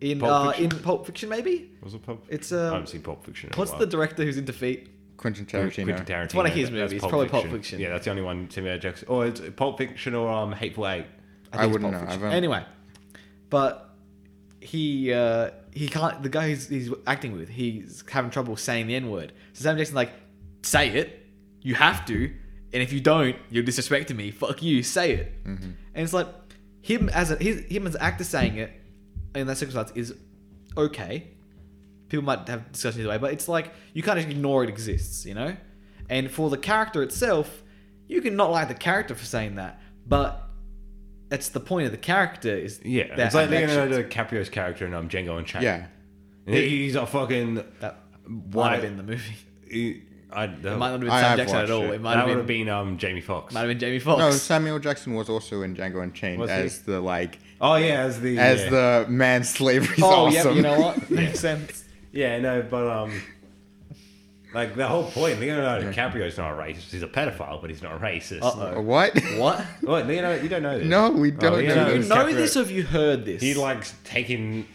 [SPEAKER 3] In
[SPEAKER 2] Pulp
[SPEAKER 3] uh, in
[SPEAKER 2] Fiction?
[SPEAKER 3] Pulp Fiction, maybe.
[SPEAKER 2] Was it Pulp?
[SPEAKER 3] It's, um,
[SPEAKER 2] I haven't seen Pulp Fiction. in a
[SPEAKER 3] What's
[SPEAKER 2] while.
[SPEAKER 3] the director who's in defeat?
[SPEAKER 1] Quentin Tarantino.
[SPEAKER 2] Quentin Tarantino?
[SPEAKER 3] It's one of his
[SPEAKER 2] but that's
[SPEAKER 3] movies, probably Pulp Fiction.
[SPEAKER 2] Yeah, that's the only one Samuel L. Jackson. Or it's Pulp Fiction or um, Hateful Eight.
[SPEAKER 1] I
[SPEAKER 3] it's
[SPEAKER 1] wouldn't
[SPEAKER 3] Pulp
[SPEAKER 1] know.
[SPEAKER 3] Fiction.
[SPEAKER 1] I've only-
[SPEAKER 3] Anyway, but he uh, he can't. The guy he's, he's acting with, he's having trouble saying the N word. So Sam Jackson's like, "Say it. You have to. And if you don't, you're disrespecting me. Fuck you. Say it."
[SPEAKER 1] Mm-hmm.
[SPEAKER 3] And it's like him as a, his, him as an actor saying it in that circumstance is okay. People might have discussions either way, but it's like you can't just ignore it exists, you know. And for the character itself, you can not like the character for saying that, but that's the point of the character is
[SPEAKER 2] Yeah,
[SPEAKER 3] their
[SPEAKER 2] it's like
[SPEAKER 3] actions.
[SPEAKER 2] Leonardo DiCaprio's character in um, Django Unchained.
[SPEAKER 1] Yeah.
[SPEAKER 2] He- he's a fucking.
[SPEAKER 3] that
[SPEAKER 2] Why-
[SPEAKER 3] might have been the movie.
[SPEAKER 2] He, I, that
[SPEAKER 3] It might not have been
[SPEAKER 1] I
[SPEAKER 3] Sam
[SPEAKER 1] have
[SPEAKER 3] Jackson at
[SPEAKER 1] watched
[SPEAKER 3] all.
[SPEAKER 1] it.
[SPEAKER 3] It might
[SPEAKER 2] that
[SPEAKER 3] have
[SPEAKER 2] would have
[SPEAKER 3] been,
[SPEAKER 2] been um, Jamie Foxx.
[SPEAKER 3] might have been Jamie
[SPEAKER 1] No,
[SPEAKER 3] Fox.
[SPEAKER 1] Samuel Jackson was also in Django Unchained
[SPEAKER 2] Was he?
[SPEAKER 1] as the like
[SPEAKER 2] Oh yeah, as the
[SPEAKER 1] as
[SPEAKER 2] yeah.
[SPEAKER 1] the man slavery.
[SPEAKER 3] oh
[SPEAKER 1] awesome.
[SPEAKER 3] yeah, but you know what? Makes sense.
[SPEAKER 2] Yeah, no, but um, like the whole point, Leonardo DiCaprio's not a racist. He's a pedophile, but he's not a racist.
[SPEAKER 3] Uh-oh.
[SPEAKER 1] What?
[SPEAKER 3] What?
[SPEAKER 2] What, Leonardo? You don't know this?
[SPEAKER 1] No,
[SPEAKER 3] Oh,
[SPEAKER 1] we don't know
[SPEAKER 2] Leonardo
[SPEAKER 3] you
[SPEAKER 1] this.
[SPEAKER 3] know
[SPEAKER 2] DiCaprio-
[SPEAKER 3] this, or have you heard this?
[SPEAKER 2] He likes taking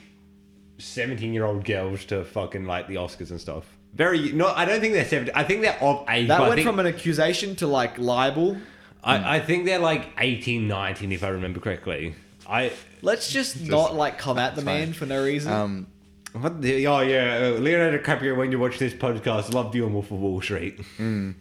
[SPEAKER 2] seventeen-year-old girls to fucking like the Oscars and stuff. Very no, I don't think they're seventeen. I think they're of age.
[SPEAKER 3] that
[SPEAKER 2] but I
[SPEAKER 3] went
[SPEAKER 2] think,
[SPEAKER 3] from an accusation to like libel.
[SPEAKER 2] I, I think they're like 18, 19, if I remember correctly. I
[SPEAKER 3] Let's just, not like come at the man for no reason.
[SPEAKER 1] um,
[SPEAKER 2] what the, oh yeah, uh, Leonardo DiCaprio. When you watch this podcast, loved you and Wolf of Wall Street.
[SPEAKER 1] I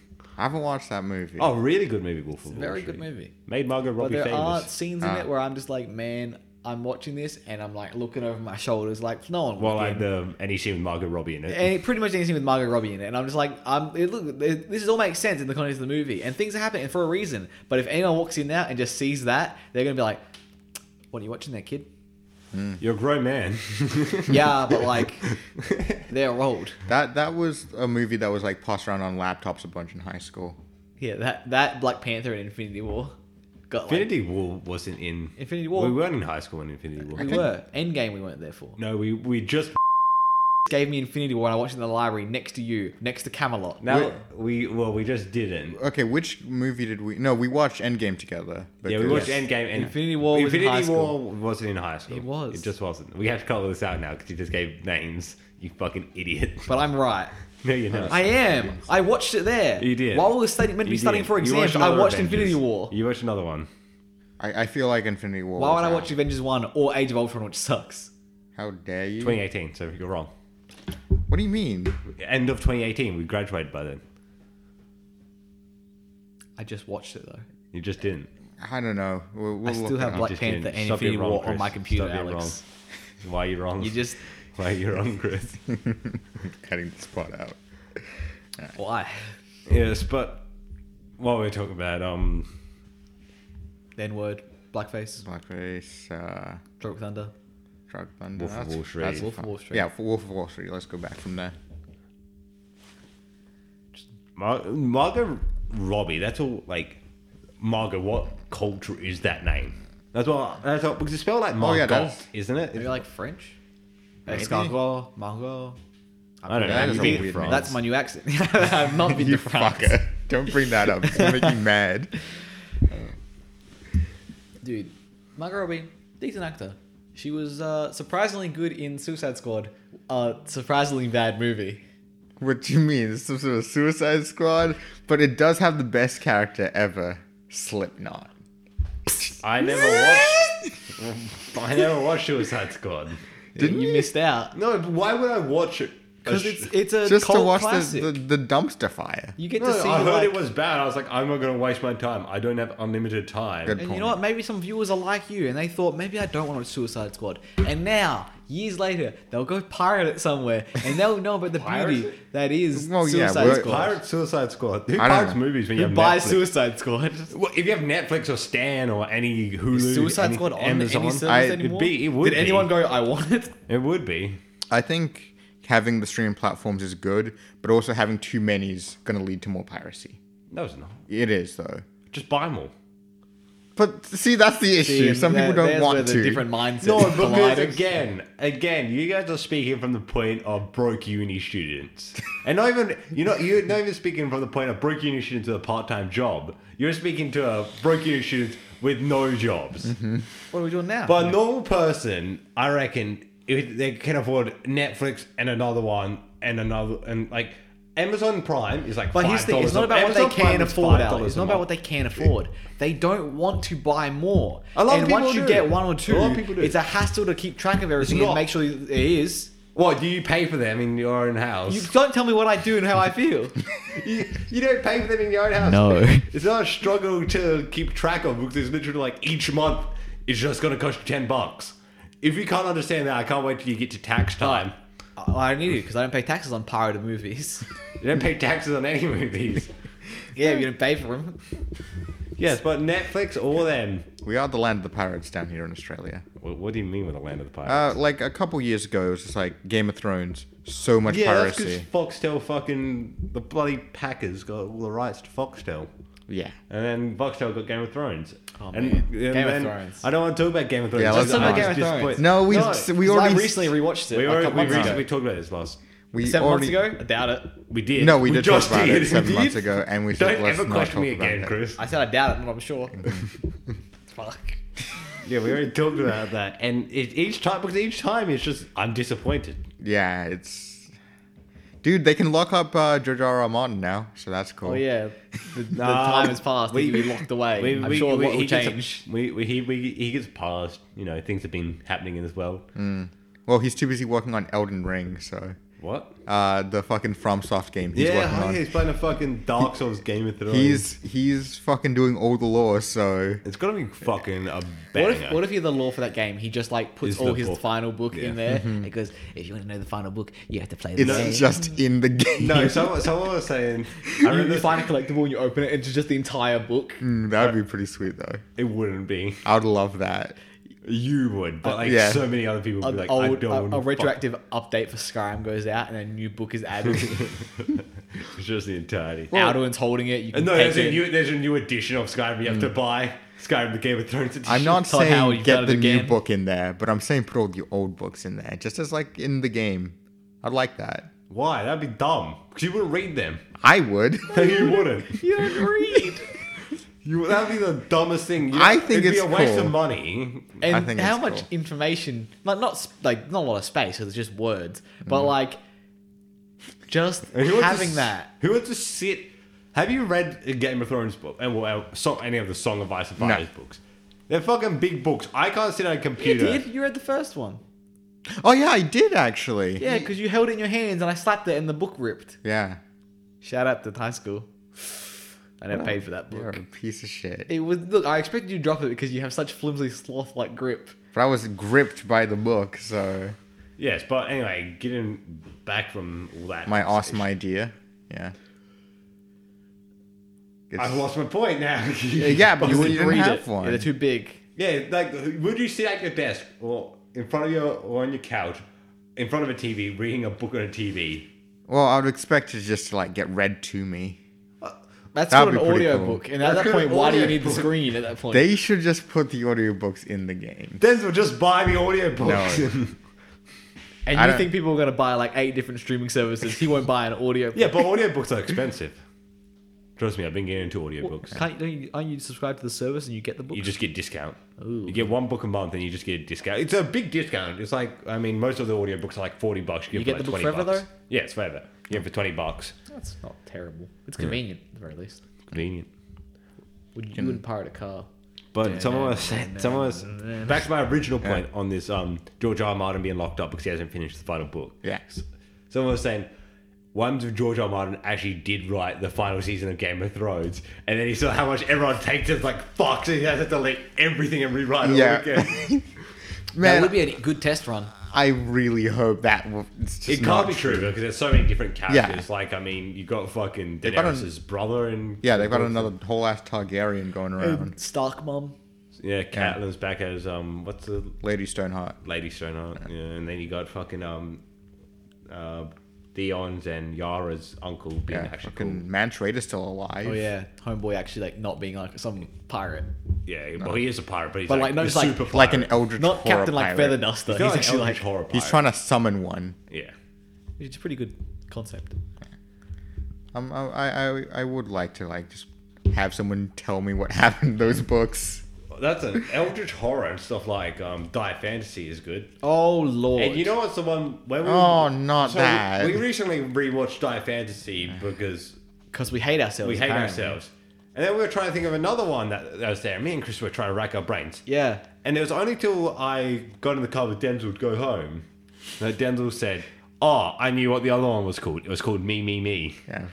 [SPEAKER 1] haven't watched that movie.
[SPEAKER 2] Oh, really good movie, Wolf of Wall
[SPEAKER 3] very
[SPEAKER 2] Street.
[SPEAKER 3] good movie.
[SPEAKER 2] Made Margot
[SPEAKER 3] but
[SPEAKER 2] Robbie
[SPEAKER 3] there
[SPEAKER 2] famous.
[SPEAKER 3] are scenes in
[SPEAKER 1] Ah.
[SPEAKER 3] it where I'm just like, man, I'm watching this and I'm like looking over my shoulders, like no one.
[SPEAKER 2] Well,
[SPEAKER 3] would be
[SPEAKER 2] like the any scene with Margot Robbie in it.
[SPEAKER 3] and pretty much anything with Margot Robbie in it. And I'm just like, um, it, look, it, this all makes sense in the context of the movie, and things are happening for a reason. But if anyone walks in now and just sees that, they're gonna be like, "What are you watching there, kid?"
[SPEAKER 2] You're a grown man.
[SPEAKER 3] yeah, but like, they're old.
[SPEAKER 1] That that was a movie that was like passed around on laptops a bunch in high school.
[SPEAKER 3] Yeah, that that Black Panther and Infinity War got like, Infinity,
[SPEAKER 2] Infinity War wasn't in.
[SPEAKER 3] War.
[SPEAKER 2] We
[SPEAKER 3] We were.
[SPEAKER 2] weren't in high school when Infinity War.
[SPEAKER 1] Okay.
[SPEAKER 3] Endgame. We weren't there for.
[SPEAKER 2] No, we we just
[SPEAKER 3] Gave me Infinity War, and I watched it in the library next to you, next to Camelot.
[SPEAKER 2] now we well we just didn't.
[SPEAKER 1] Okay, which movie did we? No, we watched Endgame together.
[SPEAKER 2] Yeah, we
[SPEAKER 1] because-
[SPEAKER 2] watched Endgame and
[SPEAKER 3] Infinity War was in
[SPEAKER 2] Infinity
[SPEAKER 3] high
[SPEAKER 2] War
[SPEAKER 3] school.
[SPEAKER 2] wasn't in high school.
[SPEAKER 3] It was.
[SPEAKER 2] It just wasn't. We have to call this out now because you just gave names. You fucking idiot.
[SPEAKER 3] But I'm right.
[SPEAKER 2] no, you're not.
[SPEAKER 3] I am. I watched it there.
[SPEAKER 2] You did.
[SPEAKER 3] While we were studying, meant to
[SPEAKER 2] You
[SPEAKER 3] be studying
[SPEAKER 2] did.
[SPEAKER 3] for
[SPEAKER 2] You
[SPEAKER 3] exams, I
[SPEAKER 2] another
[SPEAKER 3] watched
[SPEAKER 2] Avengers.
[SPEAKER 3] Infinity War.
[SPEAKER 2] You watched another one.
[SPEAKER 1] I, I feel like Infinity War.
[SPEAKER 3] Why
[SPEAKER 1] was
[SPEAKER 3] would I
[SPEAKER 1] out.
[SPEAKER 3] watch Avengers 1 or Age of Ultron, which sucks?
[SPEAKER 1] How dare you?
[SPEAKER 2] 2018. So you're wrong.
[SPEAKER 1] What do you mean?
[SPEAKER 2] End of 2018. We graduated by then.
[SPEAKER 3] I just watched it though.
[SPEAKER 2] You just didn't.
[SPEAKER 1] I don't know. We'll, we'll
[SPEAKER 3] I still
[SPEAKER 1] look
[SPEAKER 3] have
[SPEAKER 1] it up.
[SPEAKER 3] Black
[SPEAKER 2] just
[SPEAKER 3] Panther
[SPEAKER 2] didn't.
[SPEAKER 3] and
[SPEAKER 2] Stop being
[SPEAKER 3] Infinity
[SPEAKER 2] wrong,
[SPEAKER 3] War on
[SPEAKER 2] Chris.
[SPEAKER 3] my computer,
[SPEAKER 2] Stop being
[SPEAKER 3] Alex.
[SPEAKER 2] Why are you wrong?
[SPEAKER 3] You just.
[SPEAKER 2] Why are you wrong, Chris?
[SPEAKER 1] cutting this part out.
[SPEAKER 3] Why?
[SPEAKER 2] Yes, but while we're talking about um
[SPEAKER 3] the N word, blackface,
[SPEAKER 1] Blackface, uh,
[SPEAKER 3] Tropic Thunder.
[SPEAKER 1] Drug Thunder.
[SPEAKER 2] Wolf of
[SPEAKER 1] that's-
[SPEAKER 2] Wall Street.
[SPEAKER 1] that's
[SPEAKER 3] Wolf of
[SPEAKER 1] fun.
[SPEAKER 3] Wall Street.
[SPEAKER 1] Yeah, for Wolf of Wall Street. Let's go back from there.
[SPEAKER 2] Mar- Margot Robbie. That's all. Like Margot, what culture is that name? That's what. That's what. Because it's spelled like
[SPEAKER 1] Oh, yeah,
[SPEAKER 2] Margot,
[SPEAKER 1] that's-
[SPEAKER 2] isn't it?
[SPEAKER 3] Maybe like French?
[SPEAKER 1] Maybe.
[SPEAKER 3] Escargot, Margot.
[SPEAKER 2] I don't know.
[SPEAKER 1] That
[SPEAKER 2] Have
[SPEAKER 1] is
[SPEAKER 2] you
[SPEAKER 1] a
[SPEAKER 2] been to
[SPEAKER 1] weird
[SPEAKER 2] France?
[SPEAKER 1] name.
[SPEAKER 3] That's my new accent. I've not been
[SPEAKER 1] you
[SPEAKER 3] to France.
[SPEAKER 1] fucker. Don't bring that up. It's gonna make you mad.
[SPEAKER 3] Dude, Margot Robbie, decent actor. She was uh, surprisingly good in Suicide Squad, a surprisingly bad movie.
[SPEAKER 1] What do you mean? It's some sort of Suicide Squad, but it does have the best character ever, Slipknot.
[SPEAKER 2] I never watched. I never watched Suicide Squad.
[SPEAKER 1] Didn't
[SPEAKER 3] you
[SPEAKER 1] you?
[SPEAKER 3] missed out?
[SPEAKER 2] No, but why would I watch it?
[SPEAKER 3] Because it's it's a
[SPEAKER 1] Just
[SPEAKER 3] cult
[SPEAKER 1] to watch
[SPEAKER 3] classic.
[SPEAKER 1] the, the, the dumpster fire.
[SPEAKER 3] you get
[SPEAKER 2] No,
[SPEAKER 3] to see.
[SPEAKER 2] I heard
[SPEAKER 3] like-
[SPEAKER 2] it was bad. I was like, I'm not going to waste my time. I don't have unlimited time.
[SPEAKER 1] Good.
[SPEAKER 3] And you know what? Maybe some viewers are like you, and they thought maybe I don't want to watch Suicide Squad. And now, years later, they'll go pirate it somewhere, and they'll know about the
[SPEAKER 2] Pirate
[SPEAKER 3] beauty that is
[SPEAKER 1] Well, yeah,
[SPEAKER 3] Suicide
[SPEAKER 1] we're-
[SPEAKER 3] Squad.
[SPEAKER 2] Pirate Suicide Squad. Who
[SPEAKER 1] I don't
[SPEAKER 2] pirates
[SPEAKER 1] know.
[SPEAKER 2] movies when you
[SPEAKER 3] Who
[SPEAKER 2] have
[SPEAKER 3] buys
[SPEAKER 2] Netflix?
[SPEAKER 3] Suicide Squad?
[SPEAKER 2] Well, if you have Netflix or Stan or any Hulu,
[SPEAKER 3] Is Suicide
[SPEAKER 2] any
[SPEAKER 3] Squad on
[SPEAKER 2] Amazon,
[SPEAKER 3] any service
[SPEAKER 1] I- it'd
[SPEAKER 3] anymore?
[SPEAKER 2] be- it would
[SPEAKER 3] Did
[SPEAKER 2] be.
[SPEAKER 3] anyone go? I want it.
[SPEAKER 2] it would be.
[SPEAKER 1] I think having the streaming platforms is good, but also having too many is going to lead to more piracy.
[SPEAKER 2] No, it's not.
[SPEAKER 1] It is though.
[SPEAKER 2] Just buy more.
[SPEAKER 1] But see, that's the issue. Some people don't want to.
[SPEAKER 3] different mindsets.
[SPEAKER 2] No, because
[SPEAKER 3] collide.
[SPEAKER 2] again, again, you guys are speaking from the point of broke uni students, and not even you're not you're not even speaking from the point of broke uni students with a part time job. You're speaking to uh, broke uni students with no jobs.
[SPEAKER 3] Mm-hmm. What are we doing now?
[SPEAKER 2] But a normal person, I reckon, if they can afford Netflix and another one and another and like Amazon Prime is like.
[SPEAKER 3] But
[SPEAKER 2] $5
[SPEAKER 3] here's the thing: it's not
[SPEAKER 2] a-
[SPEAKER 3] about what they
[SPEAKER 2] Amazon Prime
[SPEAKER 3] can
[SPEAKER 2] is
[SPEAKER 3] afford.
[SPEAKER 2] $5
[SPEAKER 3] Al. It's
[SPEAKER 2] a
[SPEAKER 3] not about
[SPEAKER 2] month.
[SPEAKER 3] what they can afford. They don't want to buy more.
[SPEAKER 2] A lot of
[SPEAKER 3] and
[SPEAKER 2] people
[SPEAKER 3] once you
[SPEAKER 2] do.
[SPEAKER 3] get one
[SPEAKER 2] A
[SPEAKER 3] or
[SPEAKER 2] lot
[SPEAKER 3] two,
[SPEAKER 2] of people do.
[SPEAKER 3] it's a hassle to keep track of everything
[SPEAKER 2] not.
[SPEAKER 3] and make sure it is.
[SPEAKER 2] What do you pay for them in your own house?
[SPEAKER 3] You don't tell me what I do and how I feel.
[SPEAKER 2] You, you don't pay for them in your own house.
[SPEAKER 3] No.
[SPEAKER 2] It's not a struggle to keep track of because it's literally like each month it's just going to cost you 10 bucks. If you can't understand that, I can't wait till you get to tax time.
[SPEAKER 3] I I need it because I don't pay taxes on pirated movies.
[SPEAKER 2] You don't pay taxes on any movies.
[SPEAKER 3] yeah, you don't pay for them.
[SPEAKER 2] yes, but Netflix or them.
[SPEAKER 1] we are the land of the pirates down here in Australia.
[SPEAKER 2] What, what do you mean with the land of the pirates?
[SPEAKER 1] Uh, like a couple years ago, it was just like Game of Thrones. So much
[SPEAKER 2] yeah, that's because
[SPEAKER 1] piracy.
[SPEAKER 2] Foxtel fucking. The bloody Packers got all the rights to Foxtel.
[SPEAKER 1] Yeah.
[SPEAKER 2] And then Foxtel got Game of Thrones.
[SPEAKER 3] Oh,
[SPEAKER 2] and,
[SPEAKER 3] man.
[SPEAKER 2] and
[SPEAKER 3] Game of
[SPEAKER 2] then-
[SPEAKER 3] Thrones.
[SPEAKER 2] I don't want to talk about Game of Thrones.
[SPEAKER 1] Yeah, let's
[SPEAKER 2] I'm
[SPEAKER 1] talk about
[SPEAKER 2] just
[SPEAKER 3] Game of Thrones.
[SPEAKER 2] disappointed.
[SPEAKER 1] No, we
[SPEAKER 2] No,
[SPEAKER 1] we
[SPEAKER 3] 'Cause
[SPEAKER 1] already
[SPEAKER 3] I recently rewatched it.
[SPEAKER 2] We,
[SPEAKER 3] like, a
[SPEAKER 2] already,
[SPEAKER 3] couple
[SPEAKER 2] we,
[SPEAKER 3] months ago.
[SPEAKER 2] recently talked about this last.
[SPEAKER 1] we
[SPEAKER 3] Seven
[SPEAKER 1] already
[SPEAKER 3] months ago? I doubt it.
[SPEAKER 2] We did.
[SPEAKER 1] no we did talk
[SPEAKER 2] just
[SPEAKER 1] about
[SPEAKER 2] did.
[SPEAKER 1] it seven
[SPEAKER 2] We
[SPEAKER 1] months
[SPEAKER 2] did.
[SPEAKER 1] ago, and we
[SPEAKER 2] Don't
[SPEAKER 1] said let's
[SPEAKER 2] ever
[SPEAKER 1] not
[SPEAKER 2] question
[SPEAKER 1] talk
[SPEAKER 2] me
[SPEAKER 1] about
[SPEAKER 2] again,
[SPEAKER 1] it.
[SPEAKER 2] Chris.
[SPEAKER 3] I said I doubt it, not I'm sure. Fuck.
[SPEAKER 2] Yeah, we already talked about that, and it, each time because each time it's just I'm disappointed.
[SPEAKER 1] Yeah, it's dude. They can lock up uh, George R. R. Martin now, so that's cool.
[SPEAKER 3] Oh yeah, the, the
[SPEAKER 2] No.
[SPEAKER 3] time has passed.
[SPEAKER 2] Uh, We-
[SPEAKER 3] We, we locked away.
[SPEAKER 2] We-
[SPEAKER 3] I'm
[SPEAKER 2] we-
[SPEAKER 3] sure a
[SPEAKER 2] we-
[SPEAKER 3] lot
[SPEAKER 2] he
[SPEAKER 3] will
[SPEAKER 2] gets a-
[SPEAKER 3] change.
[SPEAKER 2] we, we, he, we, he gets passed. You know, things have been happening in this world.
[SPEAKER 1] Mm. Well, he's too busy working on Elden Ring, so
[SPEAKER 2] What?
[SPEAKER 1] uh, the fucking FromSoft game he's working on.
[SPEAKER 2] he's playing a fucking Dark Souls Game of Thrones.
[SPEAKER 1] He's he's fucking doing all the lore, so
[SPEAKER 2] it's gonna be fucking a
[SPEAKER 3] What
[SPEAKER 2] banger.
[SPEAKER 3] if, what if you're the law for that game? He just like puts
[SPEAKER 2] Is
[SPEAKER 3] all
[SPEAKER 2] the
[SPEAKER 3] his
[SPEAKER 2] book.
[SPEAKER 3] final book
[SPEAKER 2] Yeah.
[SPEAKER 3] in there. It goes, if you want to know the final book, you have to play this
[SPEAKER 1] it's
[SPEAKER 3] game.
[SPEAKER 1] just in the game.
[SPEAKER 2] no, someone, someone was saying. I
[SPEAKER 3] you, you
[SPEAKER 2] remember
[SPEAKER 3] find a collectible and you open it, and it's just the entire book.
[SPEAKER 1] Mm, that would be pretty sweet though.
[SPEAKER 2] it wouldn't be.
[SPEAKER 1] I would love that.
[SPEAKER 2] You would, but like
[SPEAKER 1] yeah.
[SPEAKER 2] so many other people would
[SPEAKER 3] An
[SPEAKER 2] be like, I
[SPEAKER 3] old-
[SPEAKER 2] don't
[SPEAKER 3] a,
[SPEAKER 2] want
[SPEAKER 3] a
[SPEAKER 2] to fuck
[SPEAKER 3] retroactive update for Skyrim goes out, and a new book is added.
[SPEAKER 2] It's just the entirety.
[SPEAKER 3] Alduin's holding it. You can
[SPEAKER 2] no,
[SPEAKER 3] take
[SPEAKER 2] there's a,
[SPEAKER 3] it.
[SPEAKER 2] new, there's a new edition of Skyrim you have to
[SPEAKER 3] Mm.
[SPEAKER 2] buy. Skyrim the Game of Thrones edition.
[SPEAKER 1] I'm not
[SPEAKER 3] Todd Howard,
[SPEAKER 1] saying
[SPEAKER 3] you've
[SPEAKER 1] get
[SPEAKER 3] done it
[SPEAKER 1] the new
[SPEAKER 3] again.
[SPEAKER 1] book in there, but I'm saying put all the old books in there, just as like in the game. I'd like that.
[SPEAKER 2] Why? That'd be dumb. Because you wouldn't read them.
[SPEAKER 1] I would.
[SPEAKER 2] you wouldn't.
[SPEAKER 3] you don't read.
[SPEAKER 2] You, that'd be the dumbest thing. You,
[SPEAKER 1] I think
[SPEAKER 2] it'd
[SPEAKER 1] it's
[SPEAKER 2] be a waste
[SPEAKER 1] cool.
[SPEAKER 2] of money.
[SPEAKER 3] and
[SPEAKER 1] I think
[SPEAKER 3] how
[SPEAKER 1] it's
[SPEAKER 3] much
[SPEAKER 1] cool.
[SPEAKER 3] information like not sp- like not a lot of space because it's just words but like just
[SPEAKER 2] And who would
[SPEAKER 3] having
[SPEAKER 2] just-
[SPEAKER 3] that
[SPEAKER 2] Who would just sit? Have you read a Game of Thrones book and well, uh, so, any of the Song of Ice and Fire books? They're fucking big books. I can't sit on a
[SPEAKER 3] you
[SPEAKER 2] computer.
[SPEAKER 3] did you read the first one
[SPEAKER 1] oh yeah, I did actually.
[SPEAKER 3] yeah because you held it in your hands and i slapped it and the book ripped
[SPEAKER 1] Yeah.
[SPEAKER 3] shout out to high school i never paid for that
[SPEAKER 1] You're
[SPEAKER 3] book
[SPEAKER 1] a piece of shit.
[SPEAKER 3] it was look i expected you to drop it because you have such flimsy sloth like grip
[SPEAKER 1] But I was gripped by the book, so
[SPEAKER 2] Yes, but anyway, getting back from all that.
[SPEAKER 1] my awesome idea. Yeah. It's,
[SPEAKER 2] I've lost my point now.
[SPEAKER 1] yeah, but
[SPEAKER 3] You
[SPEAKER 1] you,
[SPEAKER 3] wouldn't
[SPEAKER 1] didn't
[SPEAKER 3] read
[SPEAKER 1] have
[SPEAKER 3] it.
[SPEAKER 1] one.
[SPEAKER 3] Yeah, they're too big.
[SPEAKER 2] Yeah, like, would you sit at your desk or in front of your or on your couch, in front of a TV, reading a book on a TV?
[SPEAKER 1] well, I would expect it just to like get read to me. That'd
[SPEAKER 3] That's called an
[SPEAKER 1] be pretty
[SPEAKER 3] audio
[SPEAKER 1] cool.
[SPEAKER 3] book. And at
[SPEAKER 2] That's
[SPEAKER 3] that
[SPEAKER 2] called
[SPEAKER 3] point, why do you
[SPEAKER 2] audio
[SPEAKER 3] need the
[SPEAKER 2] book.
[SPEAKER 3] screen at that point?
[SPEAKER 1] They should just put the audiobooks in the game.
[SPEAKER 2] Denzel, just buy the audiobook.
[SPEAKER 1] No.
[SPEAKER 3] and
[SPEAKER 1] I
[SPEAKER 3] you
[SPEAKER 1] don't-
[SPEAKER 3] think people are going to buy like eight different streaming services. He won't buy an audio book.
[SPEAKER 2] yeah, but audiobooks are expensive. Trust me, I've been getting into audiobooks.
[SPEAKER 3] Can't, don't you, aren't you subscribed to the service and you get the book?
[SPEAKER 2] you just get discount.
[SPEAKER 3] Ooh.
[SPEAKER 2] You get one book a month and you just get a discount. It's a big discount. It's like I mean, most of the audiobooks are like forty bucks. You,
[SPEAKER 3] You
[SPEAKER 2] for
[SPEAKER 3] get
[SPEAKER 2] like
[SPEAKER 3] the book
[SPEAKER 2] 20
[SPEAKER 3] forever,
[SPEAKER 2] bucks. Yeah, it's forever. You get it for twenty bucks.
[SPEAKER 3] That's not terrible. It's convenient, at the very least.
[SPEAKER 2] Convenient.
[SPEAKER 3] Would you would pirate a car?
[SPEAKER 2] But someone was someone was back to my original point on this um George R. R. Martin being locked up because he hasn't finished the final book.
[SPEAKER 1] Yeah.
[SPEAKER 2] Someone was saying ones if George R. R. Martin actually did write the final season of Game of Thrones, and then he saw how much everyone takes as like fuck, so he has to delete everything and rewrite it
[SPEAKER 1] Yeah.
[SPEAKER 2] all again.
[SPEAKER 3] That
[SPEAKER 1] Man,
[SPEAKER 3] would be a good test run.
[SPEAKER 1] I really hope that w- it's just
[SPEAKER 2] It
[SPEAKER 1] not
[SPEAKER 2] can't be true because there's so many different characters. Like, I mean, you got fucking
[SPEAKER 1] got an-
[SPEAKER 2] Daenerys' brother and
[SPEAKER 1] Yeah, they've got another whole ass Targaryen going around.
[SPEAKER 3] Stark mom.
[SPEAKER 2] yeah, Catelyn's back as um, what's the
[SPEAKER 1] Lady Stoneheart.
[SPEAKER 2] Lady Stoneheart? Yeah, and then you got fucking um, uh, Dion's and Yara's uncle being
[SPEAKER 1] Yeah,
[SPEAKER 2] actually
[SPEAKER 1] fucking Man Traitor's still alive.
[SPEAKER 3] Oh yeah, homeboy actually like not being like some pirate,
[SPEAKER 2] cool. Yeah, well, he is a pirate, but he's
[SPEAKER 3] But,
[SPEAKER 2] like,
[SPEAKER 3] like, no,
[SPEAKER 2] the
[SPEAKER 3] he's like-
[SPEAKER 2] super
[SPEAKER 1] Like an
[SPEAKER 2] pirate.
[SPEAKER 1] eldritch
[SPEAKER 3] not
[SPEAKER 1] horror
[SPEAKER 3] Captain like
[SPEAKER 1] pirate.
[SPEAKER 3] Feather Duster. He's,
[SPEAKER 2] He's, not
[SPEAKER 3] actually
[SPEAKER 2] an
[SPEAKER 3] like,
[SPEAKER 2] eldritch horror
[SPEAKER 1] He's
[SPEAKER 2] pirate.
[SPEAKER 1] trying to summon one.
[SPEAKER 2] Yeah,
[SPEAKER 3] it's a pretty good concept.
[SPEAKER 1] Um, I, I, I- I would like to like just have someone tell me what happened to those books.
[SPEAKER 2] that's an eldritch horror and stuff like um, Die Fantasy is good.
[SPEAKER 3] Oh lord,
[SPEAKER 2] And you know what's the one? When we,
[SPEAKER 1] Oh, not
[SPEAKER 2] we-
[SPEAKER 1] that.
[SPEAKER 2] We, recently rewatched Die Fantasy because
[SPEAKER 3] because we hate ourselves.
[SPEAKER 2] we hate
[SPEAKER 3] apparently.
[SPEAKER 2] ourselves. And then we were trying to think of another one that, that was there. Me and Chris were trying to rack our brains.
[SPEAKER 3] Yeah,
[SPEAKER 2] And it was only till I got in the car with Denzel to go home that Denzel said, Oh, I knew what the other one was called. It was called Me, Me, Me.
[SPEAKER 1] Yeah,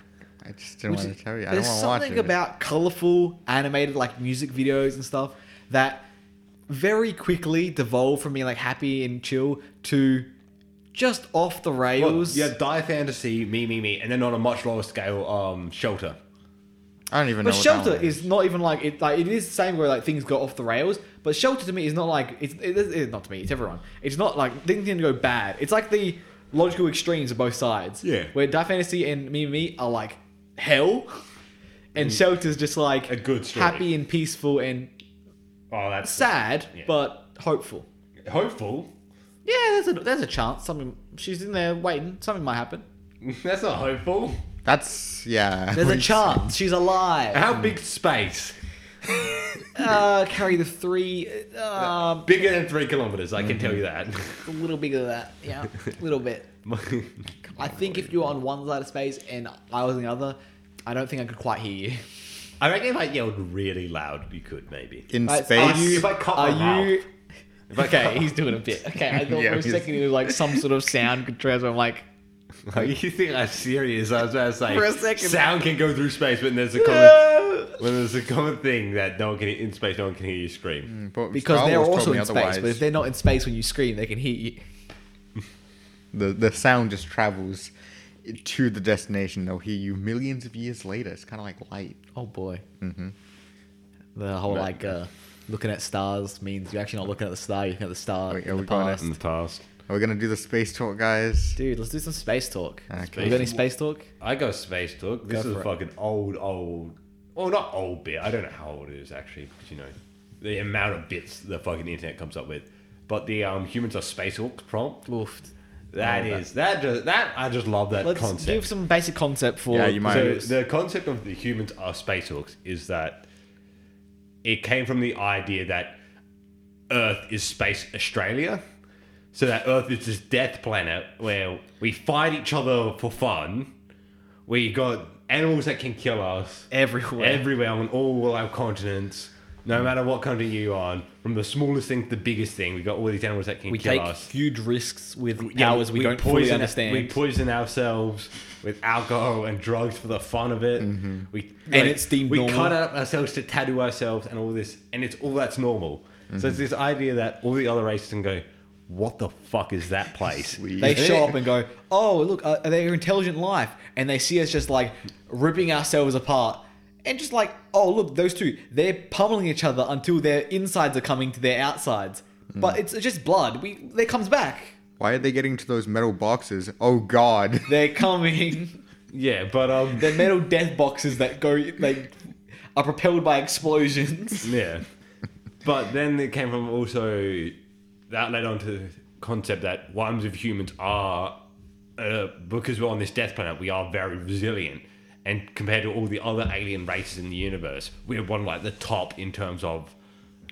[SPEAKER 1] I just didn't want
[SPEAKER 3] Which-
[SPEAKER 1] to tell you. I don't
[SPEAKER 3] there's
[SPEAKER 1] want to watch it.
[SPEAKER 3] something about colorful animated like music videos and stuff that very quickly devolve from being like happy and chill to just off the rails.
[SPEAKER 2] yeah, Die Fantasy, Me, Me, Me. And then on a much lower scale, um, Shelter.
[SPEAKER 1] I don't even know.
[SPEAKER 3] But
[SPEAKER 1] what
[SPEAKER 3] shelter
[SPEAKER 1] that one
[SPEAKER 3] is not even like it. Like it is the same where like things got off the rails. But shelter to me is not like it's, it, it's not to me. It's everyone. It's not like things didn't go bad. It's like the logical extremes of both sides.
[SPEAKER 2] Yeah.
[SPEAKER 3] Where Die Fantasy and Me and Me are like hell, and shelter's just like
[SPEAKER 2] Mm. A good story.
[SPEAKER 3] happy and peaceful and
[SPEAKER 2] Oh, that's
[SPEAKER 3] sad
[SPEAKER 2] Yeah.
[SPEAKER 3] but hopeful.
[SPEAKER 2] hopeful.
[SPEAKER 3] Yeah, there's a there's a chance. Something she's in there waiting. Something might happen.
[SPEAKER 2] That's not hopeful.
[SPEAKER 1] That's yeah.
[SPEAKER 3] There's a
[SPEAKER 1] Which-
[SPEAKER 3] chance. She's alive.
[SPEAKER 2] How big's space?
[SPEAKER 3] Uh, carry the three. Um,
[SPEAKER 2] Bigger than three kilometers, I can tell you that.
[SPEAKER 3] A little bigger than that, yeah, a little bit. I think if you were on one side of space and I was on the other, I don't think I could quite hear you.
[SPEAKER 2] I reckon if I yelled really loud, you could maybe.
[SPEAKER 1] in
[SPEAKER 3] Like,
[SPEAKER 1] space.
[SPEAKER 2] Are you, if I cut my
[SPEAKER 3] Are
[SPEAKER 2] mouth,
[SPEAKER 3] you?
[SPEAKER 2] if I
[SPEAKER 3] Okay, he's doing a bit. Okay, I thought
[SPEAKER 1] Yeah,
[SPEAKER 3] for a
[SPEAKER 1] he's-
[SPEAKER 3] second it was like some sort of sound controls. Where I'm like,
[SPEAKER 2] cut- Like, you think I'm serious? I was about to say,
[SPEAKER 3] For a second.
[SPEAKER 2] sound can go through space, but there's a common,
[SPEAKER 3] because
[SPEAKER 2] when there's a common thing that no one can in space, no one can hear you scream.
[SPEAKER 3] Mm.
[SPEAKER 1] But Star
[SPEAKER 3] they're
[SPEAKER 1] Wars told
[SPEAKER 3] also
[SPEAKER 1] me
[SPEAKER 3] in space, but
[SPEAKER 1] otherwise.
[SPEAKER 3] if they're not in space when you scream, they can hear you.
[SPEAKER 1] the the sound just travels to the destination. They'll hear you millions of years later. It's kind of like light.
[SPEAKER 3] Oh boy. Mm-hmm. The whole like uh, looking at stars means you're actually not looking at the star, you're looking at the star
[SPEAKER 1] Wait, are
[SPEAKER 3] in the
[SPEAKER 1] we going at-
[SPEAKER 3] past.
[SPEAKER 2] In the past,
[SPEAKER 1] Are we gonna do the space talk, guys?
[SPEAKER 3] Dude, let's do some space talk.
[SPEAKER 1] Okay.
[SPEAKER 3] We got any space talk?
[SPEAKER 2] I go space talk. This
[SPEAKER 3] Go
[SPEAKER 2] is
[SPEAKER 3] for
[SPEAKER 2] a
[SPEAKER 3] it.
[SPEAKER 2] fucking old, old. Well, not old bit. I don't know how old it is actually, because you know the amount of bits the fucking internet comes up with. But the um, humans are space hawks prompt.
[SPEAKER 3] Oof.
[SPEAKER 2] That
[SPEAKER 3] Oh,
[SPEAKER 2] is that just that I just love that
[SPEAKER 3] Let's
[SPEAKER 2] concept.
[SPEAKER 3] give some basic concept for.
[SPEAKER 1] Yeah, you might-
[SPEAKER 2] So
[SPEAKER 1] Minus.
[SPEAKER 2] the concept of the humans are spacehawks is that it came from the idea that Earth is space Australia. So that Earth is this death planet where we fight each other for fun. We got animals that can kill us
[SPEAKER 3] everywhere.
[SPEAKER 2] everywhere on all our continents. No matter what country you're on, from the smallest thing to the biggest thing, we got all these animals that can
[SPEAKER 3] we
[SPEAKER 2] kill
[SPEAKER 3] take
[SPEAKER 2] us.
[SPEAKER 3] huge risks with
[SPEAKER 2] Yeah,
[SPEAKER 3] powers we, don't fully understand,
[SPEAKER 2] We poison ourselves with alcohol and drugs for the fun of it. We
[SPEAKER 3] Mm-hmm. And it's deemed
[SPEAKER 2] we
[SPEAKER 3] normal.
[SPEAKER 2] cut out ourselves to tattoo ourselves and all this, and it's all that's normal. So
[SPEAKER 3] Mm-hmm.
[SPEAKER 2] it's this idea that all the other races can go, "What the fuck is that place?"
[SPEAKER 3] they show up and go, "Oh, look, uh, they're intelligent life," and they see us just like ripping ourselves apart, And just like, oh look, those two, they're pummeling each other until their insides are coming to their outsides.
[SPEAKER 2] Hmm.
[SPEAKER 3] But it's just blood. We they comes back.
[SPEAKER 1] Why are they getting to those metal boxes? Oh God.
[SPEAKER 3] They're coming.
[SPEAKER 2] Yeah, but um,
[SPEAKER 3] They're metal death boxes that go like are propelled by explosions.
[SPEAKER 2] yeah. But then it came from also that led on to the concept that worms of humans are uh, because we're on this death planet, we are very resilient. And compared to all the other alien races in the universe, we're one of, like the top in terms of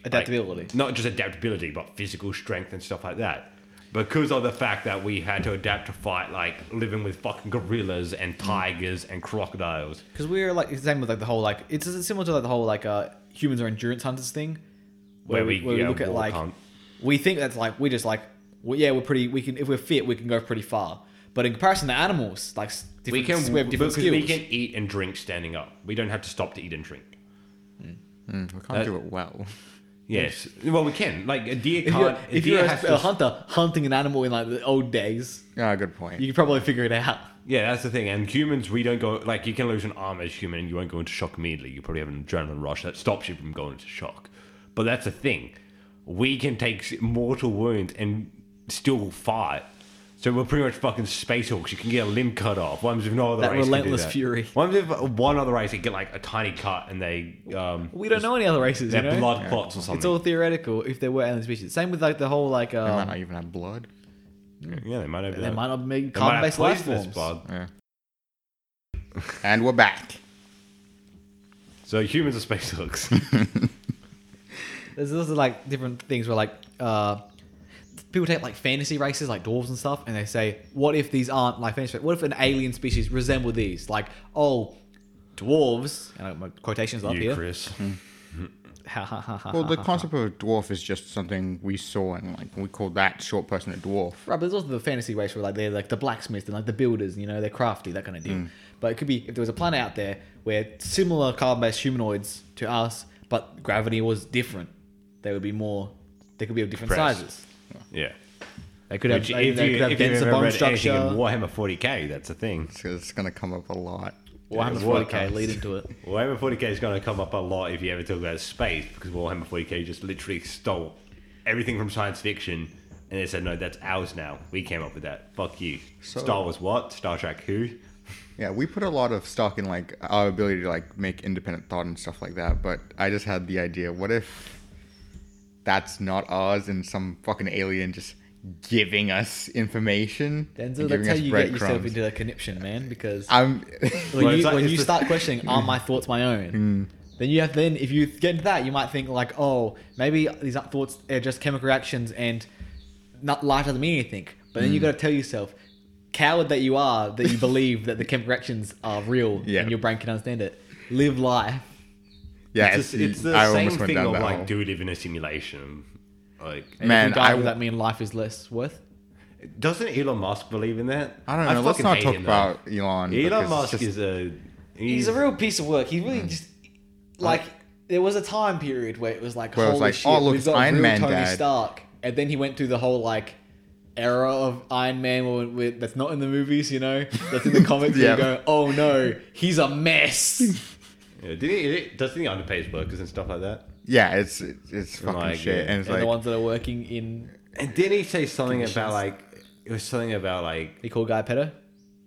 [SPEAKER 2] like,
[SPEAKER 3] Adaptability.
[SPEAKER 2] not just adaptability, but physical strength and stuff like that. Because of the fact that we had to adapt to fight like living with fucking gorillas and tigers and crocodiles.
[SPEAKER 3] Because we're like it's the same with like the whole like it's it's similar to like the whole like uh humans are endurance hunters thing,
[SPEAKER 2] Where we, yeah, walk on-
[SPEAKER 3] we think that's like we're just like well, yeah we're pretty we can if we're fit we can go pretty far, but in comparison to animals like s- different,
[SPEAKER 2] we can
[SPEAKER 3] we have different
[SPEAKER 2] because
[SPEAKER 3] skills.
[SPEAKER 2] we can eat and drink standing up. We don't have to stop to eat and drink.
[SPEAKER 1] Hmm, we can't do it well.
[SPEAKER 2] Yes, well we can. Like a deer
[SPEAKER 3] if you're,
[SPEAKER 2] can't. a
[SPEAKER 3] if
[SPEAKER 2] deer
[SPEAKER 3] you're
[SPEAKER 2] has
[SPEAKER 3] a,
[SPEAKER 2] to
[SPEAKER 3] a hunter hunting an animal in like the old days,
[SPEAKER 1] Ah, good point.
[SPEAKER 3] you could probably figure it out.
[SPEAKER 2] Yeah, that's the thing. And humans, we don't go like you can lose an arm as human, and you won't go into shock immediately. You probably have an adrenaline rush that stops you from going into shock. But that's the thing. We can take mortal wounds and still fight. So we're pretty much fucking space hawks. You can get a limb cut off. Ones with no other
[SPEAKER 3] That
[SPEAKER 2] race can do
[SPEAKER 3] relentless
[SPEAKER 2] that.
[SPEAKER 3] fury.
[SPEAKER 2] Ones with one other race, they get like a tiny cut and they um
[SPEAKER 3] We don't know any other races.
[SPEAKER 2] their
[SPEAKER 3] you know?
[SPEAKER 2] blood clots or something.
[SPEAKER 3] It's all theoretical. If there were alien species, same with like the whole like
[SPEAKER 1] They might
[SPEAKER 3] um,
[SPEAKER 1] not even have blood.
[SPEAKER 2] yeah, they might have. uh,
[SPEAKER 3] they might not
[SPEAKER 2] they
[SPEAKER 3] be
[SPEAKER 2] might have
[SPEAKER 3] carbon based life
[SPEAKER 2] poisonous
[SPEAKER 3] forms.
[SPEAKER 2] blood.
[SPEAKER 1] Yeah. and we're back.
[SPEAKER 2] So humans are space hooks.
[SPEAKER 3] There's lots of like different things where like uh, people take like fantasy races, like dwarves and stuff, and they say, "What if these aren't like fantasy? What if an alien species resemble these? Like, oh, dwarves." And I, my quotations up
[SPEAKER 2] you,
[SPEAKER 3] here. Hmm.
[SPEAKER 2] Chris.
[SPEAKER 3] Ha, ha, ha, ha,
[SPEAKER 1] Well,
[SPEAKER 3] ha,
[SPEAKER 1] the
[SPEAKER 3] ha.
[SPEAKER 1] concept of a dwarf is just something we saw, and like we called that short person a dwarf.
[SPEAKER 3] Right, but there's also the fantasy race where like they're like the blacksmiths and like the builders, you know, they're crafty, that kind of deal.
[SPEAKER 2] Mm.
[SPEAKER 3] But it could be if there was a planet out there where similar carbon-based humanoids to us, but gravity was different, they would be more. They could be of different
[SPEAKER 2] Compressed.
[SPEAKER 3] sizes.
[SPEAKER 2] Yeah.
[SPEAKER 3] They could have,
[SPEAKER 2] Which,
[SPEAKER 3] they,
[SPEAKER 2] if
[SPEAKER 3] they
[SPEAKER 2] you, if
[SPEAKER 3] could have
[SPEAKER 2] you
[SPEAKER 3] denser
[SPEAKER 2] remember
[SPEAKER 3] bone
[SPEAKER 2] anything
[SPEAKER 3] structure.
[SPEAKER 2] in Warhammer 40k, that's the thing.
[SPEAKER 1] So it's gonna come up a lot.
[SPEAKER 3] Warhammer
[SPEAKER 2] Yeah, what
[SPEAKER 3] 40k
[SPEAKER 2] comes-
[SPEAKER 3] lead into it.
[SPEAKER 2] Warhammer 40k is going to come up a lot if you ever talk about space because Warhammer 40k just literally stole everything from science fiction and they said, no, that's ours now. We came up with that. Fuck you. Star Wars what? Star Trek who?
[SPEAKER 1] Yeah, we put a lot of stock in like our ability to like make independent thought and stuff like that. But I just had the idea: what if that's not ours, and some fucking alien just giving us information, and
[SPEAKER 3] Denzel,
[SPEAKER 1] giving
[SPEAKER 3] that's how
[SPEAKER 1] us
[SPEAKER 3] you get yourself
[SPEAKER 1] breadcrumbs?
[SPEAKER 3] into a conniption, man. Because
[SPEAKER 1] I'm.
[SPEAKER 3] when
[SPEAKER 2] Well, it's
[SPEAKER 3] you,
[SPEAKER 2] like-
[SPEAKER 3] when
[SPEAKER 2] it's
[SPEAKER 3] you
[SPEAKER 2] the-
[SPEAKER 3] start questioning, are my thoughts my
[SPEAKER 1] Hmm.
[SPEAKER 3] own? Then you have then if you get into that, you might think like, oh, maybe these thoughts are just chemical reactions and not life doesn't mean anything. But then you
[SPEAKER 1] Hmm.
[SPEAKER 3] got to tell yourself, coward that you are, that you believe that the chemical reactions are real
[SPEAKER 1] Yeah.
[SPEAKER 3] and your brain can understand it. Live life.
[SPEAKER 1] yeah,
[SPEAKER 2] It's, the- it's the
[SPEAKER 1] I
[SPEAKER 2] same
[SPEAKER 1] almost went
[SPEAKER 2] thing
[SPEAKER 1] down
[SPEAKER 2] of
[SPEAKER 1] that
[SPEAKER 2] like,
[SPEAKER 1] hole.
[SPEAKER 2] do we live in a simulation? Like,
[SPEAKER 3] And
[SPEAKER 1] Man,
[SPEAKER 3] if you die,
[SPEAKER 1] I
[SPEAKER 3] does
[SPEAKER 1] w-
[SPEAKER 3] that mean life is less worth?
[SPEAKER 2] doesn't Elon Musk believe in that?
[SPEAKER 1] I don't know. let's
[SPEAKER 2] fucking
[SPEAKER 1] not
[SPEAKER 2] hate
[SPEAKER 1] talk
[SPEAKER 2] him, though.
[SPEAKER 1] about Elon. because
[SPEAKER 2] Elon
[SPEAKER 1] it's
[SPEAKER 2] Musk
[SPEAKER 1] just-
[SPEAKER 2] is a.
[SPEAKER 3] He's a real piece of work. He
[SPEAKER 1] Hmm.
[SPEAKER 3] really just like there was a time period where it was like
[SPEAKER 1] Where it
[SPEAKER 3] holy
[SPEAKER 1] was like,
[SPEAKER 3] shit,
[SPEAKER 1] oh, look,
[SPEAKER 3] we
[SPEAKER 1] it's
[SPEAKER 3] got
[SPEAKER 1] Iron
[SPEAKER 3] real
[SPEAKER 1] Man
[SPEAKER 3] Tony
[SPEAKER 1] dad.
[SPEAKER 3] Stark, and then he went through the whole like era of Iron Man where, where, that's not in the movies, you know, that's in the comics.
[SPEAKER 1] Yeah.
[SPEAKER 3] Where you go, oh no, he's a mess.
[SPEAKER 2] Yeah, did he, doesn't he underpay his workers and stuff like that?
[SPEAKER 1] Yeah, it's it's, it's fucking
[SPEAKER 2] Like,
[SPEAKER 1] shit,
[SPEAKER 2] yeah.
[SPEAKER 1] and it's
[SPEAKER 3] and the
[SPEAKER 1] like
[SPEAKER 3] ones that are working in
[SPEAKER 2] And didn't he say something about like it was something about like
[SPEAKER 3] they call Guy Pedo.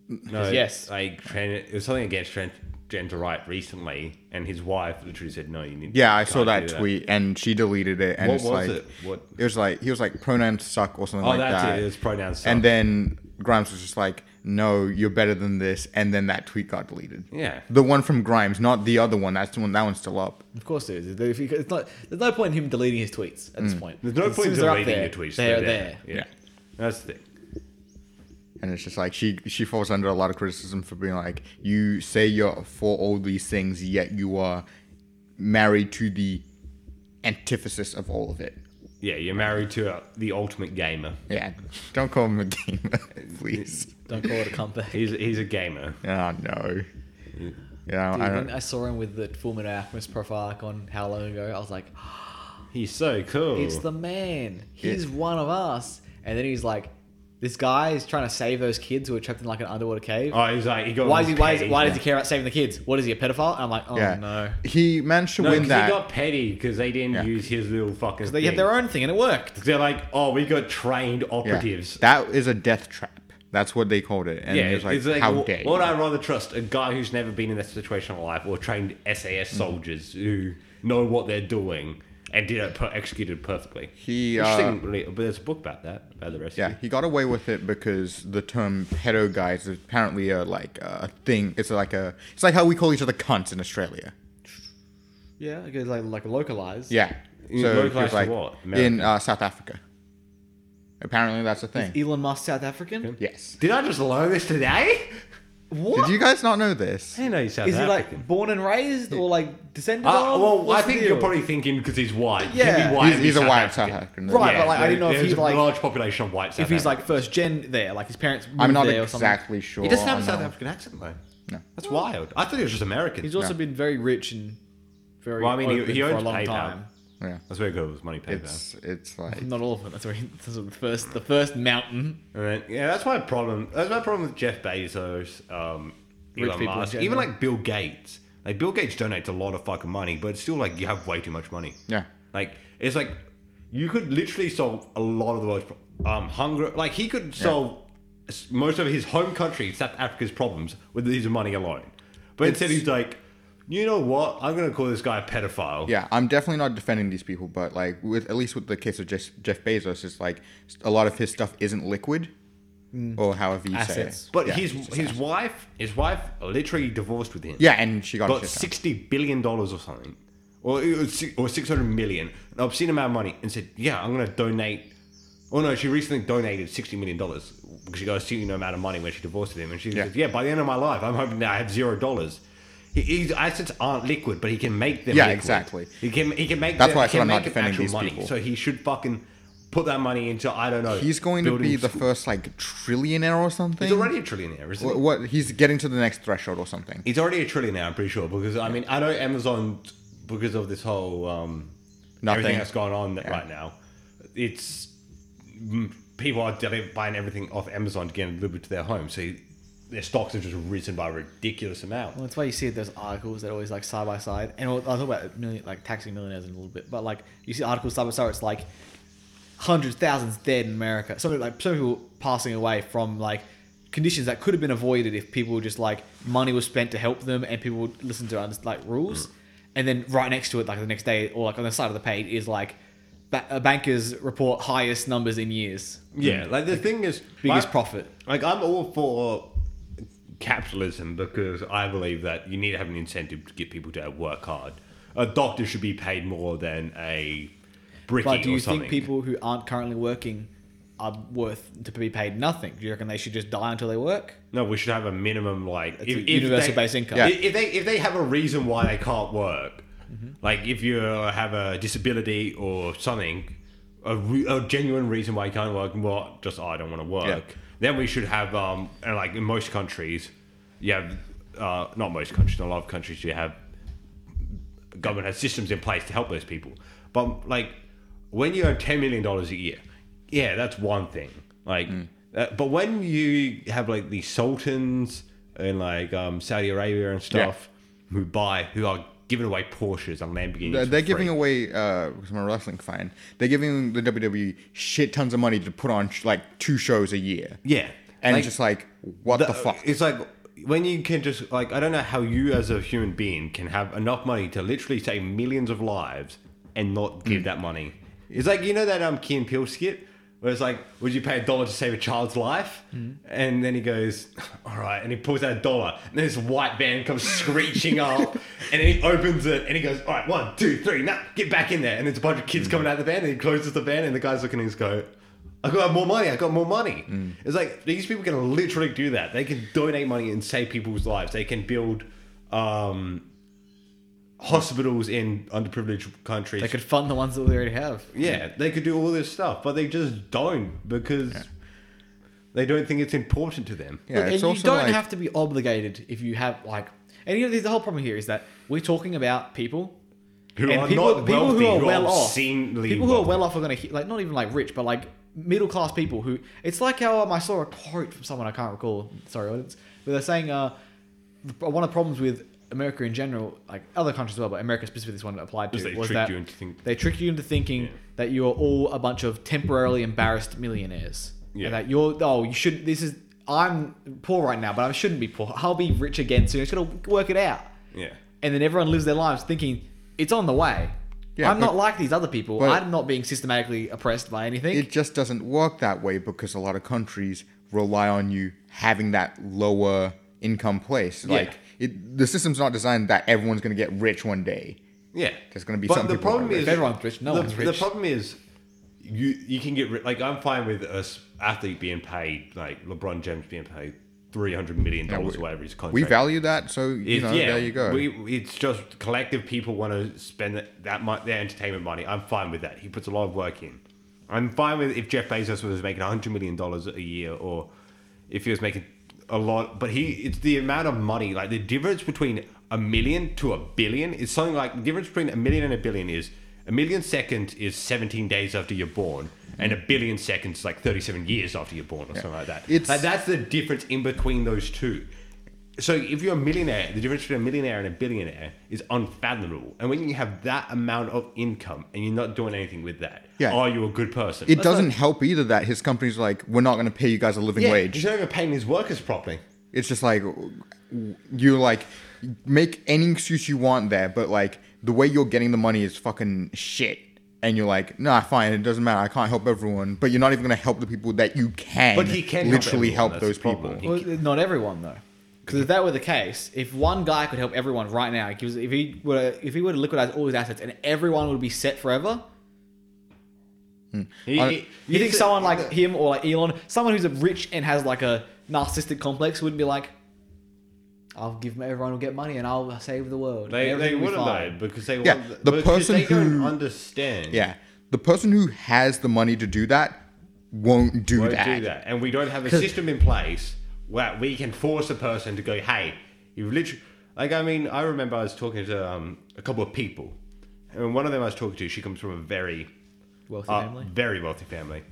[SPEAKER 2] no
[SPEAKER 3] Yes.
[SPEAKER 2] like tran- it was something against transgender right recently, and his wife literally said no, you need
[SPEAKER 1] yeah, I
[SPEAKER 2] you
[SPEAKER 1] saw
[SPEAKER 2] can't
[SPEAKER 1] that
[SPEAKER 2] do
[SPEAKER 1] tweet, and she deleted it, and
[SPEAKER 2] What
[SPEAKER 1] it's
[SPEAKER 2] was
[SPEAKER 1] like
[SPEAKER 2] it? What?
[SPEAKER 1] it was like he was like pronouns suck or something
[SPEAKER 2] Oh,
[SPEAKER 1] like
[SPEAKER 2] that's
[SPEAKER 1] that,
[SPEAKER 2] it. It was pronouns. suck.
[SPEAKER 1] and then Grimes was just like, "No, you're better than this," and then that tweet got deleted.
[SPEAKER 2] yeah,
[SPEAKER 1] The one from Grimes, not the other one. That's the one. That one's still up.
[SPEAKER 3] Of course, there is. If you- It's not, there's no point in him deleting his tweets at this
[SPEAKER 1] Hmm.
[SPEAKER 3] point.
[SPEAKER 2] there's no
[SPEAKER 3] As soon
[SPEAKER 2] point in
[SPEAKER 3] as they're up
[SPEAKER 2] deleting your
[SPEAKER 3] there,
[SPEAKER 2] tweets.
[SPEAKER 3] They're,
[SPEAKER 2] there.
[SPEAKER 3] there.
[SPEAKER 2] Yeah. that's the thing.
[SPEAKER 1] And it's just like she she falls under a lot of criticism for being like, you say you're for all these things, yet you are married to the antithesis of all of it.
[SPEAKER 2] Yeah, you're married to uh, the ultimate gamer.
[SPEAKER 1] Yeah, don't call him a gamer, please.
[SPEAKER 3] Don't call it a comeback.
[SPEAKER 2] He's he's a gamer.
[SPEAKER 1] Oh no. Yeah, I don't.
[SPEAKER 3] Dude, when I saw him with the Full Metal Alchemist profile icon, how long ago? I was like,
[SPEAKER 2] He's so cool.
[SPEAKER 3] "It's the man. He's one of us." And then he's like, This guy is trying to save those kids who are trapped in like an underwater cave.
[SPEAKER 2] Oh, he's like, he got
[SPEAKER 3] why is he? Why, is,
[SPEAKER 2] petty.
[SPEAKER 3] why does he care about saving the kids? What is he a pedophile? And I'm like, oh
[SPEAKER 1] yeah.
[SPEAKER 3] no.
[SPEAKER 1] He managed to
[SPEAKER 2] No, 'cause
[SPEAKER 1] win
[SPEAKER 2] he
[SPEAKER 1] that.
[SPEAKER 2] got petty because they didn't
[SPEAKER 1] Yeah.
[SPEAKER 2] use his little fucking.
[SPEAKER 3] They had
[SPEAKER 2] thing.
[SPEAKER 3] their own thing and it worked.
[SPEAKER 2] They're like, oh, we got trained
[SPEAKER 1] Yeah.
[SPEAKER 2] operatives.
[SPEAKER 1] That is a death trap. That's what they called it. And
[SPEAKER 2] Yeah,
[SPEAKER 1] it was like,
[SPEAKER 2] it's like,
[SPEAKER 1] how
[SPEAKER 2] w-
[SPEAKER 1] dare you?
[SPEAKER 2] would I rather trust a guy who's never been in that situation in life, or trained SAS
[SPEAKER 3] Hmm.
[SPEAKER 2] soldiers who know what they're doing and did it per- executed perfectly?
[SPEAKER 1] He,
[SPEAKER 2] Interesting,
[SPEAKER 3] uh,
[SPEAKER 2] really- but there's a book about that about the rescue.
[SPEAKER 1] Yeah, he got away with it because the term pedo guys is apparently a like a thing. It's like a it's like how we call each other cunts in Australia.
[SPEAKER 3] Yeah, I guess like like localized.
[SPEAKER 1] Yeah.
[SPEAKER 2] In
[SPEAKER 1] So
[SPEAKER 2] local
[SPEAKER 1] it was
[SPEAKER 2] to
[SPEAKER 1] like
[SPEAKER 2] what?
[SPEAKER 1] in
[SPEAKER 2] America?
[SPEAKER 1] uh, South Africa. Apparently that's a thing.
[SPEAKER 3] Elon Musk, South African.
[SPEAKER 1] Yes.
[SPEAKER 2] Did I just learn this today?
[SPEAKER 3] What
[SPEAKER 1] Did
[SPEAKER 3] is
[SPEAKER 1] you guys not know this?
[SPEAKER 2] I know you South
[SPEAKER 3] he
[SPEAKER 2] African.
[SPEAKER 3] like born and raised or like descended?
[SPEAKER 2] Uh,
[SPEAKER 3] of?
[SPEAKER 2] well, I
[SPEAKER 3] What's the
[SPEAKER 2] think
[SPEAKER 3] deal?
[SPEAKER 2] you're probably thinking because he's white. He'd be
[SPEAKER 3] Yeah.
[SPEAKER 2] white
[SPEAKER 1] He's,
[SPEAKER 2] and
[SPEAKER 1] he's
[SPEAKER 2] be
[SPEAKER 1] a white South African.
[SPEAKER 3] Right, but, like, I
[SPEAKER 2] there-
[SPEAKER 3] didn't know if
[SPEAKER 2] there's
[SPEAKER 3] he's,
[SPEAKER 2] a
[SPEAKER 3] like-
[SPEAKER 2] large population of white. South
[SPEAKER 3] if he's like
[SPEAKER 2] Africans.
[SPEAKER 3] first gen there, like his parents.
[SPEAKER 1] I'm
[SPEAKER 3] moved
[SPEAKER 1] not
[SPEAKER 3] there or something.
[SPEAKER 1] exactly sure.
[SPEAKER 2] he doesn't have a
[SPEAKER 3] Oh,
[SPEAKER 1] on
[SPEAKER 2] South
[SPEAKER 1] that.
[SPEAKER 2] African accent though.
[SPEAKER 1] No.
[SPEAKER 2] That's wild. I thought he was just American.
[SPEAKER 3] He's also been very rich and very.
[SPEAKER 2] Well, I mean, he-
[SPEAKER 3] open
[SPEAKER 2] he
[SPEAKER 3] for a
[SPEAKER 2] owns
[SPEAKER 3] long
[SPEAKER 2] PayPal.
[SPEAKER 3] time.
[SPEAKER 1] Yeah.
[SPEAKER 2] That's very good. It was money paid back.
[SPEAKER 1] It's it's like
[SPEAKER 3] Not all of it. That's where he, that's the first the first mountain.
[SPEAKER 2] And then, yeah, that's my problem. That's my problem with Jeff Bezos, um,
[SPEAKER 3] Rich
[SPEAKER 2] Elon
[SPEAKER 3] people in
[SPEAKER 2] Musk,
[SPEAKER 3] general.
[SPEAKER 2] even like Bill Gates. Like Bill Gates donates a lot of fucking money, but it's still like you have way too much money.
[SPEAKER 1] Yeah.
[SPEAKER 2] Like it's like you could literally solve a lot of the world's pro- um hunger. Like he could solve s most of his home country, South Africa's problems with his money alone. But instead he's like, you know what? I'm gonna call this guy a pedophile.
[SPEAKER 1] Yeah, I'm definitely not defending these people, but like with at least with the case of Jeff, Jeff Bezos, it's like a lot of his stuff isn't liquid,
[SPEAKER 2] Mm.
[SPEAKER 1] or however you say
[SPEAKER 3] Assets.
[SPEAKER 1] it.
[SPEAKER 2] But
[SPEAKER 1] yeah,
[SPEAKER 2] his
[SPEAKER 1] it's just
[SPEAKER 2] his
[SPEAKER 1] assets.
[SPEAKER 2] wife his wife literally divorced with him.
[SPEAKER 1] yeah, and she got, a
[SPEAKER 2] got
[SPEAKER 1] shit ton.
[SPEAKER 2] sixty billion dollars or something, or it was si- or six hundred million, an obscene amount of money, and said, "Yeah, I'm going to donate." Oh no, she recently donated sixty million dollars because she got a certain amount of money when she divorced him, and she
[SPEAKER 1] Yeah.
[SPEAKER 2] says, "Yeah, by the end of my life, I'm hoping that I have zero dollars." He- His assets aren't liquid, but he can make them.
[SPEAKER 1] Yeah,
[SPEAKER 2] liquid.
[SPEAKER 1] exactly.
[SPEAKER 2] He can he can make.
[SPEAKER 1] That's
[SPEAKER 2] them,
[SPEAKER 1] why I
[SPEAKER 2] he
[SPEAKER 1] said
[SPEAKER 2] can
[SPEAKER 1] I'm not
[SPEAKER 2] make them
[SPEAKER 1] defending
[SPEAKER 2] actual
[SPEAKER 1] these
[SPEAKER 2] money.
[SPEAKER 1] people.
[SPEAKER 2] So he should fucking put that money into I don't know.
[SPEAKER 1] He's going to
[SPEAKER 2] building
[SPEAKER 1] be the
[SPEAKER 2] schools.
[SPEAKER 1] first like trillionaire or something.
[SPEAKER 2] He's already a trillionaire, isn't he?
[SPEAKER 1] Wh- what he's getting to the next threshold or something.
[SPEAKER 2] He's already a trillionaire, I'm pretty sure, because I mean, I know Amazon because of this whole um,
[SPEAKER 1] Nothing.
[SPEAKER 2] everything that's going on right now. It's mm, people are deli- buying everything off Amazon to get it delivered to their home, so their stocks have just risen by a ridiculous amount.
[SPEAKER 3] Well, that's why you see those articles that are always like side by side, and I'll I'll talk about million, like taxing millionaires in a little bit, but like you see articles side by side, it's like hundreds, thousands dead in America. Some like some people passing away from like conditions that could have been avoided if people were just like money was spent to help them and people would listen to under- like rules. And then right next to it, like the next day or like on the side of the page, is like ba- uh, bankers report highest numbers in years,
[SPEAKER 2] Yeah, Mm. like the thing is,
[SPEAKER 3] biggest
[SPEAKER 2] my-
[SPEAKER 3] profit.
[SPEAKER 2] Like I'm all for capitalism because I believe that you need to have an incentive to get people to work hard. A doctor should be paid more than a bricky
[SPEAKER 3] But do
[SPEAKER 2] or
[SPEAKER 3] you
[SPEAKER 2] something.
[SPEAKER 3] think people who aren't currently working are worth to be paid nothing? Do you reckon they should just die until they work?
[SPEAKER 2] No, we should have a minimum like
[SPEAKER 3] a universal base income.
[SPEAKER 2] If, if they if they have a reason why they can't work,
[SPEAKER 3] Mm-hmm.
[SPEAKER 2] like if you have a disability or something, a, re- a genuine reason why you can't work, well, just I don't want to work.
[SPEAKER 1] Yeah.
[SPEAKER 2] Then we should have um and like in most countries, you have uh, not most countries, in a lot of countries you have government has systems in place to help those people. But like when you earn ten million dollars a year, yeah, that's one thing. Like,
[SPEAKER 1] Mm.
[SPEAKER 2] uh, but when you have like these sultans and like um, Saudi Arabia and stuff who buy who are giving away Porsches and Lamborghinis,
[SPEAKER 1] They're,
[SPEAKER 2] for
[SPEAKER 1] they're giving
[SPEAKER 2] free.
[SPEAKER 1] away uh, from a wrestling fan. They're giving the WWE shit tons of money to put on sh- like two shows a year.
[SPEAKER 2] yeah,
[SPEAKER 1] and
[SPEAKER 2] Like,
[SPEAKER 1] just like what the, fuck?
[SPEAKER 2] It's like when you can just like I don't know how you as a human being can have enough money to literally save millions of lives and not give
[SPEAKER 1] Mm.
[SPEAKER 2] that money. It's like you know that um Key and Peele skit where it's like, would you pay a dollar to save a child's life?
[SPEAKER 1] Mm.
[SPEAKER 2] And then he goes, all right, and he pulls out a dollar, and then this white van comes screeching up, and then he opens it, and he goes, all right, one, two, three, now get back in there, and there's a bunch of
[SPEAKER 1] Mm.
[SPEAKER 2] kids coming out of the van, and he closes the van, and the guy's looking, and he's go. I got more money. I got more money.
[SPEAKER 3] Mm.
[SPEAKER 2] It's like these people can literally do that. They can donate money and save people's lives. They can build um, hospitals in underprivileged countries.
[SPEAKER 3] They could fund the ones that we already have.
[SPEAKER 2] yeah, they could do all this stuff, but they just don't because they don't think it's important to them.
[SPEAKER 1] yeah,
[SPEAKER 3] Look,
[SPEAKER 1] it's
[SPEAKER 3] and
[SPEAKER 1] also
[SPEAKER 3] you don't
[SPEAKER 1] like
[SPEAKER 3] have to be obligated if you have like. And you know, the whole problem here is that we're talking about people
[SPEAKER 2] Who
[SPEAKER 3] and
[SPEAKER 2] are
[SPEAKER 3] people,
[SPEAKER 2] not
[SPEAKER 3] people
[SPEAKER 2] wealthy,
[SPEAKER 3] who are
[SPEAKER 2] who are
[SPEAKER 3] well off.
[SPEAKER 2] obscenely
[SPEAKER 3] People who are
[SPEAKER 2] wealthy.
[SPEAKER 3] well off are going to like not even like rich, but like middle class people who it's like how um, I saw a quote from someone I can't recall. Sorry, audience, but they're saying uh, the- one of the problems with America in general, like other countries as well, but America specifically, this one applied to
[SPEAKER 2] Because they
[SPEAKER 3] was
[SPEAKER 2] tricked
[SPEAKER 3] that
[SPEAKER 2] you into think-
[SPEAKER 3] they trick you into thinking
[SPEAKER 2] Yeah.
[SPEAKER 3] that you are all a bunch of temporarily embarrassed millionaires,
[SPEAKER 2] Yeah.
[SPEAKER 3] and that you're oh you shouldn't. This is I'm poor right now, but I shouldn't be poor. I'll be rich again soon. It's gonna work it out,
[SPEAKER 2] Yeah.
[SPEAKER 3] and then everyone lives their lives thinking it's on the way.
[SPEAKER 1] Yeah,
[SPEAKER 3] I'm
[SPEAKER 1] but-
[SPEAKER 3] not like these other people.
[SPEAKER 1] but-
[SPEAKER 3] I'm not being systematically oppressed by anything.
[SPEAKER 1] It just doesn't work that way because a lot of countries rely on you having that lower income place. Like it, the system's not designed that everyone's going to get rich one day.
[SPEAKER 2] Yeah.
[SPEAKER 1] There's gonna be
[SPEAKER 2] But
[SPEAKER 1] some
[SPEAKER 2] the
[SPEAKER 1] people who are
[SPEAKER 2] problem
[SPEAKER 1] rich.
[SPEAKER 2] is
[SPEAKER 3] If everyone's rich, no
[SPEAKER 2] the,
[SPEAKER 3] one's
[SPEAKER 2] The
[SPEAKER 3] rich.
[SPEAKER 2] problem is you you can get ri- like I'm fine with a s- athlete being paid like LeBron James being paid three hundred million dollars
[SPEAKER 1] we-
[SPEAKER 2] or whatever his contract.
[SPEAKER 1] We value that, so you
[SPEAKER 2] It's-
[SPEAKER 1] know,
[SPEAKER 2] yeah,
[SPEAKER 1] there you go.
[SPEAKER 2] We, it's just collective people want to spend that, that mon- their entertainment money. I'm fine with that. He puts a lot of work in. I'm fine with if Jeff Bezos was making 100 million dollars a year, or if he was making a lot. But he, it's the amount of money. Like the difference between a million to a billion is something like the difference between a million and a billion is a million seconds is 17 days after you're born, and a billion seconds is like 37 years after you're born, or something like that.
[SPEAKER 1] It's-
[SPEAKER 2] Like, that's the difference in between those two. So if you're a millionaire, the difference between a millionaire and a billionaire is unfathomable. And when you have that amount of income and you're not doing anything with that,
[SPEAKER 1] Yeah.
[SPEAKER 2] are you a good person?
[SPEAKER 1] it doesn't help either that his company's like, we're not going to pay you guys a living
[SPEAKER 2] yeah,
[SPEAKER 1] wage.
[SPEAKER 2] He's not even paying his workers properly.
[SPEAKER 1] It's just like you like make any excuse you want there, but like the way you're getting the money is fucking shit. And you're like, nah, fine, it doesn't matter. I can't help everyone, but you're not even gonna help the people that you can.
[SPEAKER 2] But he can help
[SPEAKER 1] literally
[SPEAKER 2] everyone,
[SPEAKER 1] help,
[SPEAKER 2] that's
[SPEAKER 1] those
[SPEAKER 2] the problem.
[SPEAKER 1] people.
[SPEAKER 2] He-
[SPEAKER 3] Well, not everyone though. Because if that were the case, if one guy could help everyone right now, if he was- if he were if he were to liquidate all his assets and everyone would be set forever,
[SPEAKER 2] He,
[SPEAKER 1] I-
[SPEAKER 2] he-
[SPEAKER 3] you think
[SPEAKER 2] he's-
[SPEAKER 3] someone like him or like Elon, someone who's a rich and has like a narcissistic complex, wouldn't be like, "I'll give everyone will get money and I'll save the world."
[SPEAKER 2] they,
[SPEAKER 3] Everything
[SPEAKER 2] they
[SPEAKER 3] will be
[SPEAKER 2] would have
[SPEAKER 3] fine."
[SPEAKER 2] died because they
[SPEAKER 1] Yeah,
[SPEAKER 2] want
[SPEAKER 1] the
[SPEAKER 2] because
[SPEAKER 1] person
[SPEAKER 2] they don't
[SPEAKER 1] who-
[SPEAKER 2] understand
[SPEAKER 1] Yeah. The person who has the money to do that won't do,
[SPEAKER 2] won't
[SPEAKER 1] that.
[SPEAKER 2] do that, and we don't have a system in place where we can force a person to go, hey, you've literally like I mean I remember I was talking to um, a couple of people, and one of them I was talking to, she comes from a very
[SPEAKER 3] Wealthy
[SPEAKER 2] Uh,
[SPEAKER 3] family. Mm-hmm.
[SPEAKER 2] Very wealthy family.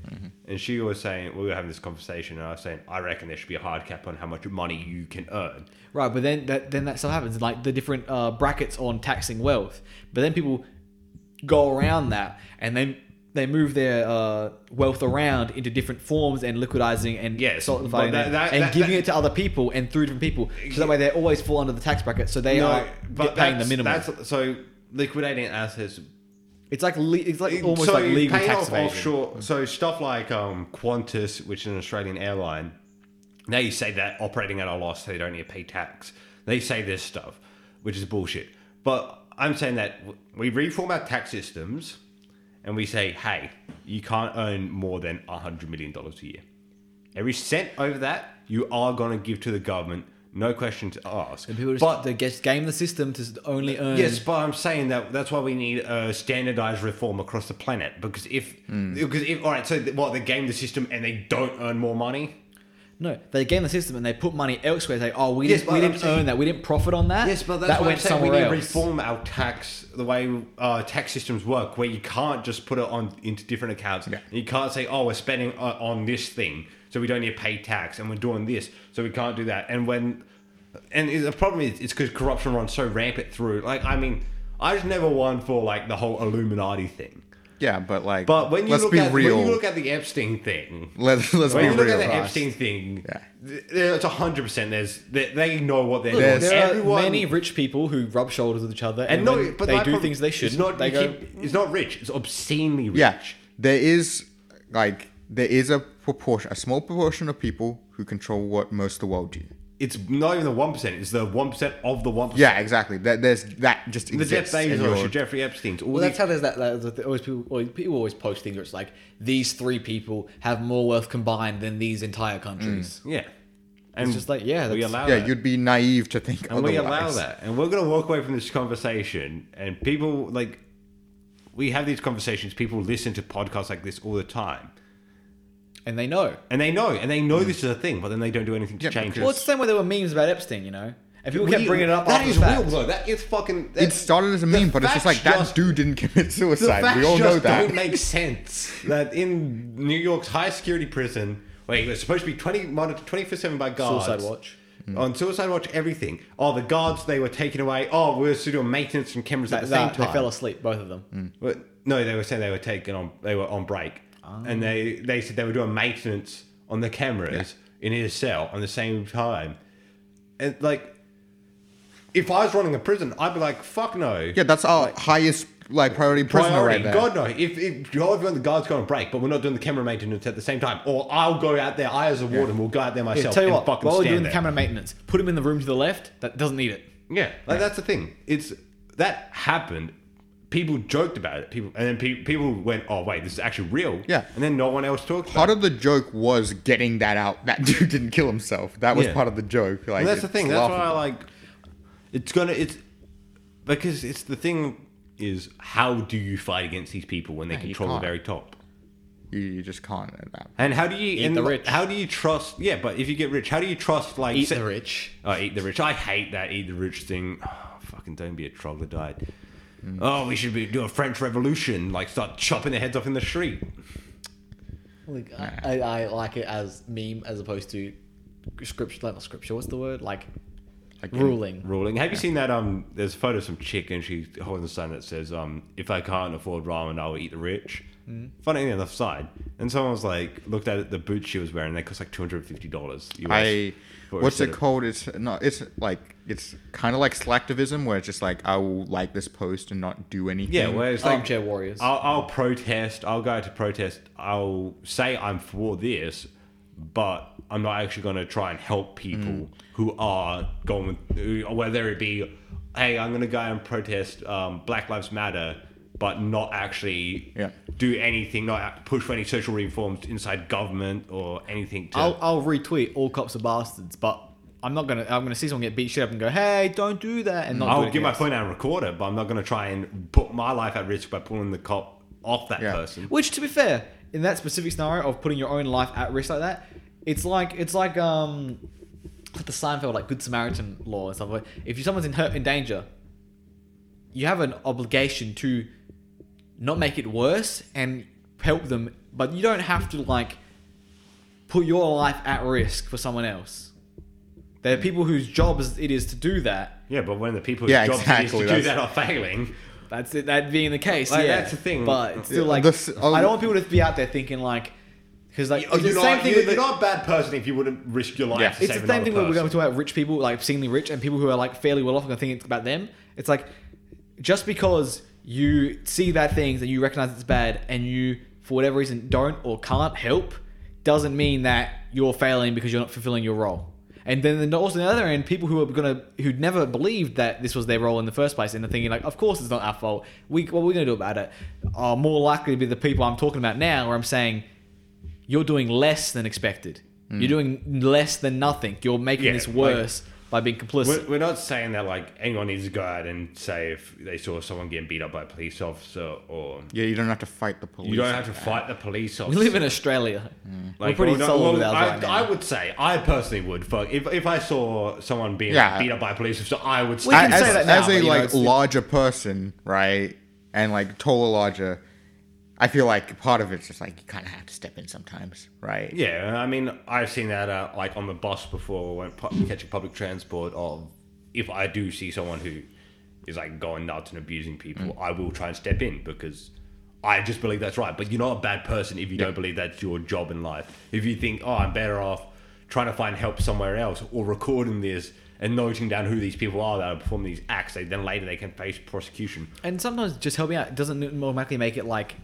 [SPEAKER 2] And she was saying, we were having this conversation, and I was saying, I reckon there should be a hard cap on how much money you can earn.
[SPEAKER 3] Right, but then that then that stuff happens, like the different uh, brackets on taxing wealth. But then people go around that, and then they move their uh, wealth around into different forms and liquidizing and
[SPEAKER 2] Yes,
[SPEAKER 3] solidifying
[SPEAKER 2] but that-
[SPEAKER 3] it
[SPEAKER 2] that-
[SPEAKER 3] and
[SPEAKER 2] that-
[SPEAKER 3] giving
[SPEAKER 2] that-
[SPEAKER 3] it to other people and through different people. So that way they always fall under the tax bracket, so they are get paying the
[SPEAKER 2] that's-
[SPEAKER 3] minimum.
[SPEAKER 2] That's, so liquidating assets,
[SPEAKER 3] it's like le- it's like almost
[SPEAKER 2] so
[SPEAKER 3] like legal
[SPEAKER 2] paying
[SPEAKER 3] tax
[SPEAKER 2] off
[SPEAKER 3] evasion.
[SPEAKER 2] offshore. So stuff like um, Qantas, which is an Australian airline, they say that operating at a loss, they don't need to pay tax. They say this stuff, which is bullshit. But I'm saying that w- we reform our tax systems, and we say, hey, you can't earn more than hundred million dollars a year. Every cent over that, you are going to give to the government, no questions asked.
[SPEAKER 3] And people just,
[SPEAKER 2] But-
[SPEAKER 3] they just game the system to only earn.
[SPEAKER 2] Yes, but I'm saying that that's why we need a standardized reform across the planet because if because if all right, so th- what they game the system and they don't earn more money.
[SPEAKER 3] No, they game the system and they put money elsewhere. They oh we
[SPEAKER 2] Yes,
[SPEAKER 3] didn't,
[SPEAKER 2] but
[SPEAKER 3] we
[SPEAKER 2] I'm
[SPEAKER 3] didn't
[SPEAKER 2] saying-
[SPEAKER 3] earn that. We didn't profit on that. that
[SPEAKER 2] why
[SPEAKER 3] went somewhere
[SPEAKER 2] we need to
[SPEAKER 3] else.
[SPEAKER 2] reform our tax the way uh, tax systems work, where you can't just put it on into different accounts. You can't say, oh, we're spending uh, on this thing, so we don't need to pay tax, and we're doing this, so we can't do that. And when and it- the problem is, it's because corruption runs so rampant through. Like, I mean, I was never one for like the whole Illuminati thing.
[SPEAKER 1] Yeah, but like
[SPEAKER 2] But when you
[SPEAKER 1] let's
[SPEAKER 2] look
[SPEAKER 1] be
[SPEAKER 2] at
[SPEAKER 1] real.
[SPEAKER 2] when you look at the Epstein thing,
[SPEAKER 1] let's let's
[SPEAKER 2] when
[SPEAKER 1] be
[SPEAKER 2] you look
[SPEAKER 1] real.
[SPEAKER 2] at the Epstein thing,
[SPEAKER 1] Yeah.
[SPEAKER 2] th- it's hundred percent. There's they, they know what they're
[SPEAKER 3] Look,
[SPEAKER 1] There's-
[SPEAKER 2] doing.
[SPEAKER 3] there
[SPEAKER 2] Everyone,
[SPEAKER 3] are many rich people who rub shoulders with each other,
[SPEAKER 2] and
[SPEAKER 3] and,
[SPEAKER 2] no,
[SPEAKER 3] when
[SPEAKER 2] but
[SPEAKER 3] they
[SPEAKER 2] my
[SPEAKER 3] do
[SPEAKER 2] problem-
[SPEAKER 3] things they
[SPEAKER 2] it's
[SPEAKER 3] shouldn't.
[SPEAKER 2] Not,
[SPEAKER 3] they
[SPEAKER 2] you
[SPEAKER 3] go,
[SPEAKER 2] keep- it's not rich. It's obscenely rich.
[SPEAKER 1] Yeah, there is like there is a proportion, a small proportion of people who control what most of the world do.
[SPEAKER 2] It's not even the one percent. It's the one percent of the one percent.
[SPEAKER 1] Yeah, exactly. That there's that just
[SPEAKER 2] the Jeff
[SPEAKER 1] exists. and
[SPEAKER 2] Bezos,
[SPEAKER 1] you're-
[SPEAKER 2] your Jeffrey Epstein's. All
[SPEAKER 3] well,
[SPEAKER 2] the-
[SPEAKER 3] that's how there's that. that that- always people, always, people always post things where it's like these three people have more wealth combined than these entire countries.
[SPEAKER 2] yeah. And
[SPEAKER 3] just like, yeah,
[SPEAKER 2] we
[SPEAKER 3] that's-
[SPEAKER 2] allow
[SPEAKER 1] yeah,
[SPEAKER 2] that.
[SPEAKER 1] you'd be naive to think
[SPEAKER 2] and
[SPEAKER 1] otherwise.
[SPEAKER 2] we allow that and we're going to walk away from this conversation and people like we have these conversations people listen to podcasts like this all the time
[SPEAKER 3] And they know.
[SPEAKER 2] and they know and they know this is a thing but then they don't do anything to
[SPEAKER 1] Yeah,
[SPEAKER 2] change
[SPEAKER 1] because-
[SPEAKER 3] Well,
[SPEAKER 2] it
[SPEAKER 3] it's the same way there were memes about Epstein, you know. And people kept bringing it up.
[SPEAKER 2] That
[SPEAKER 3] after
[SPEAKER 2] is
[SPEAKER 3] the fact.
[SPEAKER 2] real though. That is fucking. That,
[SPEAKER 1] It started as a
[SPEAKER 2] the
[SPEAKER 1] meme, but it's just like
[SPEAKER 2] facts
[SPEAKER 1] that
[SPEAKER 2] just-
[SPEAKER 1] dude didn't commit
[SPEAKER 2] The
[SPEAKER 1] suicide.
[SPEAKER 2] facts
[SPEAKER 1] We all know
[SPEAKER 2] just
[SPEAKER 1] that.
[SPEAKER 2] don't make sense. That in New York's high security prison, where he was supposed to be twenty monitored twenty four seven by guards.
[SPEAKER 3] Suicide watch. Mm.
[SPEAKER 2] On suicide watch, everything. Oh, the guards they were taken away. Oh, we were still doing maintenance and cameras at
[SPEAKER 3] That,
[SPEAKER 2] the same
[SPEAKER 3] that-
[SPEAKER 2] time. Mm.
[SPEAKER 3] they fell asleep, both of them.
[SPEAKER 2] Well, no, they were saying they were taken on. They were on break, and
[SPEAKER 3] Oh.
[SPEAKER 2] they they said they were doing maintenance on the cameras in his cell at the same time. And like, if I was running a prison, I'd be like, "Fuck no."
[SPEAKER 1] Yeah, that's our highest like priority prisoner
[SPEAKER 2] Priority,
[SPEAKER 1] right there.
[SPEAKER 2] God no! If if you're the guard's going on break, but we're not doing the camera maintenance at the same time, or I'll go out there. I as a warden will go out there
[SPEAKER 3] Yeah,
[SPEAKER 2] myself
[SPEAKER 3] tell you
[SPEAKER 2] and
[SPEAKER 3] what,
[SPEAKER 2] fucking
[SPEAKER 3] while we're
[SPEAKER 2] stand
[SPEAKER 3] doing
[SPEAKER 2] there.
[SPEAKER 3] camera maintenance, put him in the room to the left that doesn't need it.
[SPEAKER 2] Yeah, like that's the thing. It's that happened. People joked about it. People and then pe- people went, "Oh wait, this is actually real."
[SPEAKER 1] Yeah.
[SPEAKER 2] and then no one else talked. About
[SPEAKER 1] Part
[SPEAKER 2] it.
[SPEAKER 1] of the joke was getting that out. That dude didn't kill himself. That was
[SPEAKER 2] Yeah.
[SPEAKER 1] part of the joke. Like
[SPEAKER 2] And that's the
[SPEAKER 1] it's
[SPEAKER 2] thing. That's why I
[SPEAKER 1] laughable.
[SPEAKER 2] like. It's gonna. It's because it's the thing is how do you fight against these people when they
[SPEAKER 1] you
[SPEAKER 2] control the
[SPEAKER 1] can't.
[SPEAKER 2] very top?
[SPEAKER 1] you, you just can't at that.
[SPEAKER 2] And how do you
[SPEAKER 3] Eat
[SPEAKER 2] and
[SPEAKER 3] the
[SPEAKER 2] like,
[SPEAKER 3] rich.
[SPEAKER 2] How do you trust? Yeah, but if you get rich, how do you trust? Like
[SPEAKER 3] Eat
[SPEAKER 2] se-
[SPEAKER 3] the rich.
[SPEAKER 2] Oh, eat the rich. I hate that eat the rich thing. Oh, fucking don't be a troglodyte.
[SPEAKER 3] Mm.
[SPEAKER 2] Oh, we should be do a French Revolution, like start chopping their heads off in the street.
[SPEAKER 4] Like, I, I, I like it as meme as opposed to scripture. Like, not scripture. What's the word? Like, ruling.
[SPEAKER 2] Ruling. Have you seen that? Um, there's a photo of some chick and she's holding a sign that says, "Um, if I can't afford ramen, I will eat the rich." Funny enough, side. And someone was like, looked at the boots she was wearing. They cost like two hundred and fifty dollars.
[SPEAKER 1] I what's it called? It's no, it's like it's kind of like selectivism, where it's just like I will like this post and not do anything.
[SPEAKER 2] Yeah, where it's like
[SPEAKER 4] Armchair warriors.
[SPEAKER 2] I'll, I'll protest. I'll go to protest. I'll say I'm for this, but I'm not actually going to try and help people who are going with, whether it be, hey, I'm going to go and protest um, Black Lives Matter, but not actually
[SPEAKER 1] Yeah.
[SPEAKER 2] do anything, not act- push for any social reforms inside government or anything. To,
[SPEAKER 3] I'll, I'll retweet all cops are bastards, but I'm not gonna. I'm gonna see someone get beat shit up and go, hey, don't do that, and not. do
[SPEAKER 2] I'll
[SPEAKER 3] anything
[SPEAKER 2] give my
[SPEAKER 3] else.
[SPEAKER 2] phone out and record it, but I'm not going to try and put my life at risk by pulling the cop off that
[SPEAKER 1] Yeah.
[SPEAKER 2] person.
[SPEAKER 3] Which, to be fair, in that specific scenario of putting your own life at risk like that, it's like it's like um, the Seinfeld like Good Samaritan law and stuff. Like if you someone's in hurt in danger, you have an obligation to not make it worse and help them, but you don't have to like put your life at risk for someone else. There are people whose jobs it is to do that.
[SPEAKER 2] Yeah, but when the people
[SPEAKER 1] Yeah,
[SPEAKER 2] whose jobs it is
[SPEAKER 1] exactly,
[SPEAKER 2] to do
[SPEAKER 1] that's-
[SPEAKER 2] that are failing,
[SPEAKER 3] That's it. That being the case,
[SPEAKER 2] Like,
[SPEAKER 3] yeah.
[SPEAKER 2] that's the thing.
[SPEAKER 3] But it's still
[SPEAKER 1] Yeah,
[SPEAKER 3] like
[SPEAKER 1] this-
[SPEAKER 3] I don't want people to be out there thinking like because like
[SPEAKER 2] Oh,
[SPEAKER 3] it's
[SPEAKER 2] you're,
[SPEAKER 3] the
[SPEAKER 2] not,
[SPEAKER 3] same thing.
[SPEAKER 2] you're,
[SPEAKER 3] with the-
[SPEAKER 2] you're not a bad person if you wouldn't risk your life
[SPEAKER 1] Yeah.
[SPEAKER 2] to
[SPEAKER 3] It's
[SPEAKER 2] save
[SPEAKER 3] the same thing when
[SPEAKER 2] another
[SPEAKER 3] we're going
[SPEAKER 2] person.
[SPEAKER 3] to about rich people, like obscenely rich, and people who are like fairly well off, and I think it's about them. It's like just because you see bad things and you recognize it's bad, and you for whatever reason don't or can't help, doesn't mean that you're failing because you're not fulfilling your role. And then the- also on the other end, people who are gonna who never believed that this was their role in the first place, and are thinking like, of course it's not our fault. We what we're gonna do about it are more likely to be the people I'm talking about now, where I'm saying you're doing less than expected. You're doing less than nothing. You're making
[SPEAKER 2] Hmm. Yeah,
[SPEAKER 3] this
[SPEAKER 2] like-
[SPEAKER 3] worse by being complicit.
[SPEAKER 2] We're, we're not saying that like anyone needs to go out and say if they saw someone getting beat up by a police officer or
[SPEAKER 1] Yeah, you don't have to fight the police.
[SPEAKER 2] you don't have to fight the police
[SPEAKER 3] We
[SPEAKER 2] officer.
[SPEAKER 3] live in Australia.
[SPEAKER 2] Hmm. Like,
[SPEAKER 3] we're pretty
[SPEAKER 2] well, no,
[SPEAKER 3] solid
[SPEAKER 2] well,
[SPEAKER 3] with ours
[SPEAKER 2] I,
[SPEAKER 3] right now.
[SPEAKER 2] I would say I personally would. Fuck, if if I saw someone being
[SPEAKER 1] Yeah.
[SPEAKER 2] beat up by a police officer, I would.
[SPEAKER 3] We
[SPEAKER 2] say
[SPEAKER 3] can
[SPEAKER 1] as,
[SPEAKER 3] say that now,
[SPEAKER 1] as
[SPEAKER 3] but,
[SPEAKER 1] a
[SPEAKER 3] you know,
[SPEAKER 1] like
[SPEAKER 3] it's-
[SPEAKER 1] larger person, right, and like taller, larger. I feel like part of it's just like you kind of have to step in sometimes, right?
[SPEAKER 2] Yeah, I mean, I've seen that uh, like on the bus before when pu- catching public transport. Of if I do see someone who is like going nuts and abusing people, I will try and step in because I just believe that's right. But you're not a bad person if you don't believe that's your job in life. If you think, oh, I'm better off trying to find help somewhere else or recording this and noting down who these people are that are performing these acts, they, then later they can face prosecution.
[SPEAKER 3] And sometimes just helping out doesn't automatically make it like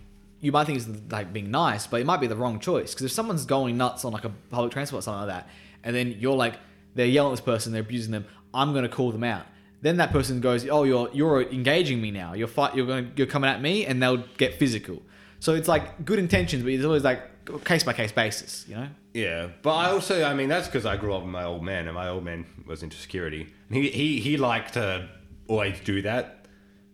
[SPEAKER 3] you might think it's like being nice, but it might be the wrong choice. Because if someone's going nuts on like a public transport or something like that, and then you're like they're yelling at this person, they're abusing them, I'm gonna call them out. Then that person goes, oh, you're you're engaging me now. You're fight, you're going, you're coming at me, and they'll get physical. So it's like good intentions, but it's always like case by case basis, you know.
[SPEAKER 2] Yeah, but I also, I mean, that's because I grew up with my old man, and my old man was into security. And He he he liked to always do that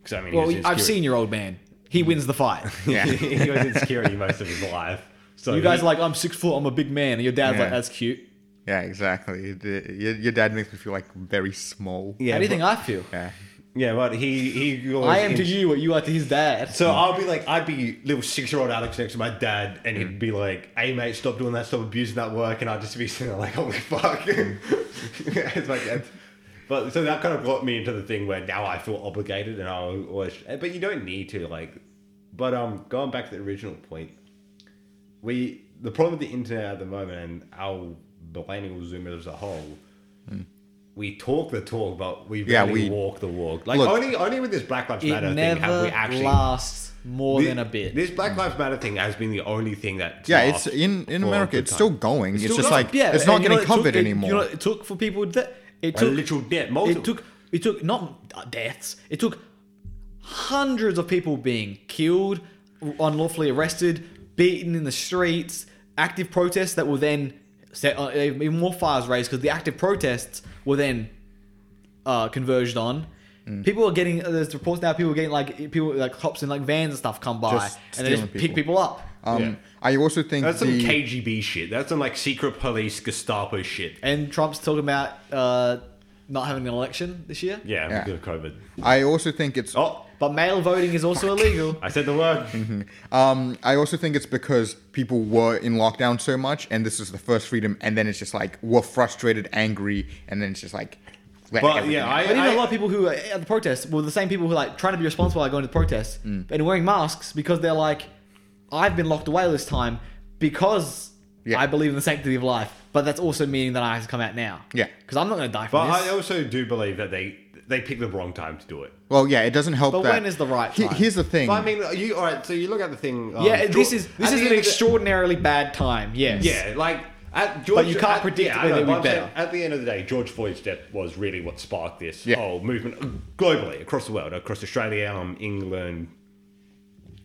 [SPEAKER 2] because I mean, he
[SPEAKER 3] Well,
[SPEAKER 2] was in
[SPEAKER 3] I've
[SPEAKER 2] security-
[SPEAKER 3] seen your old man. He wins the fight.
[SPEAKER 2] he was in security most of his life. So
[SPEAKER 3] You guys
[SPEAKER 2] he-
[SPEAKER 3] are like, I'm six foot, I'm a big man. And your dad's
[SPEAKER 1] Yeah.
[SPEAKER 3] like, that's cute.
[SPEAKER 1] Yeah, exactly. The- Your, your dad makes me feel like very small.
[SPEAKER 2] Yeah,
[SPEAKER 3] How do you think I feel?
[SPEAKER 1] Yeah.
[SPEAKER 2] Yeah, but he he. Always
[SPEAKER 3] I am to you what you are to his dad.
[SPEAKER 2] So I'll be like, I'd be little six year old Alex next to my dad, and
[SPEAKER 1] Mm.
[SPEAKER 2] he'd be like, "Hey mate, stop doing that, stop abusing that work," and I'd just be sitting there like, "Holy fuck!" it's like, it's- but so that kind of got me into the thing where now I feel obligated, and I always, but you don't need to like, but um, going back to the original point, we the problem with the internet at the moment and our millennial Zoomers as a whole. We talk the talk, but we
[SPEAKER 1] Hmm. Yeah,
[SPEAKER 2] rarely
[SPEAKER 1] we-
[SPEAKER 2] walk the walk. Like
[SPEAKER 1] Look-
[SPEAKER 2] only, only with this Black Lives
[SPEAKER 4] It
[SPEAKER 2] Matter thing have
[SPEAKER 4] never
[SPEAKER 2] we actually
[SPEAKER 4] lasts more than a bit.
[SPEAKER 2] this Black Lives Matter thing has been the only thing that.
[SPEAKER 1] Yeah, it's in in America. It's still going. It's,
[SPEAKER 2] still
[SPEAKER 1] just
[SPEAKER 2] going.
[SPEAKER 1] like it's not
[SPEAKER 3] and you
[SPEAKER 1] getting
[SPEAKER 3] know what it took-
[SPEAKER 1] covered
[SPEAKER 3] it-
[SPEAKER 1] anymore.
[SPEAKER 3] You know, what it took for people that it
[SPEAKER 2] a
[SPEAKER 3] took
[SPEAKER 2] literal death.
[SPEAKER 3] it
[SPEAKER 2] Multiple.
[SPEAKER 3] took it took not uh, deaths. It took hundreds of people being killed, unlawfully arrested, beaten in the streets, active protests that were then set uh, even more fires raised because the active protests were then uh, converged on.
[SPEAKER 1] Mm.
[SPEAKER 3] People are getting uh, there's reports now. People are getting like people like cops in like vans and stuff come by
[SPEAKER 1] Just
[SPEAKER 3] and they just
[SPEAKER 1] stealing
[SPEAKER 3] pick
[SPEAKER 1] people.
[SPEAKER 3] people up.
[SPEAKER 1] um,
[SPEAKER 2] yeah.
[SPEAKER 1] I also think
[SPEAKER 2] That's some
[SPEAKER 1] the
[SPEAKER 2] KGB shit. That's some like secret police Gestapo shit.
[SPEAKER 3] And Trump's talking about uh, not having an election this year.
[SPEAKER 2] Yeah,
[SPEAKER 1] Yeah.
[SPEAKER 2] because of COVID.
[SPEAKER 1] I also think it's
[SPEAKER 2] Oh,
[SPEAKER 3] But mail voting is also illegal.
[SPEAKER 2] I said the word.
[SPEAKER 1] um I also think it's because people were in lockdown so much, and this is the first freedom, and then it's just like we're frustrated, angry, and then it's just like. let
[SPEAKER 2] But
[SPEAKER 1] everything
[SPEAKER 2] yeah,
[SPEAKER 1] out.
[SPEAKER 2] I,
[SPEAKER 3] But even a
[SPEAKER 2] I,
[SPEAKER 3] lot of people who are at the protests were the same people who are like trying to be responsible by going to the protests
[SPEAKER 1] Mm.
[SPEAKER 3] and wearing masks because they're like, I've been locked away this time because
[SPEAKER 1] Yeah.
[SPEAKER 3] I believe in the sanctity of life. But that's also meaning that I have to come out now.
[SPEAKER 1] Yeah.
[SPEAKER 3] Because I'm not going to die from
[SPEAKER 2] but I
[SPEAKER 3] this.
[SPEAKER 2] also do believe that they they picked the wrong time to do it.
[SPEAKER 1] Well, yeah, it doesn't help.
[SPEAKER 3] But
[SPEAKER 1] that.
[SPEAKER 3] when is the right
[SPEAKER 1] He-
[SPEAKER 3] time?
[SPEAKER 1] here's the thing.
[SPEAKER 2] But I mean, you all right? So you look at the thing. um,
[SPEAKER 3] yeah, and this
[SPEAKER 2] Geor-
[SPEAKER 3] is this
[SPEAKER 2] at
[SPEAKER 3] is
[SPEAKER 2] the
[SPEAKER 3] an
[SPEAKER 2] end of the-
[SPEAKER 3] extraordinarily bad time. Yes.
[SPEAKER 2] Yeah, like at George,
[SPEAKER 3] But you can't
[SPEAKER 2] at-
[SPEAKER 3] predict
[SPEAKER 2] yeah, I
[SPEAKER 3] whether
[SPEAKER 2] know,
[SPEAKER 3] it'll be
[SPEAKER 2] but I'm saying
[SPEAKER 3] better.
[SPEAKER 2] At the end of the day, George Floyd's death was really what sparked this
[SPEAKER 1] Yeah.
[SPEAKER 2] whole movement globally, across the world, across Australia, um, England,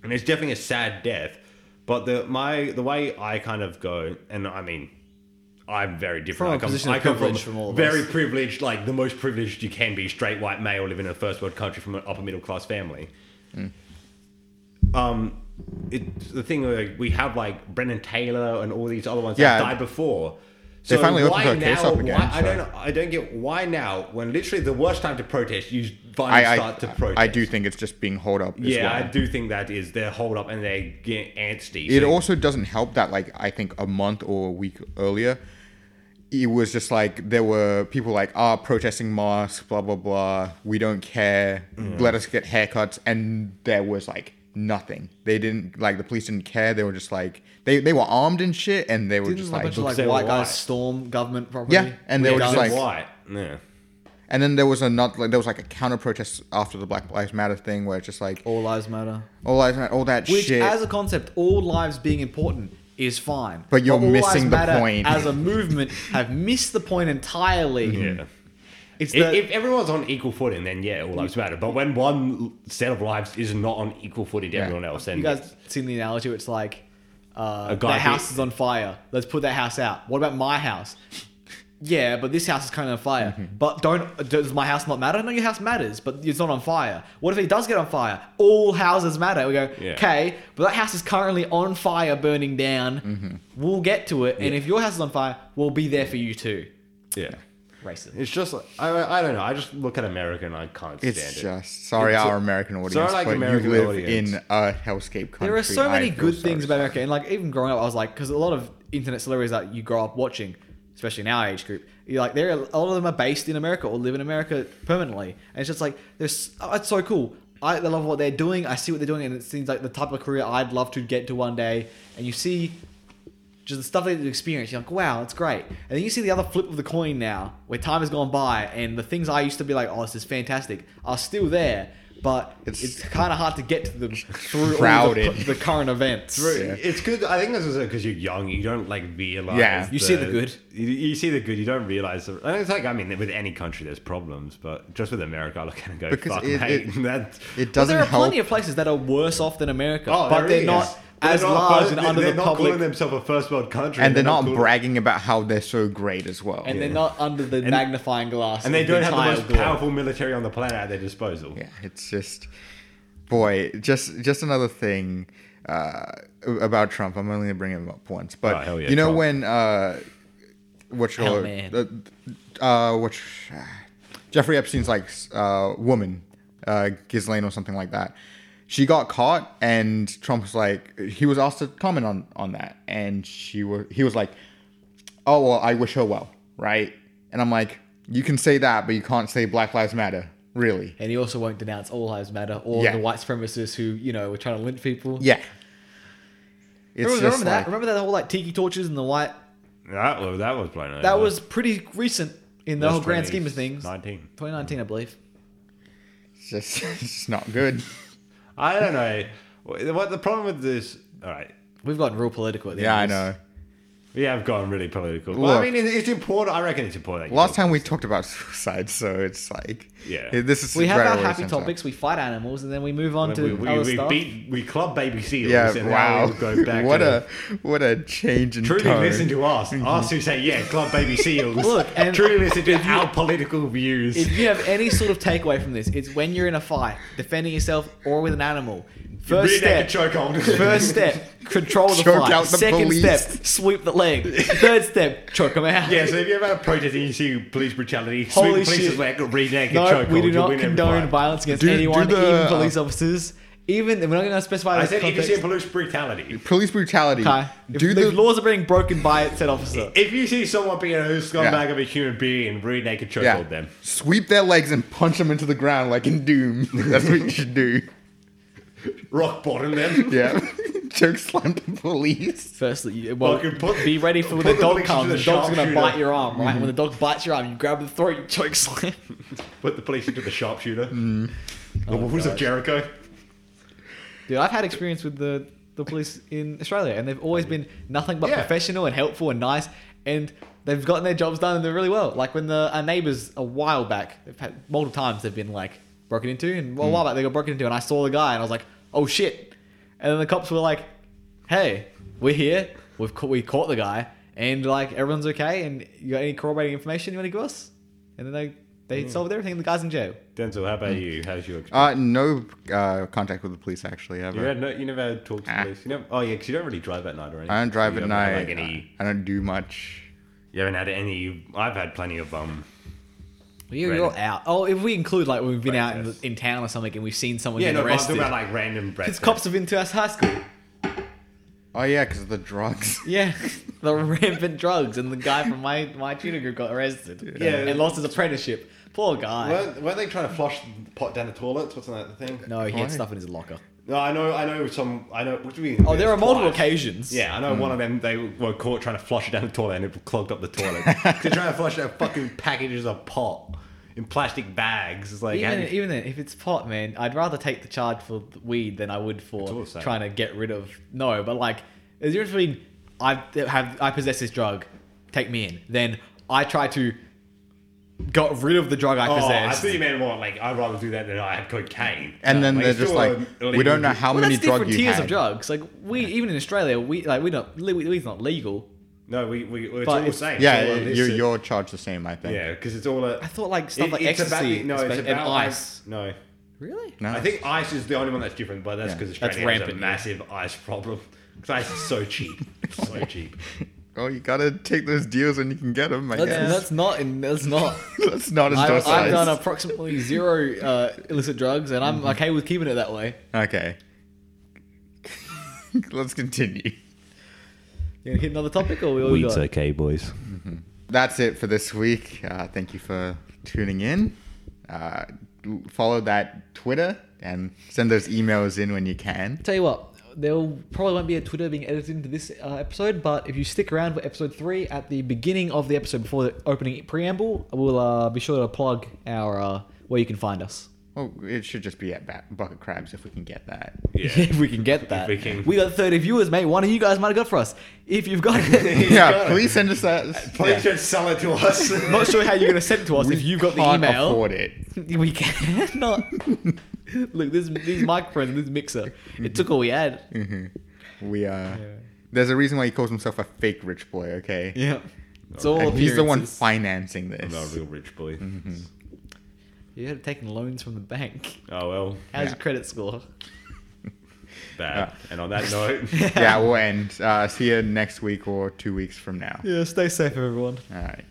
[SPEAKER 2] and it's definitely a sad death. But the my the way I kind of go, and I mean, I'm very different.
[SPEAKER 3] From a
[SPEAKER 2] I come,
[SPEAKER 3] position of
[SPEAKER 2] I come
[SPEAKER 3] privilege
[SPEAKER 2] from,
[SPEAKER 3] from all of
[SPEAKER 2] very
[SPEAKER 3] us.
[SPEAKER 2] privileged, like the most privileged you can be, straight white male living in a first world country from an upper middle class family um, it's the thing like we have like Brennan Taylor and all these other ones
[SPEAKER 1] Yeah.
[SPEAKER 2] that died before.
[SPEAKER 1] They
[SPEAKER 2] So
[SPEAKER 1] finally opened
[SPEAKER 2] why
[SPEAKER 1] her case
[SPEAKER 2] now-
[SPEAKER 1] up again,
[SPEAKER 2] why- I
[SPEAKER 1] so-
[SPEAKER 2] don't. know- I don't get why now when literally the worst time to protest, you finally
[SPEAKER 1] I, I,
[SPEAKER 2] start to protest.
[SPEAKER 1] I do think it's just being holed up. As
[SPEAKER 2] Yeah,
[SPEAKER 1] well.
[SPEAKER 2] I do think that is their hold up and they get antsy.
[SPEAKER 1] It
[SPEAKER 2] So-
[SPEAKER 1] also doesn't help that, like, I think a month or a week earlier, it was just like there were people like, ah, protesting masks, blah, blah, blah. We don't care.
[SPEAKER 3] Mm.
[SPEAKER 1] Let us get haircuts. And there was like nothing. They didn't, like, the police didn't care. They were just like, they, they were armed and shit. And they were
[SPEAKER 3] Didn't
[SPEAKER 1] just
[SPEAKER 3] a bunch
[SPEAKER 1] like,
[SPEAKER 3] of like
[SPEAKER 2] they
[SPEAKER 3] white,
[SPEAKER 2] were white.
[SPEAKER 3] guys storm government property?
[SPEAKER 1] Yeah, and they
[SPEAKER 2] Yeah,
[SPEAKER 1] were just
[SPEAKER 2] guns
[SPEAKER 1] like-
[SPEAKER 2] white. Yeah.
[SPEAKER 1] and then there was another, like, there was like a counter protest after the Black Lives Matter thing where it's just like,
[SPEAKER 3] all lives matter.
[SPEAKER 1] all, lives matter, all that
[SPEAKER 3] Which,
[SPEAKER 1] shit.
[SPEAKER 3] as a concept, all lives being important is fine.
[SPEAKER 1] But you're
[SPEAKER 3] all lives
[SPEAKER 1] missing the
[SPEAKER 3] matter
[SPEAKER 1] point.
[SPEAKER 3] As a movement, have missed the point entirely.
[SPEAKER 2] Yeah.
[SPEAKER 3] It's
[SPEAKER 2] If,
[SPEAKER 3] the,
[SPEAKER 2] if everyone's on equal footing, then yeah, all lives matter. But when one set of lives is not on equal footing to everyone else, then
[SPEAKER 3] you guys seen the analogy? Where it's like uh,
[SPEAKER 2] A
[SPEAKER 3] that
[SPEAKER 2] guy who-
[SPEAKER 3] house is on fire. Let's put that house out. What about my house? Yeah, but this house is kind of on fire.
[SPEAKER 2] Mm-hmm.
[SPEAKER 3] But don't does my house not matter? No, your house matters, but it's not on fire. What if it does get on fire? All houses matter. We go,
[SPEAKER 2] Yeah.
[SPEAKER 3] okay, but that house is currently on fire, burning down.
[SPEAKER 2] Mm-hmm.
[SPEAKER 3] We'll get to it, and if your house is on fire, we'll be there for you too.
[SPEAKER 2] yeah.
[SPEAKER 3] Racist.
[SPEAKER 2] It's just like- I, I don't know. I just look at America and I can't stand
[SPEAKER 1] It's
[SPEAKER 2] it.
[SPEAKER 1] just sorry,
[SPEAKER 2] It's-
[SPEAKER 1] our American audience,
[SPEAKER 2] like,
[SPEAKER 1] but
[SPEAKER 2] American
[SPEAKER 1] you live
[SPEAKER 2] audience.
[SPEAKER 1] in a hellscape country.
[SPEAKER 3] There are so
[SPEAKER 1] I
[SPEAKER 3] many
[SPEAKER 1] feel
[SPEAKER 3] good
[SPEAKER 1] sorry
[SPEAKER 3] things
[SPEAKER 1] for
[SPEAKER 3] about America, and like even growing up, I was like, because a lot of internet celebrities that you grow up watching, especially in our age group, you're like, there are a lot of them are based in America or live in America permanently, and it's just like there's oh, it's so cool. I I love what they're doing. I see what they're doing, and it seems like the type of career I'd love to get to one day. And you see just the stuff that you experience, you're like, wow, it's great. And then you see the other flip of the coin now, where time has gone by, and the things I used to be like, oh, this is fantastic, are still there, but it's,
[SPEAKER 1] It's-
[SPEAKER 3] kind of hard to get to them through all the,
[SPEAKER 1] Crowded.
[SPEAKER 3] the current events.
[SPEAKER 1] Yeah.
[SPEAKER 2] It's good. I think this is because you're young. You don't like realize.
[SPEAKER 1] Yeah.
[SPEAKER 3] You see the good.
[SPEAKER 2] You, you see the good. You don't realize. The, and it's like I mean, with any country, there's problems, but just with America, I look at it and go,
[SPEAKER 1] Because
[SPEAKER 2] "Fuck,
[SPEAKER 1] it-
[SPEAKER 2] mate,
[SPEAKER 1] it-
[SPEAKER 2] that's."
[SPEAKER 1] It
[SPEAKER 3] But
[SPEAKER 1] doesn't
[SPEAKER 3] there are
[SPEAKER 1] help.
[SPEAKER 3] plenty of places that are worse off than America,
[SPEAKER 2] Oh,
[SPEAKER 3] but
[SPEAKER 2] there
[SPEAKER 3] they're
[SPEAKER 2] is.
[SPEAKER 3] not
[SPEAKER 2] They're
[SPEAKER 3] as
[SPEAKER 2] not-
[SPEAKER 3] large and
[SPEAKER 2] they're-
[SPEAKER 3] under
[SPEAKER 2] they're
[SPEAKER 3] the
[SPEAKER 2] not
[SPEAKER 3] public,
[SPEAKER 2] calling themselves a first world country,
[SPEAKER 1] and they're not
[SPEAKER 2] calling-
[SPEAKER 1] bragging about how they're so great as well.
[SPEAKER 3] and they're not under the magnifying glass.
[SPEAKER 2] and they
[SPEAKER 3] of the
[SPEAKER 2] don't have the
[SPEAKER 3] entire
[SPEAKER 2] most
[SPEAKER 3] globe.
[SPEAKER 2] powerful military on the planet at their disposal.
[SPEAKER 1] Yeah, it's just, boy, just just another thing uh, about Trump. I'm only gonna bring him up once, but
[SPEAKER 2] Oh, hell yeah,
[SPEAKER 1] you know
[SPEAKER 2] Trump.
[SPEAKER 1] when uh, what you
[SPEAKER 4] Hell,
[SPEAKER 1] call
[SPEAKER 4] man.
[SPEAKER 1] it, uh, uh, what you- Jeffrey Epstein's like uh, woman, uh, Ghislaine or something like that. She got caught, and Trump's like he was asked to comment on on that, and she was he was like, "Oh well, I wish her well, right?" And I'm like, "You can say that, but you can't say Black Lives Matter, really."
[SPEAKER 4] And he also won't denounce All Lives Matter or
[SPEAKER 1] Yeah.
[SPEAKER 4] the white supremacists who, you know, were trying to lynch people.
[SPEAKER 1] Yeah, it's just
[SPEAKER 3] Remember, remember
[SPEAKER 1] like,
[SPEAKER 3] that? Remember that whole like tiki torches and the white?
[SPEAKER 2] That was that was blown over.
[SPEAKER 1] Uh-huh.
[SPEAKER 3] That was pretty recent in the
[SPEAKER 2] That's
[SPEAKER 3] whole grand
[SPEAKER 2] 20,
[SPEAKER 3] scheme of things.
[SPEAKER 2] 19.
[SPEAKER 3] 2019, I believe.
[SPEAKER 1] it's just it's just not good.
[SPEAKER 2] I don't know. What the problem with this? All right,
[SPEAKER 4] We've gotten real political at the
[SPEAKER 1] Yeah, I
[SPEAKER 4] end. of this.
[SPEAKER 1] know.
[SPEAKER 2] we have gone really political. But
[SPEAKER 1] Look.
[SPEAKER 2] I mean, it- it's important. I reckon it's important. that you
[SPEAKER 1] Last
[SPEAKER 2] talk-
[SPEAKER 1] time we talked about suicide, so it's like
[SPEAKER 2] Yeah.
[SPEAKER 1] it- this is
[SPEAKER 3] We have
[SPEAKER 1] right
[SPEAKER 3] our
[SPEAKER 1] away
[SPEAKER 3] happy
[SPEAKER 1] since, uh,
[SPEAKER 3] topics. We fight animals, and then we move on to
[SPEAKER 2] we, we,
[SPEAKER 3] other
[SPEAKER 2] we
[SPEAKER 3] stuff.
[SPEAKER 2] beat we club baby seals.
[SPEAKER 1] Yeah,
[SPEAKER 2] and
[SPEAKER 1] wow.
[SPEAKER 2] Now we go back
[SPEAKER 1] what
[SPEAKER 2] to
[SPEAKER 1] a what a change in
[SPEAKER 2] Truly
[SPEAKER 1] tone.
[SPEAKER 2] listen to us. Us who say, yeah, Club Baby Seals.
[SPEAKER 3] Look, and-
[SPEAKER 2] truly listen to our political views.
[SPEAKER 3] if you have any sort of takeaway from this, it's when you're in a fight, defending yourself or with an animal. First
[SPEAKER 2] Rear
[SPEAKER 3] step,
[SPEAKER 2] naked chokehold.
[SPEAKER 3] first step, control the
[SPEAKER 1] Choke
[SPEAKER 3] fight.
[SPEAKER 1] out the
[SPEAKER 3] Second
[SPEAKER 1] police.
[SPEAKER 3] step, sweep the leg. Third step, choke him out.
[SPEAKER 2] Yeah, so if you ever have protest and you see police brutality,
[SPEAKER 3] Holy
[SPEAKER 2] Holy police
[SPEAKER 3] shit.
[SPEAKER 2] is like rear naked
[SPEAKER 3] No,
[SPEAKER 2] chokehold.
[SPEAKER 3] we do
[SPEAKER 2] you'll
[SPEAKER 3] not
[SPEAKER 2] win every
[SPEAKER 3] condone
[SPEAKER 2] fight.
[SPEAKER 3] violence against
[SPEAKER 1] Do- do
[SPEAKER 3] anyone,
[SPEAKER 1] the,
[SPEAKER 3] even
[SPEAKER 1] uh,
[SPEAKER 3] police officers. Even we're not going to specify.
[SPEAKER 2] I
[SPEAKER 3] this
[SPEAKER 2] said if you
[SPEAKER 3] context.
[SPEAKER 2] see police brutality,
[SPEAKER 1] Police brutality.
[SPEAKER 3] Okay. If
[SPEAKER 1] Do
[SPEAKER 3] the,
[SPEAKER 1] the
[SPEAKER 3] laws are being broken by it, said officer.
[SPEAKER 2] if you see someone being a scumbag
[SPEAKER 1] Yeah.
[SPEAKER 2] of a human being, rear naked chokehold
[SPEAKER 1] yeah,
[SPEAKER 2] them.
[SPEAKER 1] sweep their legs and punch them into the ground like in Doom. That's what you should do.
[SPEAKER 2] Rock bottom them.
[SPEAKER 1] Yeah, choke slam the police.
[SPEAKER 3] Firstly, well,
[SPEAKER 2] Fucking put-
[SPEAKER 3] be ready for when
[SPEAKER 2] put
[SPEAKER 3] the
[SPEAKER 2] the
[SPEAKER 3] dog
[SPEAKER 2] police
[SPEAKER 3] comes.
[SPEAKER 2] into
[SPEAKER 3] The,
[SPEAKER 2] the
[SPEAKER 3] dog's gonna
[SPEAKER 2] sharpshooter.
[SPEAKER 3] bite your arm, right?
[SPEAKER 1] Mm-hmm.
[SPEAKER 3] When the dog bites your arm, you grab the throat, you choke slam.
[SPEAKER 2] Put the police into the sharpshooter.
[SPEAKER 1] Mm.
[SPEAKER 3] Oh
[SPEAKER 2] the walls of
[SPEAKER 4] God.
[SPEAKER 2] Jericho.
[SPEAKER 3] Dude, I've had experience with the the police in Australia, and they've always been nothing but
[SPEAKER 2] Yeah.
[SPEAKER 3] professional and helpful and nice, and they've gotten their jobs done and they're really well. Like when the our neighbors a while back, they've had multiple times they've been like broken into, and a while back they got broken into, and I saw the guy, and I was like, oh shit, and then the cops were like, hey, we're here, we've ca- we caught the guy, and like everyone's okay, and you got any corroborating information you want to give us? And then they they solved everything. The guy's in jail.
[SPEAKER 2] Denzel, how about you? How's your experience?
[SPEAKER 1] Uh, no uh, contact with the police actually ever.
[SPEAKER 2] you, had no, you never had talked to
[SPEAKER 1] Ah.
[SPEAKER 2] police? You never, oh, yeah, because you don't really drive at night or anything.
[SPEAKER 1] I don't drive
[SPEAKER 2] You
[SPEAKER 1] at
[SPEAKER 2] haven't had,
[SPEAKER 1] night.
[SPEAKER 2] like, any-
[SPEAKER 1] I don't do much.
[SPEAKER 2] you haven't had any. I've had plenty of um,
[SPEAKER 3] You're,
[SPEAKER 2] Random.
[SPEAKER 3] you're out. Oh, if we include like when we've been out in, the,
[SPEAKER 2] Breakfast.
[SPEAKER 3] in town or something and we've seen someone
[SPEAKER 2] Yeah,
[SPEAKER 3] get
[SPEAKER 2] no, but I'm
[SPEAKER 3] arrested.
[SPEAKER 2] talking about like random breath.
[SPEAKER 3] Because cops have been to us high school.
[SPEAKER 1] Oh yeah, because of the drugs.
[SPEAKER 3] Yeah, the rampant drugs and the guy from my my tutor group got arrested.
[SPEAKER 2] Yeah.
[SPEAKER 3] and lost his apprenticeship. Poor guy.
[SPEAKER 2] Weren't, weren't they trying to flush the pot down the toilets? Wasn't that the thing?
[SPEAKER 3] No, he had
[SPEAKER 1] Why?
[SPEAKER 3] stuff in his locker.
[SPEAKER 2] No, I know, I know some. I know. What do you mean?
[SPEAKER 3] Oh, there are multiple Hmm.
[SPEAKER 2] Twice.
[SPEAKER 3] occasions.
[SPEAKER 2] Yeah, I know one of them. They were caught trying to flush it down the toilet, and it clogged up the toilet. They're trying to flush out fucking packages of pot in plastic bags. It's like how
[SPEAKER 3] Even,
[SPEAKER 2] do you-
[SPEAKER 3] even then, if it's pot, man, I'd rather take the charge for the weed than I would
[SPEAKER 2] all
[SPEAKER 3] for
[SPEAKER 2] the
[SPEAKER 1] eh?
[SPEAKER 2] same.
[SPEAKER 3] trying to get rid of. No, but like, there's a difference between I have I possess this drug, take me in. Then I try to got rid of the drug I
[SPEAKER 2] Oh, I
[SPEAKER 3] possessed.
[SPEAKER 2] thought you meant more like I'd rather do that than I have cocaine.
[SPEAKER 1] And
[SPEAKER 2] Uh,
[SPEAKER 1] then they're
[SPEAKER 2] it's
[SPEAKER 1] just
[SPEAKER 2] still
[SPEAKER 1] like,
[SPEAKER 2] a
[SPEAKER 1] we don't know
[SPEAKER 2] legal-
[SPEAKER 1] how
[SPEAKER 3] well,
[SPEAKER 1] many
[SPEAKER 3] that's different
[SPEAKER 1] drugs you
[SPEAKER 3] tiers
[SPEAKER 1] had.
[SPEAKER 3] of drugs. Like we, even in Australia, we like we don't we, weed's not legal.
[SPEAKER 2] No, we we it's
[SPEAKER 3] But
[SPEAKER 2] all the
[SPEAKER 3] it's-
[SPEAKER 2] same.
[SPEAKER 1] Yeah,
[SPEAKER 2] It's all
[SPEAKER 1] you're,
[SPEAKER 2] illicit.
[SPEAKER 1] you're charged the same, I think.
[SPEAKER 2] yeah, because it's all a.
[SPEAKER 3] I thought like stuff
[SPEAKER 2] It-
[SPEAKER 3] like
[SPEAKER 2] it's about the-
[SPEAKER 3] ecstasy
[SPEAKER 2] no,
[SPEAKER 3] and
[SPEAKER 2] it's
[SPEAKER 3] spe-
[SPEAKER 2] about
[SPEAKER 3] and ice.
[SPEAKER 2] No,
[SPEAKER 3] Really?
[SPEAKER 1] No?
[SPEAKER 2] I think ice is the only one that's different, but that's
[SPEAKER 1] Yeah.
[SPEAKER 2] because
[SPEAKER 1] That's
[SPEAKER 2] Australia has a
[SPEAKER 3] rampant, yeah.
[SPEAKER 2] massive ice problem. Because ice is so cheap, so cheap.
[SPEAKER 1] Oh, you gotta take those deals when you can get them. I
[SPEAKER 3] That's,
[SPEAKER 1] guess.
[SPEAKER 3] that's not in. That's not.
[SPEAKER 1] That's not as
[SPEAKER 3] I,
[SPEAKER 1] docile.
[SPEAKER 3] I've done approximately zero uh, illicit drugs, and I'm
[SPEAKER 1] Mm-hmm.
[SPEAKER 3] okay with keeping it that way.
[SPEAKER 1] Okay. Let's continue.
[SPEAKER 3] You gonna hit another topic, or we all got?
[SPEAKER 2] okay, boys.
[SPEAKER 1] That's it for this week. Uh, thank you for tuning in. Uh, follow that Twitter and send those emails in when you can.
[SPEAKER 3] Tell you what, there probably won't be a Twitter being edited into this uh, episode, but if you stick around for episode three, at the beginning of the episode before the opening preamble, we'll uh, be sure to plug our uh, where you can find us.
[SPEAKER 1] Oh, it should just be at ba- Bucket Crabs if we can get that.
[SPEAKER 2] Yeah.
[SPEAKER 3] if we can get that.
[SPEAKER 2] we can.
[SPEAKER 3] We got 30 viewers, mate. One of you guys might have got it for us. If you've got it.
[SPEAKER 1] Yeah, please send us that.
[SPEAKER 2] Please just sell it to us.
[SPEAKER 3] Not sure how you're going to send it to us if you've got the
[SPEAKER 1] Can't
[SPEAKER 3] email.
[SPEAKER 1] afford it.
[SPEAKER 3] We cannot. Look, this these microphones, this mixer.
[SPEAKER 1] Mm-hmm.
[SPEAKER 3] It took all we had.
[SPEAKER 1] We uh, there's a reason why he calls himself a fake rich boy. Okay,
[SPEAKER 3] Yeah. It's all
[SPEAKER 1] and he's the one
[SPEAKER 3] appearances.
[SPEAKER 1] financing this.
[SPEAKER 2] not a real rich boy.
[SPEAKER 3] Mm-hmm. You had taken loans from the bank.
[SPEAKER 2] Oh well.
[SPEAKER 3] How's
[SPEAKER 1] Yeah.
[SPEAKER 3] your credit score?
[SPEAKER 2] Bad. and on that note,
[SPEAKER 1] yeah, we'll end. Uh, see you next week or two weeks from now.
[SPEAKER 3] Yeah, stay safe, everyone.
[SPEAKER 1] All right.